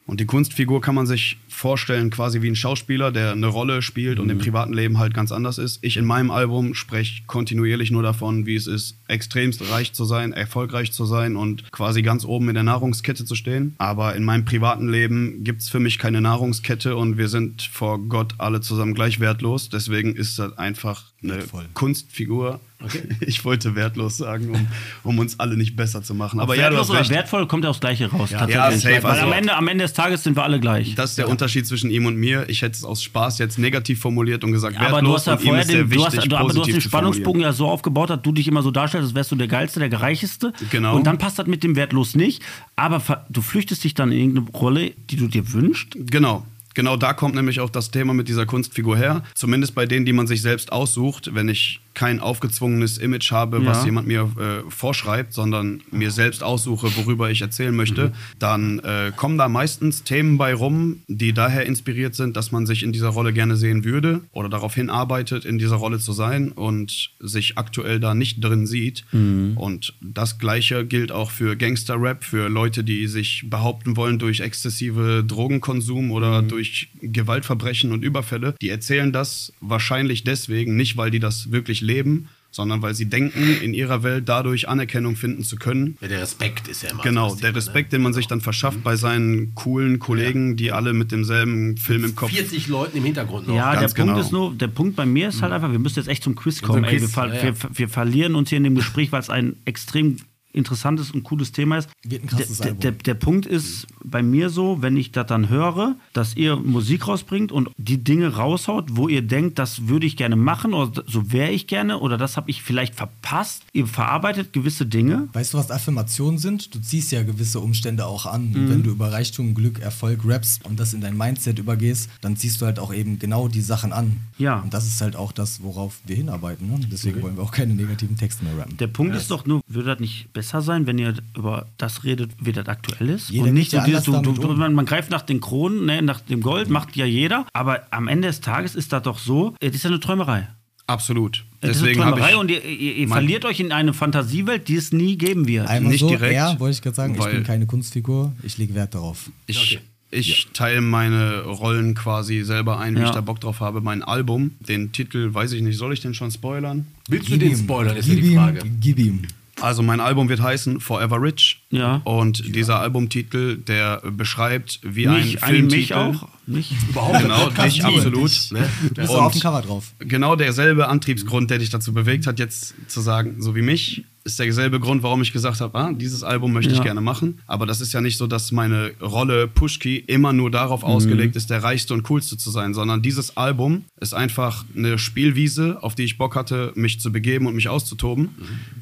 S8: Und die Kunstfigur kann man sich vorstellen, quasi wie ein Schauspieler, der eine Rolle spielt und im privaten Leben halt ganz anders ist. Ich in meinem Album spreche kontinuierlich nur davon, wie es ist, extremst reich zu sein, erfolgreich zu sein und quasi ganz oben in der Nahrungskette zu stehen. Aber in meinem privaten Leben gibt es für mich keine Nahrungskette und wir sind vor Gott alle zusammen gleich wertlos. Deswegen ist das einfach eine
S7: Wertvoll.
S8: Kunstfigur. Ich wollte wertlos sagen, um, um uns alle nicht besser zu machen. Aber ja, du
S3: wertlos
S8: hast
S3: oder
S8: recht.
S3: wertvoll kommt aufs Gleiche raus.
S6: Ja,
S3: tatsächlich.
S8: ja, safe,
S3: Weil am,
S8: also-
S3: Ende, am Ende des Tages sind wir alle gleich.
S8: Das ist der Unterschied zwischen ihm und mir. Ich hätte es aus Spaß jetzt negativ formuliert und gesagt, wertlos.
S3: aber du hast ja
S8: und ihm
S3: vorher
S8: ist sehr
S3: den, du hast,
S8: wichtig,
S3: du, aber du hast
S8: positiv
S3: den
S8: zu
S3: Spannungsbogen
S8: formulieren.
S3: ja so aufgebaut, dass du dich immer so darstellst, als wärst du der Geilste, der Gereicheste.
S8: Genau.
S3: Und dann passt das mit dem Wertlos nicht. Aber ver- du flüchtest dich dann in irgendeine Rolle, die du dir wünschst.
S8: Genau. Genau da kommt nämlich auch das Thema mit dieser Kunstfigur her. Zumindest bei denen, die man sich selbst aussucht, wenn ich kein aufgezwungenes Image habe, was
S3: Ja.
S8: jemand mir äh, vorschreibt, sondern mir selbst aussuche, worüber ich erzählen möchte, dann äh, kommen da meistens Themen bei rum, die daher inspiriert sind, dass man sich in dieser Rolle gerne sehen würde oder darauf hinarbeitet, in dieser Rolle zu sein und sich aktuell da nicht drin sieht.
S3: Mhm.
S8: Und das Gleiche gilt auch für Gangster-Rap, für Leute, die sich behaupten wollen durch exzessive Drogenkonsum oder
S3: Mhm.
S8: durch Gewaltverbrechen und Überfälle. Die erzählen das wahrscheinlich deswegen, nicht weil die das wirklich leben, sondern weil sie denken, in ihrer Welt dadurch Anerkennung finden zu können.
S6: ja, der Respekt ist ja immer
S8: Genau,
S6: so das ne?
S8: der
S6: Thema,
S8: Respekt, den man sich dann verschafft bei seinen coolen Kollegen, die alle mit demselben Film im Kopf.
S6: 40 Leuten im Hintergrund noch.
S3: Ja, der
S8: ganz
S3: Punkt
S8: genau.
S3: ist nur, der Punkt bei mir ist halt einfach, wir müssen jetzt echt zum Quiz kommen. Ey, wir,
S6: Quiz,
S3: ver
S6: ja, ja.
S3: wir, wir verlieren uns hier in dem Gespräch, weil es ein extrem interessantes und cooles Thema ist.
S7: Wird ein krasses
S3: der,
S7: Album.
S3: der, der Punkt ist bei mir so, wenn ich das dann höre, dass ihr Musik rausbringt und die Dinge raushaut, wo ihr denkt, das würde ich gerne machen oder so wäre ich gerne oder das habe ich vielleicht verpasst. Ihr verarbeitet gewisse Dinge
S7: Weißt du, was Affirmationen sind? Du ziehst ja gewisse Umstände auch an.
S6: Mhm.
S7: Und wenn du über Reichtum, Glück, Erfolg rappst und das in dein Mindset übergehst, dann ziehst du halt auch eben genau die Sachen an.
S3: Ja.
S7: Und das ist halt auch das, worauf wir hinarbeiten. Ne? Deswegen wollen wir auch keine negativen Texte mehr rappen.
S3: Der Punkt ist doch nur, würde das nicht besser sein, wenn ihr über das redet, wie das aktuell ist?
S7: Jeder
S3: und nicht
S7: geht ja
S3: so dieses, du,
S7: anders
S3: du,
S7: damit
S3: du,
S7: um.
S3: man, man greift nach den Kronen, ne, nach dem Gold, macht ja jeder. Aber am Ende des Tages ist das doch so, es ist ja eine Träumerei.
S8: Absolut.
S3: Es
S8: Deswegen
S3: ist eine
S8: habe
S3: Träumerei
S8: ich
S3: und ihr, ihr, ihr
S8: mein-
S3: verliert euch in eine Fantasiewelt, die es nie geben wird.
S7: Einmal
S8: nicht
S7: so,
S8: direkt,
S7: ja, wollte ich gerade sagen, ich
S8: weil-
S7: bin keine Kunstfigur, ich lege Wert darauf.
S8: Ich, ich teile meine Rollen quasi selber ein, wie
S3: Ja.
S8: ich da Bock drauf habe. Mein Album, den Titel, weiß ich nicht, soll ich den schon spoilern?
S6: Willst du den spoilern, ist ja
S7: gib
S6: die Frage.
S7: Ihm, gib ihm.
S8: Also mein Album wird heißen Forever Rich.
S3: Ja.
S8: Und dieser Albumtitel, der beschreibt wie
S3: mich,
S8: ein
S3: ein
S8: Filmtitel.
S3: mich auch. Mich.
S6: Überhaupt
S8: Genau,
S6: Podcast
S8: dich
S6: nie.
S8: absolut.
S6: Ne?
S7: Du bist auch auf dem Cover drauf.
S8: Genau derselbe Antriebsgrund, der dich dazu bewegt hat, jetzt zu sagen, so wie mich, ist derselbe Grund, warum ich gesagt habe, ah, dieses Album möchte
S3: Ja.
S8: ich gerne machen. Aber das ist ja nicht so, dass meine Rolle Pushki immer nur darauf ausgelegt ist, der reichste und coolste zu sein, sondern dieses Album ist einfach eine Spielwiese, auf die ich Bock hatte, mich zu begeben und mich auszutoben.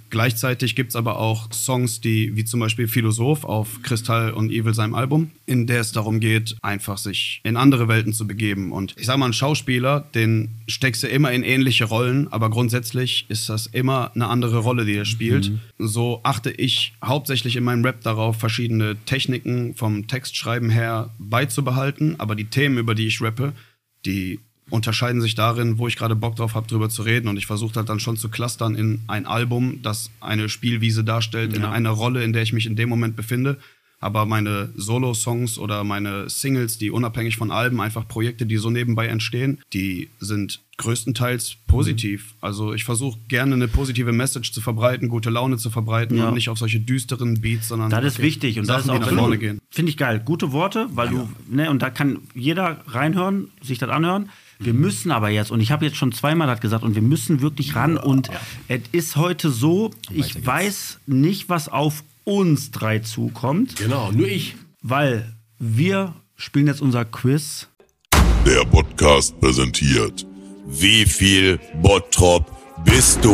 S8: Gleichzeitig gibt es aber auch Songs, die, wie zum Beispiel Philosoph auf Kristall und Evil seinem Album, in der es darum geht, einfach sich in andere Welten zu begeben. Und ich sag mal, ein Schauspieler, den steckst du immer in ähnliche Rollen, aber grundsätzlich ist das immer eine andere Rolle, die er spielt. So achte ich hauptsächlich in meinem Rap darauf, verschiedene Techniken vom Textschreiben her beizubehalten, aber die Themen, über die ich rappe, die unterscheiden sich darin, wo ich gerade Bock drauf habe, drüber zu reden. Und ich versuche halt dann schon zu clustern in ein Album, das eine Spielwiese darstellt, in eine Rolle, in der ich mich in dem Moment befinde. Aber meine Solo-Songs oder meine Singles, die unabhängig von Alben, einfach Projekte, die so nebenbei entstehen, die sind größtenteils positiv.
S3: Mhm.
S8: Also ich versuche gerne eine positive Message zu verbreiten, gute Laune zu verbreiten
S3: Ja.
S8: und nicht auf solche düsteren Beats, sondern
S3: Das ist
S8: wirklich
S3: wichtig und das
S8: Sachen,
S3: ist
S8: die
S3: auch
S8: nach vorne gehen.
S3: Finde ich geil. Gute Worte, weil du, ne, und da kann jeder reinhören, sich das anhören. Wir
S8: Mhm.
S3: müssen aber jetzt, und ich habe jetzt schon zweimal das gesagt, und wir müssen wirklich ran. Und es ist heute so, ich weiß nicht, was auf uns drei zukommt,
S6: Genau, nur ich.
S3: weil wir spielen jetzt unser Quiz.
S10: Der Podcast präsentiert. Wie viel Bottrop bist du?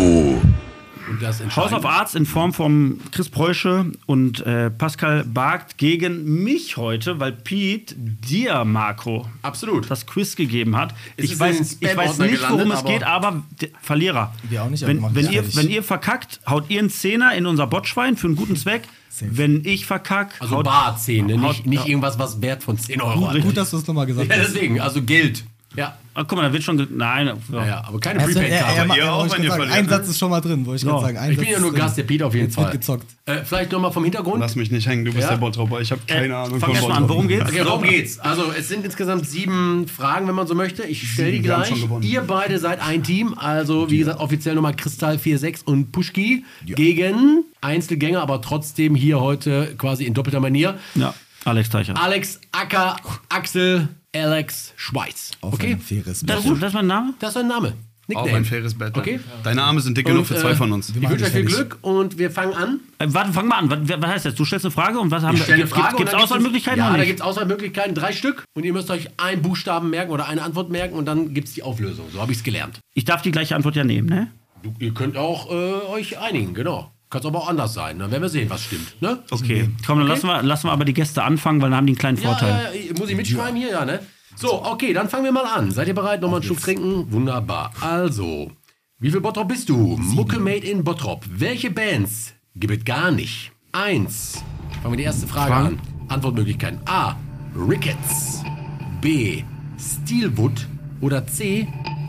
S6: Und das
S3: House
S6: entscheidet.
S3: of Arts in Form von Chris Preusche und äh, Pascal Bargt gegen mich heute, weil Pete dir, Marco,
S6: Absolut.
S3: das Quiz gegeben hat.
S6: Es
S3: Ich
S6: ist in den
S3: weiß, ich
S6: Spam-Ordner
S3: weiß nicht, worum
S6: gelandet,
S3: es geht, aber d- Verlierer.
S7: Wir auch nicht, aber wir
S3: wenn,
S7: machen
S3: wenn,
S7: es
S3: ihr,
S7: ehrlich.
S3: wenn ihr verkackt, haut ihr einen Zehner in unser Botschwein für einen guten Zweck. Wenn ich verkack,
S6: Also
S3: haut
S6: Barzähne,
S3: haut-
S6: nicht, nicht
S3: ja.
S6: irgendwas, was wert von 10 Euro hat.
S7: Gut, dass du es nochmal gesagt
S6: Ja,
S7: hast.
S6: deswegen, also Geld. Ja,
S3: Ah, guck mal, da wird schon. ge- Nein, ja.
S6: ja, ja aber keine
S8: Also,
S7: Erst- er-
S8: äh,
S7: er-
S6: Prepaid-Karte.
S7: er-
S8: ihr
S7: er-
S8: auch,
S7: wollte
S8: wenn
S7: ich gerade
S8: ihr
S7: sagen,
S8: verliert,
S7: Ein
S8: ne?
S7: Satz ist schon mal drin, wollte ich
S3: So.
S7: gerade sagen. Ein
S8: äh,
S6: Ich
S7: Satz
S6: bin ja
S7: ist
S6: nur
S7: drin.
S6: Gast, der Peter auf jeden
S7: Jetzt wird
S6: Fall.
S7: gezockt.
S6: Äh, vielleicht nochmal vom Hintergrund.
S8: Lass mich nicht hängen, du bist
S6: Ja.
S8: der Bottroper. Ich habe keine Ahnung
S3: Fang erst Äh, mal an,
S8: Bottrop.
S3: worum geht's?
S6: Okay, worum geht's? Also, es sind insgesamt sieben Fragen, wenn man so möchte. Ich stelle die
S8: Sieben, wir haben
S6: gleich.
S8: schon gewonnen.
S6: Ihr beide seid ein Team. Also, wie gesagt, offiziell nochmal Kristall 46 und Puschki gegen Einzelgänger, aber trotzdem hier heute quasi in doppelter Manier.
S3: ja, Alex Teicher.
S6: Alex Acker, Axel, Alex Schweiz.
S7: Auf
S6: Okay?
S7: ein faires
S3: Das
S7: Match.
S3: ist, das ist mein Name?
S6: Das ist ein Name.
S8: Auch
S6: Nickname.
S8: ein faires Battle.
S6: Okay.
S8: Deine Arme sind dick genug für
S6: äh,
S8: zwei von uns.
S6: Ich wünsche euch viel
S7: fertig.
S6: Glück und wir fangen an.
S3: Äh, warte, fang mal an. Was, was heißt das? Du stellst eine Frage und was haben
S6: Ich
S3: wir?
S6: stelle eine
S3: Gibt
S6: Frage.
S3: es Auswahlmöglichkeiten?
S6: Ja,
S3: oder
S6: da
S3: nicht?
S6: gibt es Auswahlmöglichkeiten, drei Stück. Und ihr müsst euch einen Buchstaben merken oder eine Antwort merken und dann gibt es die Auflösung. So habe ich es gelernt.
S3: Ich darf die gleiche Antwort ja nehmen, ne?
S6: Du, ihr könnt auch äh, euch einigen, genau. Kann's aber auch anders sein. Dann werden wir sehen, was stimmt. Ne?
S3: Okay. Komm, dann lassen, wir, lassen wir aber die Gäste anfangen, weil dann haben die einen kleinen
S6: Ja,
S3: Vorteil.
S6: ja, ja, muss ich mitschreiben hier, ja, ne? So, okay, dann fangen wir mal an. Seid ihr bereit? Nochmal einen Schluck trinken? Wunderbar. Also, wie viel Bottrop bist du? Mucke made in Bottrop. Welche Bands gibt es gar nicht? Eins. Fangen wir die erste Frage an. Antwortmöglichkeiten. A. Rickets. B. Steelwood. Oder C.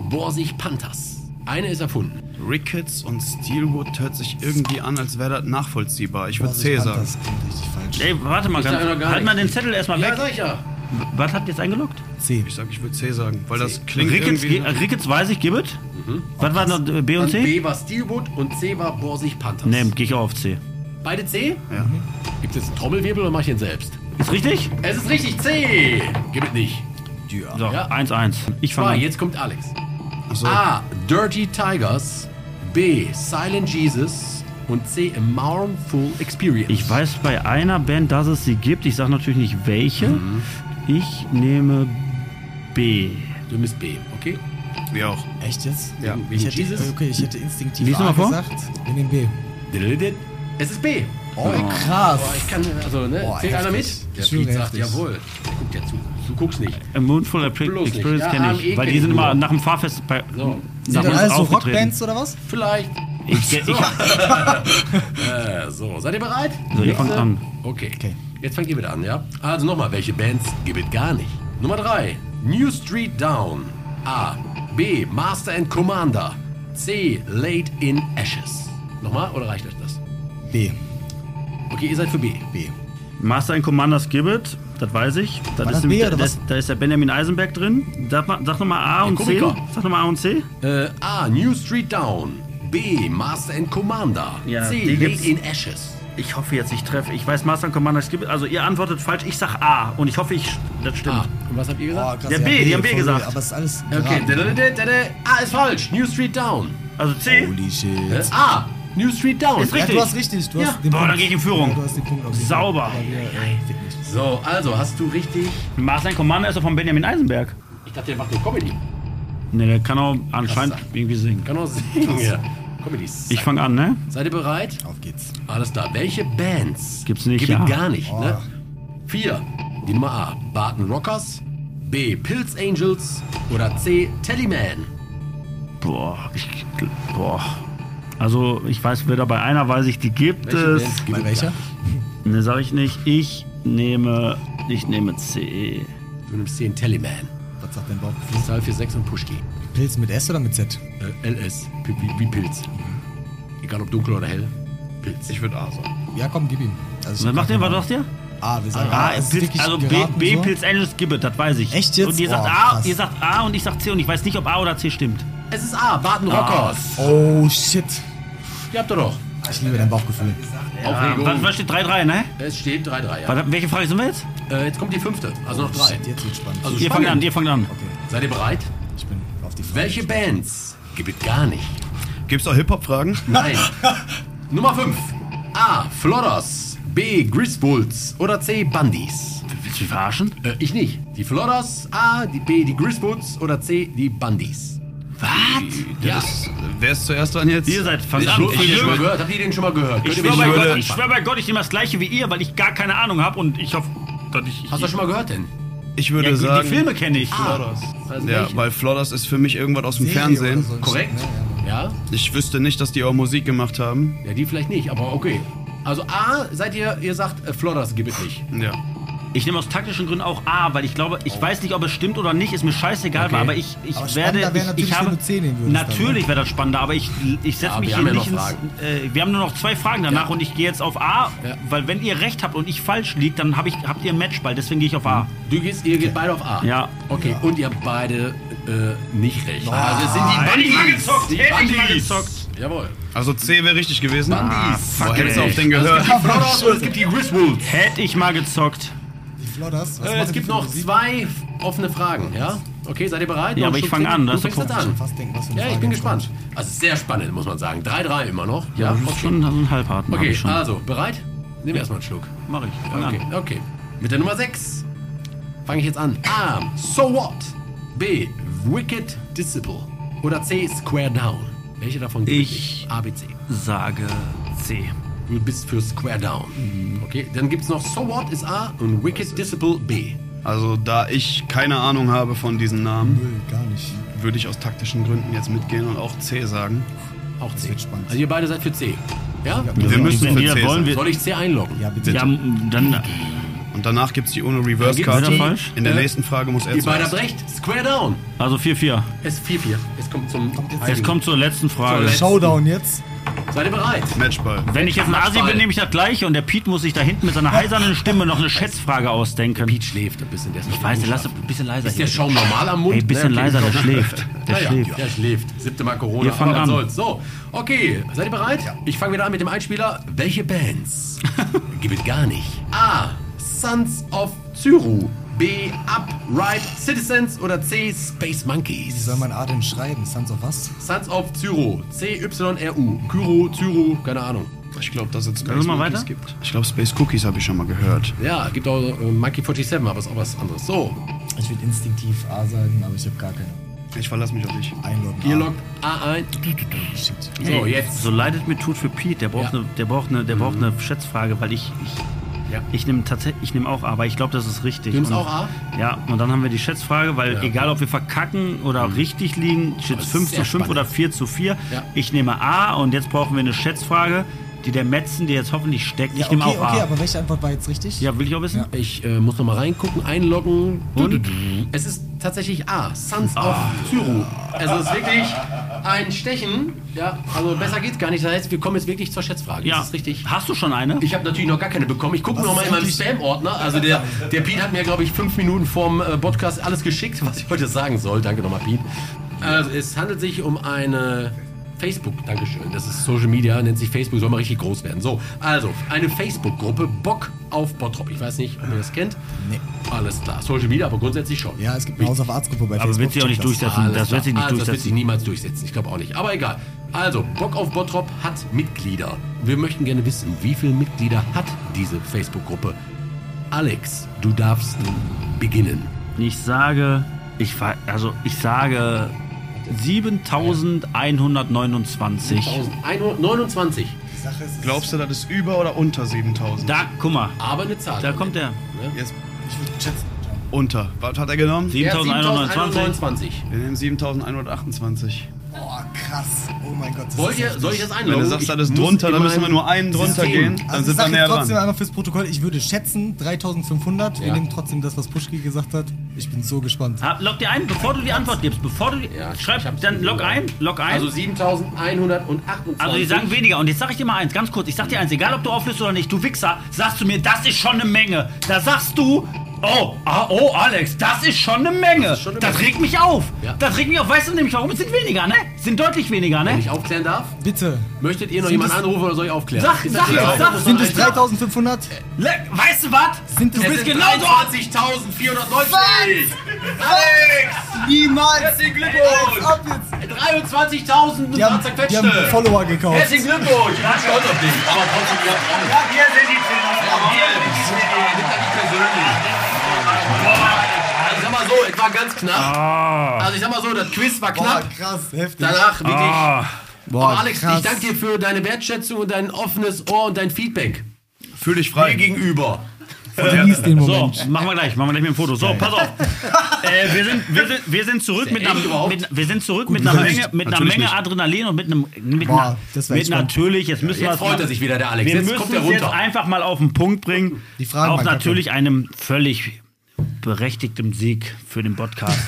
S6: Borsig Panthers. Eine ist erfunden.
S8: Ricketts und Steelwood hört sich irgendwie an, als wäre das nachvollziehbar. Ich würde C sagen.
S7: Das klingt richtig falsch.
S3: Ey, warte mal,
S6: sag
S3: ganz,
S6: noch gar
S3: halt mal den
S6: nichts.
S3: Zettel erstmal
S6: Ja,
S3: weg.
S6: sag ich ja.
S3: Was habt ihr jetzt eingeloggt?
S7: C.
S8: Ich sag, ich würde C sagen, weil das klingt
S3: Rickets,
S8: irgendwie...
S3: ge- äh, Rickets weiß ich, Gibbet. Was war noch äh, B und
S6: Dann
S3: C?
S6: Mhm. B war Steelwood und C war Borsig Panthers.
S3: Ne, geh ich auch auf C.
S6: Beide C? Ja. Gibt es jetzt einen Trommelwirbel oder mach ich den selbst?
S3: Ist richtig?
S6: Es ist richtig, C. Gib es nicht.
S3: So,
S6: Ja.
S3: 1-1. Ich
S6: Zwei,
S3: fange an.
S6: jetzt kommt Alex.
S8: Achso.
S6: A. Dirty Tigers. B. Silent Jesus. Und C. A Mournful Experience.
S3: Ich weiß bei einer Band, dass es sie gibt. Ich sag natürlich nicht welche.
S6: Mhm.
S3: Ich nehme B.
S6: Du bist B, okay?
S8: Wir auch.
S7: Echt jetzt?
S8: Ja.
S7: Ich hätte,
S6: Jesus?
S7: okay, ich hätte instinktiv
S3: Lies
S7: A
S3: nochmal vor.
S7: gesagt. Wir nehmen B.
S6: Diddledid. Es ist B.
S7: Oh, krass.
S6: Boah, ich kann, also, ne?
S7: Boah,
S6: Zählt einer mit?
S7: heftig.
S6: Der
S7: Ich schwöre,
S6: Piet sagt,
S7: heftig.
S6: jawohl. Der guckt ja zu. Du guckst nicht.
S3: A Moonful Ep-
S6: Bloß nicht.
S3: Experience
S6: Ja,
S3: kenne
S6: AME
S3: ich. Weil
S6: kenn
S3: die
S6: ich
S3: sind
S6: nur.
S3: immer nach dem Fahrfest bei.
S6: So.
S3: Nach
S7: Sind das
S3: uns
S7: alles so
S3: aufgetreten.
S7: also Rockbands oder was?
S6: Vielleicht.
S3: Ich, ich, ich,
S6: Äh, so, seid ihr bereit?
S3: So, ihr
S6: Nächste.
S3: fangt an.
S6: Okay.
S7: Okay.
S6: Jetzt fangt ihr wieder an, ja? Also nochmal, welche Bands gibt es gar nicht? Nummer 3. New Street Down. A. B. Master and Commander. C. Late in Ashes. Nochmal, oder reicht euch das?
S7: B.
S6: Okay, ihr seid für B.
S7: B.
S3: Master and Commanders Gibbet, das weiß ich. Das
S7: das
S3: ist
S7: B
S3: nämlich-
S7: oder
S3: da,
S7: was?
S3: ist- da ist der Benjamin Eisenberg drin. Sag, mal- sag nochmal A und C.
S6: Komiker.
S3: Sag nochmal A und C.
S6: Äh, A. New Street Down. B. Master and Commander.
S3: Ja,
S6: C.
S3: die gibt's.
S6: Late in Ashes.
S3: Ich hoffe jetzt, ich treffe. Ich weiß Master and Commanders Gibbet. Also ihr antwortet falsch. Ich sag A und ich hoffe, ich, das stimmt.
S6: A. Ah, Und was habt ihr gesagt?
S7: Boah, krass,
S3: Der B, die haben B
S7: voll
S3: gesagt.
S7: real, Aber es ist alles.
S3: Oh,
S6: Okay,
S7: geraten.
S6: dadadadadada. A ist falsch. New Street Down.
S3: Also C.
S7: Holy
S6: Äh,
S7: shit.
S6: A. New Street Down.
S3: Ist
S7: Ja,
S3: richtig.
S7: du hast richtig. Du
S6: Ja.
S7: hast den
S3: Boah,
S7: Punkt.
S3: dann gehe ich in Führung.
S7: Ja, du hast den Punkt auf jeden Fall.
S3: Sauber.
S7: Aber wir, äh, fick nicht.
S6: So, also hast du richtig.
S3: Master and Commander ist doch von Benjamin Eisenberg.
S6: Ich dachte, der macht nur Comedy.
S3: Ne, der kann auch anscheinend
S6: sein.
S3: irgendwie singen.
S6: Kann auch singen. Ja. Comedy.
S3: Ich fange an, ne?
S6: Seid ihr bereit?
S7: Auf geht's.
S6: Alles klar. Welche Bands?
S3: Gibt's nicht,
S6: Gibt
S3: ja.
S6: es gar nicht. Ne? Vier. Die Nummer A. Barton Rockers. B. Pilz Angels. Oder C. Tellyman.
S3: Boah, ich. Boah. Also ich weiß wieder bei einer weiß ich, die gibt
S6: Welche
S3: es.
S6: Bands gibt
S7: Bei
S6: es
S7: welcher?
S6: gar nicht?
S3: Ne, sag ich nicht. Ich nehme. Ich nehme C.
S6: Du nimmst den Tellyman.
S7: Was sagt dein Bauchgefühl?
S6: Zahl 46 und Pushki.
S7: Pilz mit S oder mit Z?
S6: Äh, LS. P wie, wie Pilz. Egal ob dunkel oder hell. Pilz.
S8: Ich würde A sagen.
S7: Ja, komm, gib ihm. Also ich
S3: Was
S7: hab
S3: macht ihr?
S7: keinen
S3: Was sagt ihr?
S7: Plan. A. Ah, Wir sagen
S3: A,
S7: es ist
S3: Pilz,
S7: wirklich
S3: also B,
S7: geraten
S3: B
S7: so.
S3: Pilz Angels Gibbet, das weiß ich.
S7: Echt jetzt?
S3: Und ihr sagt,
S7: Oh,
S3: A,
S7: krass.
S3: ihr sagt A und ich sag C und ich weiß nicht, ob A oder C stimmt.
S6: Es ist A, Baden
S3: Ah.
S6: Rockers.
S7: Oh, shit.
S6: Ihr habt doch doch.
S7: Ich liebe dein Bauchgefühl.
S6: Aufregung.
S3: was, was steht 3-3, ne?
S6: Es steht 3-3, ja.
S3: Was, welche Frage sind wir jetzt?
S6: Äh, jetzt kommt die fünfte, also noch drei.
S7: Shit, jetzt wird's spannend.
S6: Also
S3: Ihr fangt an,
S6: spannend.
S3: ihr fangt an.
S6: Seid ihr bereit?
S7: ich bin auf die Frage.
S6: Welche Bands gibt es gar nicht?
S8: Gibt's auch Hip-Hop-Fragen?
S6: Nein. Nummer 5. A. Flodders. B. Griswolds. Oder C. Bundys.
S3: Willst du mich verarschen?
S6: Äh, ich nicht. Die Flodders. A. Die B. Die Griswolds. Oder C. Die Bundys.
S3: Was?
S6: Ja.
S8: Wer ist zuerst dran jetzt?
S3: Ihr seid fangt
S8: Ich
S3: an.
S8: schwör-
S6: Habt ihr
S8: ich
S6: den schon mal
S8: schwör-
S6: gehört? Habt ihr den schon mal gehört?
S3: Ich
S6: Könnt ihr
S3: schwöre bei,
S6: mich schon mal
S3: Gott,
S6: hören?
S3: ich schwör bei Gott, ich nehme das gleiche wie ihr, weil ich gar keine Ahnung habe und ich hoffe, dass ich.
S6: Hast du das schon mal gehört denn?
S8: Ich würde
S3: ja, die-
S8: sagen.
S3: Die Filme kenne ich.
S6: Also
S8: Ja,
S6: welche?
S8: weil Flodders ist für mich irgendwas aus dem Fernsehen.
S6: Korrekt? Ja?
S8: Ich wüsste nicht, dass die auch Musik gemacht haben.
S6: Ja, die vielleicht nicht, aber okay. Also A, seid ihr, ihr sagt, äh, Flodders gibt es nicht.
S8: Ja.
S3: Ich nehme aus taktischen Gründen auch A, weil ich glaube, ich weiß nicht, ob es stimmt oder nicht, ist mir scheißegal,
S6: Okay.
S3: aber ich, ich
S7: Aber
S3: werde.
S7: spannender wär
S3: ich,
S7: natürlich,
S3: ich habe,
S7: wenn du 10 nehmen würdest dann,
S3: natürlich wäre das spannender, aber ich, ich setze
S6: ne? Ja,
S3: mich
S6: wir
S3: hier
S6: haben ja
S3: nicht
S6: noch
S3: ins. Äh, wir haben nur noch zwei Fragen danach und ich gehe jetzt auf A,
S6: Ja.
S3: weil wenn ihr recht habt und ich falsch liege, dann hab ich, habt ihr einen Matchball, deswegen gehe ich auf A.
S6: Du gehst, ihr geht beide auf A.
S3: Ja.
S6: Okay, und ihr habt beide äh, nicht recht. also es sind die
S3: Hätte ich mal
S6: Bundys.
S3: gezockt,
S6: Die
S3: hätte ich mal
S6: Bundys.
S3: gezockt.
S6: Jawohl.
S8: Also C wäre richtig gewesen.
S6: Ah, fuck,
S8: Boah, hättest du
S6: ey.
S8: auf den gehört.
S6: Die Flodders und es gibt die Griswolds.
S3: Hätte ich mal gezockt.
S7: Die Flodders. Was
S6: Äh,
S7: macht
S6: es
S7: die
S6: gibt
S7: für
S6: noch
S7: Musik?
S6: zwei offene Fragen, ja? Okay, seid ihr bereit?
S3: Ja,
S6: Noch
S3: aber
S6: ein
S3: ich
S6: Stück
S3: fang
S6: drin?
S3: an,
S6: Du
S3: das ist
S6: fängst
S3: der
S6: jetzt
S3: Punkt.
S6: an.
S7: Fast denken, was für eine
S6: Ja, ich
S7: Frage
S6: bin
S7: jetzt
S6: gespannt. Also sehr spannend, muss man sagen. 3-3 immer noch. Ja,
S3: Ja, das
S6: okay.
S3: ist schon so ein Halbharten. hab
S6: Okay,
S3: ich schon.
S6: also, bereit? Nimm erstmal einen Schluck.
S3: Mach ich. Fang
S6: Okay,
S3: an.
S6: okay. Mit der Nummer 6 fange ich jetzt an. A. So what? B. Wicked Disciple. Oder C. Square Down. Welche davon gibt es
S3: Ich-
S6: nicht? A, B, C.
S3: Sage C.
S6: Du bist für Square Down. Okay, dann gibt es noch So what ist A und Wicked Disciple B.
S8: Also da ich keine Ahnung habe von diesen Namen,
S7: Müll, gar nicht.
S8: würde ich aus taktischen Gründen jetzt mitgehen und auch C sagen.
S6: Auch C.
S7: wird spannend.
S6: Also ihr beide seid für C. Ja?
S8: Wir müssen
S3: Wenn
S8: für
S3: die das
S8: C
S3: wollen,
S8: sein.
S3: wir.
S6: Soll ich C einloggen?
S7: Ja, bitte.
S3: Ja, m- dann.
S8: Und danach gibt es die ohne
S6: Dann
S8: Reverse
S6: gibt's
S8: Card.
S6: die-
S3: falsch?
S8: In der
S6: Äh,
S8: nächsten Frage muss er
S6: Ihr beide
S8: zuerst.
S6: habt recht. Square Down.
S3: Also 4-4.
S6: Es ist 4-4. Es kommt zum...
S3: Jetzt kommt zur letzten Frage.
S6: Zur
S7: Showdown jetzt.
S6: Seid ihr bereit?
S8: Matchball.
S3: Wenn ich jetzt ein Asi bin, nehme ich das gleiche und der Pete muss sich da hinten mit seiner heisernen Stimme noch eine Schätzfrage ausdenken.
S6: Pete schläft ein bisschen. Der ist
S3: ich weiß, der lass ein bisschen leiser.
S6: Ist der
S3: hier.
S6: Schaum normal am Mund?
S3: Ey, ein bisschen
S6: Ne?
S3: leiser, der schläft. Der
S6: ja,
S3: schläft.
S6: Ja, der schläft. Siebte Mal Corona.
S3: Wir fangen
S6: aber was
S3: an.
S6: soll's. So, okay. Seid ihr bereit? Ich fange wieder an mit dem Einspieler. Welche Bands gibt es gar nicht? A. Sons of Zyru. B. Upright Citizens. Oder C. Space
S7: Wie
S6: Monkeys.
S7: soll man A denn schreiben? Sons of was?
S6: Sons of Zyru. C. Y-R-U. Kyro, Zyru, keine Ahnung.
S8: Ich glaube, dass es Space
S3: Also mal
S8: Monkeys
S3: weiter?
S8: gibt. Ich glaube, Space Cookies habe ich schon mal gehört.
S6: Ja, gibt auch äh, Monkey 47, aber ist auch was anderes. So,
S7: Ich würde instinktiv A sagen, aber ich habe gar keine.
S8: Ich verlasse mich auf dich.
S7: Einloggen.
S6: ihr
S7: A.
S6: lockt A ein.
S7: Shit.
S6: So, jetzt.
S3: So leidet mir tut für Pete. Der braucht,
S6: Ja.
S3: eine, der braucht, eine, der braucht eine Schätzfrage, weil ich. ich
S6: Ja.
S3: Ich nehme tatsächlich, ich nehme auch A, aber ich glaube, das ist richtig.
S6: Du nimmst
S3: Und-
S6: auch A?
S3: Ja, und dann haben wir die Schätzfrage, weil
S6: Ja.
S3: egal ob wir verkacken oder richtig liegen, steht
S6: Aber es ist
S3: 5
S6: sehr
S3: zu 5 oder
S6: spannend.
S3: 4 zu 4.
S6: Ja.
S3: Ich nehme A und jetzt brauchen wir eine Schätzfrage, die der Metzen, der jetzt hoffentlich steckt,
S7: Ja,
S3: ich
S7: okay,
S3: nehme
S7: okay,
S3: auch A.
S7: aber welche Antwort war jetzt richtig?
S3: ja, will ich auch wissen?
S6: Ich äh, muss noch mal reingucken, einloggen. Und es ist tatsächlich A. Sons of Zyru. Also es ist wirklich ein Stechen. Ja, also besser geht's gar nicht. Das heißt, wir kommen jetzt wirklich zur Schätzfrage.
S3: Ja.
S6: Das ist richtig.
S3: Hast du schon eine?
S7: ne?
S6: Ich habe natürlich noch gar keine bekommen. Ich gucke noch mal in meinem Spam-Ordner. Also der, der Piet hat mir, glaube ich, fünf Minuten vorm äh, Podcast alles geschickt, was ich heute sagen soll. Danke nochmal, Piet. Also es handelt sich um eine Facebook, Dankeschön. Das ist Social Media, nennt sich Facebook, soll mal richtig groß werden. So, also eine Facebook-Gruppe Bock auf Bottrop. Ich weiß nicht, ob ihr das kennt.
S7: Nee.
S6: Alles klar. Social Media, aber grundsätzlich schon.
S7: Ja, es gibt eine House of Arts Gruppe bei
S3: aber
S7: Facebook.
S3: wird sie auch nicht
S7: check das.
S3: durchsetzen.
S6: Alles
S3: Das wird sie
S6: klar.
S3: nicht
S6: also, Das wird sich
S3: durchsetzen.
S6: niemals durchsetzen. Ich glaube auch nicht. Aber egal. Also, Bock auf Bottrop hat Mitglieder. Wir möchten gerne wissen, wie viele Mitglieder hat diese Facebook-Gruppe? Alex, du darfst beginnen.
S3: Ich sage, ich ver- also ich sage 7129.
S6: 1129.
S7: Die Sache ist,
S8: Glaubst du, das ist über oder unter 7000?
S3: Da, guck mal,
S6: Aber eine Zahl.
S3: da kommt er.
S8: Jetzt
S7: ich würde schätzen.
S8: unter. Was hat er genommen?
S6: Ja,
S3: 7129.
S6: 7129.
S8: Wir nehmen 7128.
S7: Boah, krass. krass. Oh mein Gott. das
S6: Wollt
S7: ist
S6: ihr,
S7: heftig.
S6: soll ich das einloggen?
S8: Wenn du sagst,
S6: Ich
S8: alles
S6: muss
S8: drunter,
S6: in
S8: dann müssen wir
S6: meinen-
S8: nur einen drunter gehen, dann
S7: also
S8: sind wir
S7: sag
S8: näher
S7: ich trotzdem
S8: dran.
S7: einmal fürs Protokoll, ich würde schätzen 3500. Wir
S6: Ja.
S7: nehmen trotzdem das, was Puschki gesagt hat. Ich bin so gespannt.
S3: Hab, log dir ein, bevor du die Antwort gibst. Bevor du.
S6: Ja, ich
S3: schreib,
S6: hab's
S3: dann log
S6: gesehen.
S3: ein, log ein.
S6: Also
S3: Also,
S6: 7128.
S3: die sagen weniger. Und jetzt sag ich dir mal eins, ganz kurz. Ich sag dir eins, egal ob du auflöst oder nicht, du Wichser, sagst du mir, das ist schon eine Menge. Da sagst du. Oh, ah, oh, Alex, das ist schon eine Menge. Das,
S6: schon eine
S3: regt mich auf.
S6: Ja.
S3: Das regt mich auf. Weißt du nämlich warum? Es sind weniger, ne? Es sind deutlich weniger,
S6: Wenn
S3: ne?
S6: ich aufklären darf?
S7: Bitte.
S6: Möchtet ihr noch
S7: Sind
S6: jemanden
S7: es-
S6: anrufen oder soll ich aufklären?
S3: Sag,
S6: Ist
S3: sag,
S6: das egal?
S3: sag.
S7: Sind
S6: Genau.
S7: es 3500?
S3: Le weißt du was?
S7: Sind
S3: du
S7: es-
S3: bist
S7: sind
S3: genauso
S6: 23.490!
S7: Niemals!
S6: Herzlichen
S7: Als
S6: Glückwunsch!
S7: ob jetzt.
S6: 23.000
S7: Die haben, die haben Follower gekauft.
S6: Herzlichen Glückwunsch! Ich bin stolz auf dich. Aber trotzdem, ihr habt auch Ja, hier sind die Also ich sag mal so, es war ganz knapp. Also ich sag mal so, das Quiz war
S7: Ah. Boah,
S6: knapp.
S7: krass, Ah. heftig.
S6: Danach wirklich.
S7: Boah,
S6: Aber Alex, ich danke dir für deine Wertschätzung und dein offenes Ohr und dein Feedback.
S8: Fühl dich frei.
S6: Mir gegenüber.
S7: Genieß den
S3: So,
S7: Moment.
S3: machen wir gleich, machen wir gleich mit dem Foto. So, pass auf. äh, wir, sind, wir, sind, wir sind zurück, mit
S6: echt
S3: einer,
S6: überhaupt?
S3: mit, wir sind zurück mit einer
S8: Überlegt.
S3: Menge, mit einer
S8: Natürlich
S3: Menge
S8: nicht.
S3: Adrenalin und mit einem. Mit,
S7: Boah,
S3: einer,
S7: das wär
S3: mit
S7: echt spannend.
S3: natürlich, jetzt müssen wir
S6: Jetzt
S3: es
S6: freut
S3: mal-
S6: er sich wieder, der Alex.
S3: Wir
S6: Jetzt
S3: müssen
S6: kommt er
S3: es jetzt
S6: runter.
S3: einfach mal auf den Punkt bringen.
S7: Die Fragen
S3: auf
S7: waren kacke.
S3: natürlich einem völlig berechtigtem Sieg für den Podcast.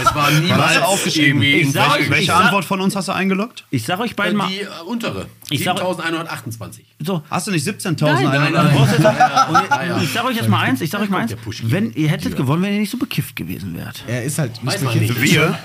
S6: Es war niemals
S8: aufgeschrieben?
S6: irgendwie
S3: Ich
S6: in
S3: sag-
S6: Frage
S3: ich
S8: Welche
S3: sag-
S8: Antwort von uns hast du eingeloggt?
S3: Ich sag euch beiden mal.
S6: Die äh, untere.
S3: Ich sag-
S6: 7128.
S3: So,
S8: Hast du nicht 17.000
S6: Nein, nein,
S8: eingeloggt?
S6: nein. Ja, ja.
S3: ich sag euch jetzt mal eins, ich sag euch mal eins.
S6: der Puschki.
S3: Wenn ihr hättet gewonnen, wenn ihr nicht so bekifft gewesen wärt.
S7: Er ist halt
S6: Weiß
S7: nicht
S6: man nicht.
S8: Wir?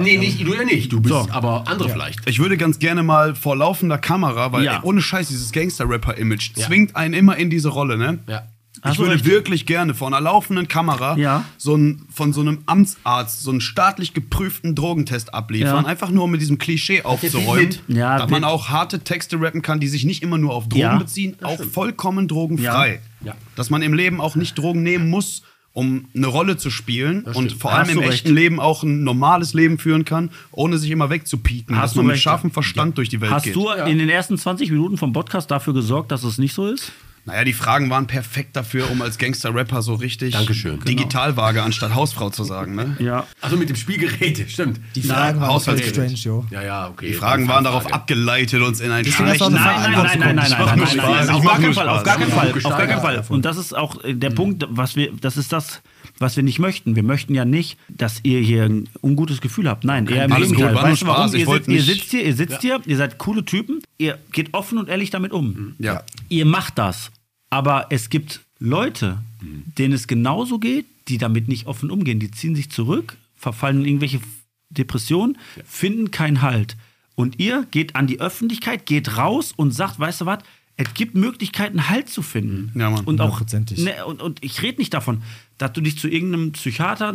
S6: nee, nicht, du ja nicht. Du bist
S3: So.
S6: aber andere vielleicht.
S8: Ich würde ganz gerne mal vor laufender Kamera, weil
S3: Ja.
S8: ey, ohne Scheiß dieses Gangster-Rapper-Image
S6: Ja.
S8: zwingt einen immer in diese Rolle, ne?
S6: Ja.
S3: Hast
S8: Ich
S3: du
S8: würde
S3: recht.
S8: wirklich gerne vor einer laufenden Kamera
S3: Ja.
S8: so ein, von so einem Amtsarzt so einen staatlich geprüften Drogentest abliefern,
S3: Ja.
S8: einfach nur um mit diesem Klischee aufzuräumen,
S6: viel
S3: mit. Ja,
S8: dass
S3: wir-
S8: man auch harte Texte rappen kann, die sich nicht immer nur auf Drogen
S3: Ja.
S8: beziehen, auch vollkommen drogenfrei.
S6: Ja.
S8: Dass man im Leben auch nicht Drogen nehmen muss, um eine Rolle zu spielen und vor allem
S3: Hast
S8: im
S3: du recht.
S8: echten Leben auch ein normales Leben führen kann, ohne sich immer wegzupieken,
S3: Hast
S8: dass
S3: du
S8: man mit
S3: recht.
S8: scharfem Verstand durch die Welt
S3: Hast
S8: geht.
S3: du in den ersten 20 Minuten vom Podcast dafür gesorgt, dass es nicht so ist?
S8: Naja, die Fragen waren perfekt dafür, um als Gangster-Rapper so richtig
S6: Dankeschön.
S8: Digitalwaage anstatt Hausfrau zu sagen. Ne?
S3: Ja.
S6: Also mit dem Spielgerät, stimmt.
S7: Die Fragen waren
S8: Haushalt-
S7: völlig strange, jo.
S6: Ja, ja, okay.
S8: Die Fragen waren darauf abgeleitet, uns in einen
S7: Deswegen hast du auch
S8: schlechten
S7: eine
S3: Nein,
S7: Antwort
S3: nein, nein, nein, nein,
S8: mach
S3: nein,
S8: nur
S3: nein,
S8: Spaß.
S3: nein, nein,
S8: Ich
S3: auf
S8: mach
S3: gar
S8: nur
S3: keinen Fall, auf
S8: Spaß.
S3: gar keinen Fall, auf gar
S6: gesteigert
S3: keinen Fall. Und das ist auch äh, der Punkt, was wir, das ist das, was wir nicht möchten. Wir möchten ja nicht, dass ihr hier ein ungutes Gefühl habt. Nein, eher im
S8: Alles
S3: Gegenteil.
S8: gut, war nur
S3: Weißt du warum?
S8: Spaß,
S3: Ihr
S8: ich
S3: sitzt,
S8: wollte
S3: ihr
S8: nicht-
S3: sitzt hier, ihr sitzt hier, ihr seid coole Typen, ihr geht offen und ehrlich damit um.
S8: Ja.
S3: Ihr macht das, aber es gibt Leute, denen es genauso geht, die damit nicht offen umgehen. Die ziehen sich zurück, verfallen in irgendwelche Depressionen, finden keinen Halt. Und ihr geht an die Öffentlichkeit, geht raus und sagt, weißt du was, es gibt Möglichkeiten, Halt zu finden.
S8: Mhm. Ja, Mann.
S3: und auch
S7: Hundertprozentig.
S3: ne, und, und ich rede nicht davon, dass du dich zu irgendeinem Psychiater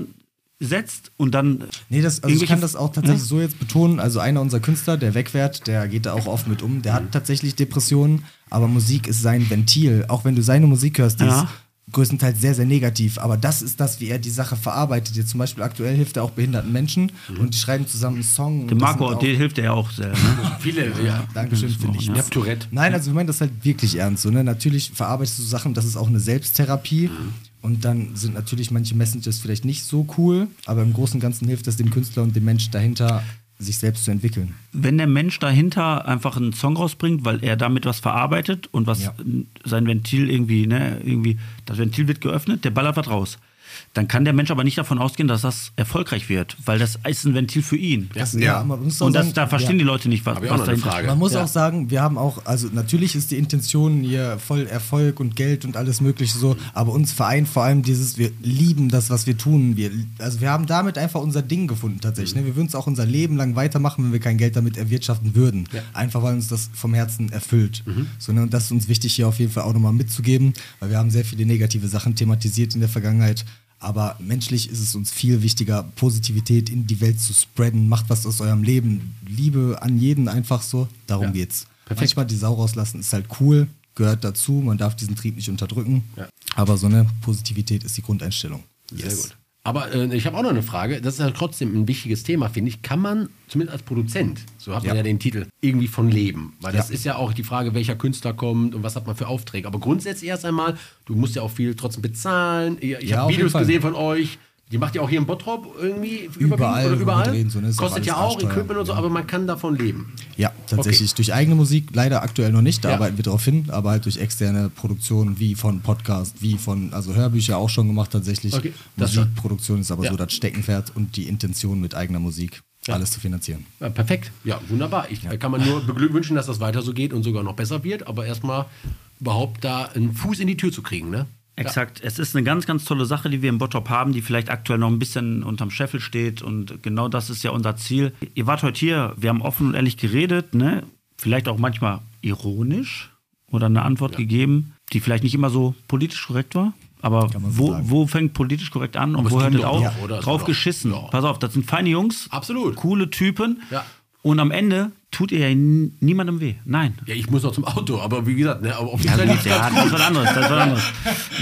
S3: setzt und dann
S7: Nee, das, also ich
S3: Irgendwelche-
S7: kann das auch tatsächlich
S6: Hm?
S7: so jetzt betonen. Also einer unserer Künstler, der wegwert, der geht da auch oft mit um. Der
S6: Hm.
S7: hat tatsächlich Depressionen, aber Musik ist sein Ventil. Auch wenn du seine Musik hörst, die
S3: Ja.
S7: ist größtenteils sehr, sehr negativ. Aber das ist das, wie er die Sache verarbeitet. Jetzt zum Beispiel aktuell hilft er auch behinderten Menschen
S6: Hm.
S7: und die schreiben zusammen einen Song. und
S3: dem
S7: das
S3: Marco,
S7: sind auch-
S3: dir hilft er ja auch sehr. Ne?
S6: Viele, ja.
S7: Dankeschön für nichts.
S6: Ich hab Tourette.
S7: Nein, also wir meinen das halt wirklich ernst. So, ne? Natürlich verarbeitest du Sachen, das ist auch eine Selbsttherapie. Und dann sind natürlich manche Messages vielleicht nicht so cool, aber im Großen und Ganzen hilft das dem Künstler und dem Mensch dahinter, sich selbst zu entwickeln.
S3: wenn der Mensch dahinter einfach einen Song rausbringt, weil er damit was verarbeitet und was
S7: Ja.
S3: sein Ventil irgendwie, ne, irgendwie, das Ventil wird geöffnet, der ballert was raus. Dann kann der Mensch aber nicht davon ausgehen, dass das erfolgreich wird, weil das ist ein Ventil für ihn.
S7: Das,
S8: Ja.
S7: aber man muss auch
S3: und das,
S7: sagen,
S3: da verstehen
S7: ja.
S3: die Leute nicht, was,
S6: Habe ich auch
S3: was
S6: noch eine
S3: dahinter
S6: Frage.
S7: Man muss
S6: Ja.
S7: auch sagen, wir haben auch, also natürlich ist die Intention hier voll Erfolg und Geld und alles Mögliche so, aber uns vereint vor allem dieses, wir lieben das, was wir tun. Wir, also wir haben damit einfach unser Ding gefunden tatsächlich. Ne? Wir würden es auch unser Leben lang weitermachen, wenn wir kein Geld damit erwirtschaften würden. Einfach weil uns das vom Herzen erfüllt. So, ne? Und das ist uns wichtig hier auf jeden Fall auch nochmal mitzugeben, weil wir haben sehr viele negative Sachen thematisiert in der Vergangenheit. Aber menschlich ist es uns viel wichtiger, Positivität in die Welt zu spreaden. Macht was aus eurem Leben. Liebe an jeden einfach so. Darum geht's. Manchmal die Sau rauslassen ist halt cool, gehört dazu. Man darf diesen Trieb nicht unterdrücken. Aber so eine Positivität ist die Grundeinstellung.
S6: Sehr gut. Aber äh, ich habe auch noch eine Frage. Das ist ja trotzdem ein wichtiges Thema, finde ich. Kann man, zumindest als Produzent, so hat man ja, den Titel, irgendwie von leben? Weil das ist ja auch die Frage, welcher Künstler kommt und was hat man für Aufträge. Aber grundsätzlich erst einmal, du musst ja auch viel trotzdem bezahlen. Ich, ich
S7: Ja, auf
S6: habe
S7: jeden
S6: Videos
S7: Fall.
S6: gesehen von euch. Die macht ja auch hier in Bottrop irgendwie
S7: Überall,
S6: überall.
S7: wo
S6: überall.
S7: wir drehen, so, ne, ist auch
S6: Kostet
S7: alles
S6: ja auch
S7: Nachsteuern,
S6: Equipment und so,
S7: ja.
S6: aber man kann davon leben.
S7: Ja, tatsächlich. Durch eigene Musik leider aktuell noch nicht, da
S6: Ja.
S7: arbeiten wir drauf hin, aber halt durch externe Produktionen wie von Podcast, wie von, also Hörbücher auch schon gemacht tatsächlich.
S6: Okay, das schon.
S7: Musikproduktion ist aber
S6: Ja.
S7: so das Steckenpferd und die Intention mit eigener Musik, alles zu finanzieren.
S3: Äh,
S6: Ja, perfekt. Ja, wunderbar. Ich äh, kann man nur beglückwünschen, dass das weiter so geht und sogar noch besser wird, aber erstmal überhaupt da einen Fuß in die Tür zu kriegen, ne?
S3: Exakt. Es ist eine ganz, ganz tolle Sache, die wir im Bottrop haben, die vielleicht aktuell noch ein bisschen unterm Scheffel steht. Und genau das ist ja unser Ziel. Ihr wart heute hier, wir haben offen und ehrlich geredet, ne? vielleicht auch manchmal ironisch oder eine Antwort gegeben, die vielleicht nicht immer so politisch korrekt war. Aber wo, wo fängt politisch korrekt an und
S6: es
S3: wo hört
S6: ging
S3: es
S6: doch
S3: auf?
S6: noch, oder? Es war
S3: Drauf
S6: doch-
S3: geschissen. Pass auf, das sind feine Jungs.
S6: Absolut.
S3: Coole Typen.
S6: Ja.
S3: Und am Ende tut ihr ja n- niemandem weh. Nein.
S6: Ja, ich muss noch zum Auto, aber wie gesagt, ne, aber auf die
S3: Ja,
S6: Zeit
S3: gut,
S6: lief's
S3: ja,
S6: ganz
S3: das ist
S6: gut.
S3: was anderes. Das ist was anderes.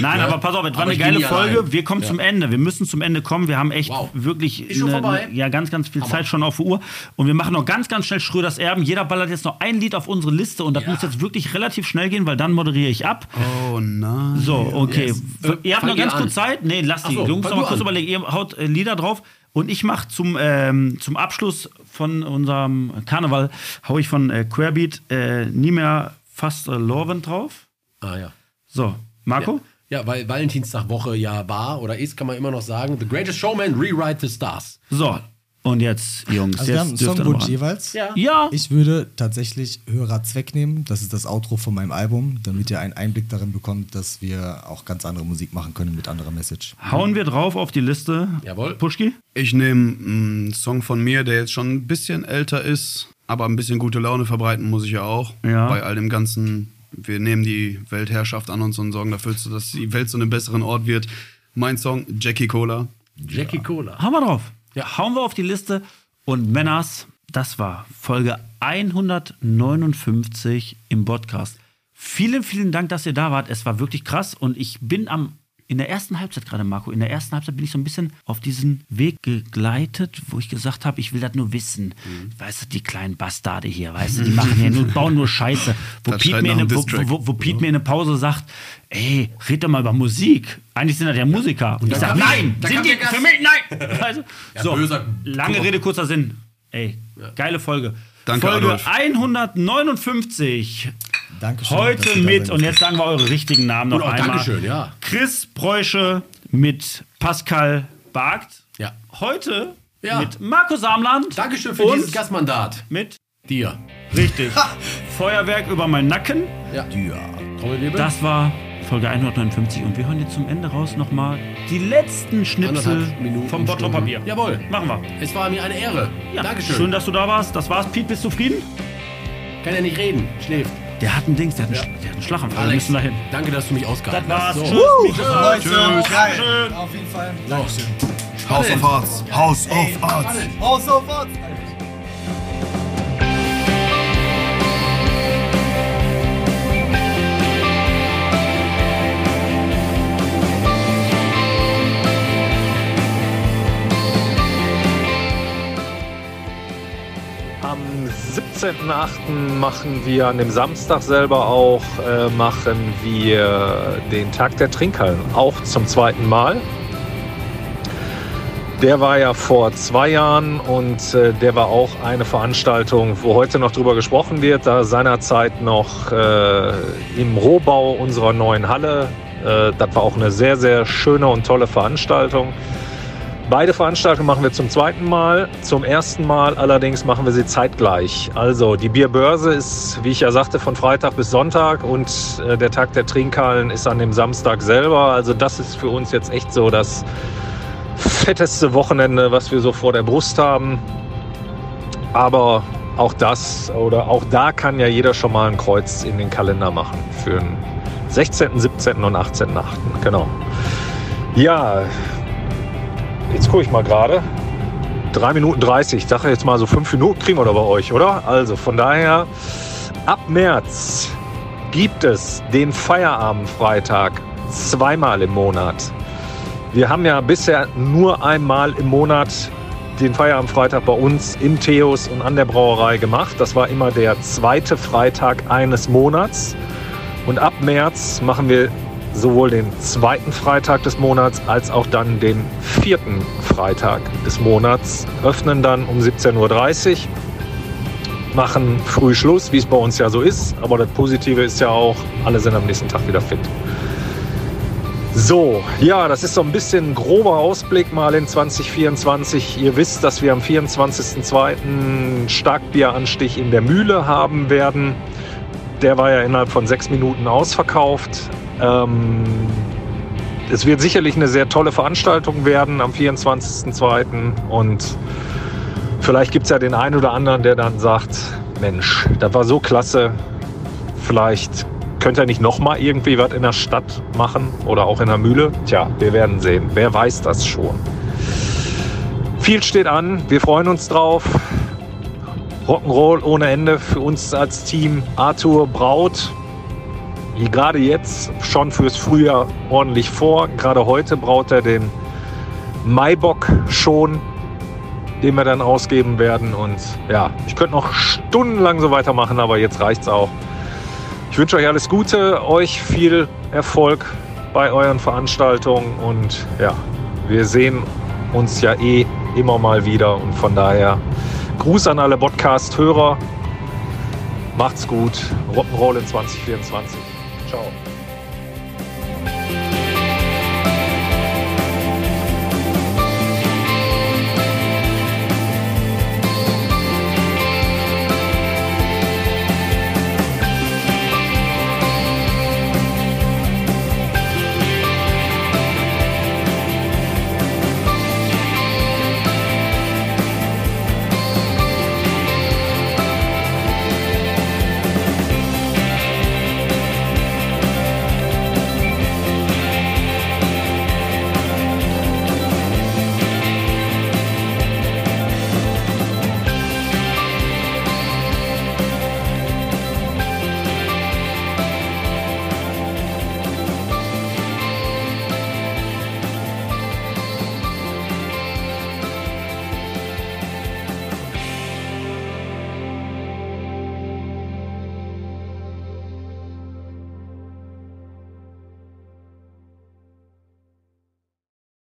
S3: Nein, aber pass auf, es war
S6: Aber
S3: eine
S6: ich bin
S3: geile
S6: nie
S3: Folge.
S6: allein.
S3: Wir kommen zum Ende. Wir müssen zum Ende kommen. Wir haben echt
S6: Wow.
S3: wirklich
S6: Ist schon vorbei.
S3: ja, ganz, ganz viel Zeit schon auf der Uhr. Und wir machen noch ganz, ganz schnell Schröders Erben. Jeder ballert jetzt noch ein Lied auf unsere Liste und das muss jetzt wirklich relativ schnell gehen, weil dann moderiere ich ab.
S8: Oh nein.
S3: So, okay. ihr habt
S6: fang
S3: noch ganz
S6: ihr an.
S3: kurz Zeit. Nee, lasst die
S6: Ach so,
S3: Jungs
S6: fang
S3: noch mal
S6: du
S3: kurz
S6: an.
S3: überlegen. Ihr haut äh, Lieder drauf. Und ich mache zum, ähm, zum Abschluss von unserem Karneval, hau ich von äh, Querbeat äh, nie mehr fast äh, Lorven drauf.
S6: Ah ja.
S3: So, Marco?
S6: Ja, weil Valentinstagwoche ja war oder ist, kann man immer noch sagen. The Greatest Showman, Rewrite the Stars.
S3: So, und jetzt, Jungs,
S7: Also wir haben einen
S3: jetzt dürft ihr
S7: Songwunsch
S3: noch mal
S7: jeweils.
S6: Ja.
S3: Ja,
S7: Ich würde tatsächlich Hörer Zweck nehmen, das ist das Outro von meinem Album, damit ihr einen Einblick darin bekommt, dass wir auch ganz andere Musik machen können mit anderer Message.
S3: hauen wir drauf auf die Liste.
S6: Jawohl.
S3: Puschki?
S8: Ich nehme einen Song von mir, der jetzt schon ein bisschen älter ist, aber ein bisschen gute Laune verbreiten muss ich ja auch.
S3: Ja.
S8: Bei all dem Ganzen, wir nehmen die Weltherrschaft an uns und sorgen dafür, dass die Welt zu einem besseren Ort wird. Mein Song, Jackie Cola.
S6: Jackie Cola.
S3: Hauen wir drauf.
S6: Ja.
S3: Hauen wir auf die Liste. Und Männers, das war Folge 159 im Podcast. Vielen, vielen Dank, dass ihr da wart. Es war wirklich krass und ich bin am in der ersten Halbzeit gerade, Marco, in der ersten Halbzeit bin ich so ein bisschen auf diesen Weg gegleitet, wo ich gesagt habe, ich will das nur wissen.
S8: Mhm.
S3: Weißt du, die kleinen Bastarde hier, weißt du, die machen hier nur, bauen nur Scheiße. Wo
S8: Das
S3: Piet,
S8: schreit
S3: mir
S8: nach
S3: in,
S8: einem
S3: wo,
S8: Distrack.
S3: wo, wo Piet mir in der Pause sagt, ey, red doch mal über Musik. Eigentlich sind das ja Musiker. Und ich sage, nein, sind die für mich, nein. Weißt du? so,
S6: böser-
S3: lange Rede, kurzer Sinn. Ey, geile Folge.
S8: Danke,
S3: Folge
S8: Adolf.
S3: 159.
S7: Dankeschön. dass ihr
S3: Heute
S7: da
S3: mit,
S7: seid.
S3: und jetzt sagen wir eure richtigen Namen noch
S6: Und auch
S3: einmal.
S6: oh, Dankeschön, ja.
S3: Chris Preusche mit Pascal Bargt.
S6: Ja.
S3: Heute
S6: Ja.
S3: mit Marco Samland.
S6: Dankeschön für
S3: und
S6: dieses Gastmandat.
S3: mit,
S6: Dir.
S3: richtig, Feuerwerk über meinen Nacken.
S6: Trommelwirbel.
S3: Das war Folge 159 und wir hören jetzt zum Ende raus nochmal die letzten Schnipsel
S6: Anderthalb Minuten,
S3: vom Bottroper
S6: Stunden.
S3: Bier.
S6: Jawohl.
S3: Machen wir.
S6: Es war mir eine Ehre.
S3: Ja.
S6: Dankeschön.
S3: Schön, dass du da warst. Das war's. Piet, bist du zufrieden?
S6: Kann ja nicht reden. Schläft.
S3: Der hat einen Dings, der hat einen, Sch- der hat einen Schlaganfall. Wir müssen dahin.
S6: danke, dass du mich ausgehalten
S3: Das war's.
S6: hast.
S3: Tschüss.
S6: So.
S3: Mikros aus.
S7: Leute,
S3: Dankeschön.
S7: auf jeden Fall.
S6: So.
S4: House of Arts. House of Arts.
S7: Raus auf Arzt!
S9: Am 17.8. machen wir an dem Samstag selber auch, äh, machen wir den Tag der Trinkhallen, auch zum zweiten Mal. Der war ja vor zwei Jahren und äh, der war auch eine Veranstaltung, wo heute noch drüber gesprochen wird, da seinerzeit noch äh, im Rohbau unserer neuen Halle. Äh, das war auch eine sehr, sehr schöne und tolle Veranstaltung. Beide Veranstaltungen machen wir zum zweiten Mal. Zum ersten Mal allerdings machen wir sie zeitgleich. Also die Bierbörse ist, wie ich ja sagte, von Freitag bis Sonntag und äh, der Tag der Trinkhallen ist an dem Samstag selber. Also das ist für uns jetzt echt so das fetteste Wochenende, was wir so vor der Brust haben. Aber auch das oder auch da kann ja jeder schon mal ein Kreuz in den Kalender machen für den 16., 17. und 18.8. Genau. Ja, Jetzt gucke ich mal gerade. 3 Minuten 30. Ich dachte jetzt mal so 5 Minuten kriegen wir da bei euch, oder? Also von daher, ab März gibt es den Feierabendfreitag zweimal im Monat. Wir haben ja bisher nur einmal im Monat den Feierabendfreitag bei uns im Theos und an der Brauerei gemacht. Das war immer der zweite Freitag eines Monats. Und ab März machen wir sowohl den zweiten Freitag des Monats als auch dann den vierten Freitag des Monats. Öffnen dann um 17.30 Uhr, machen früh Schluss, wie es bei uns ja so ist. Aber das Positive ist ja auch, alle sind am nächsten Tag wieder fit. So, ja, das ist so ein bisschen ein grober Ausblick mal in 2024. Ihr wisst, dass wir am 24.02. Starkbieranstich in der Mühle haben werden. Der war ja innerhalb von sechs Minuten ausverkauft. Ähm, es wird sicherlich eine sehr tolle Veranstaltung werden am 24.02. Und vielleicht gibt es ja den einen oder anderen, der dann sagt, Mensch, das war so klasse. Vielleicht könnt ihr nicht nochmal irgendwie was in der Stadt machen oder auch in der Mühle? Tja, wir werden sehen. Wer weiß das schon? Viel steht an. Wir freuen uns drauf. Rock'n'Roll ohne Ende für uns als Team. Arthur Braut, die gerade jetzt schon fürs Frühjahr ordentlich vor. Gerade heute braut er den Maibock schon, den wir dann ausgeben werden. Und ja, ich könnte noch stundenlang so weitermachen, aber jetzt reicht's auch. Ich wünsche euch alles Gute, euch viel Erfolg bei euren Veranstaltungen und ja, wir sehen uns ja eh immer mal wieder und von daher Gruß an alle Podcast-Hörer. Macht's gut. Rock'n'Roll in 2024. Ciao.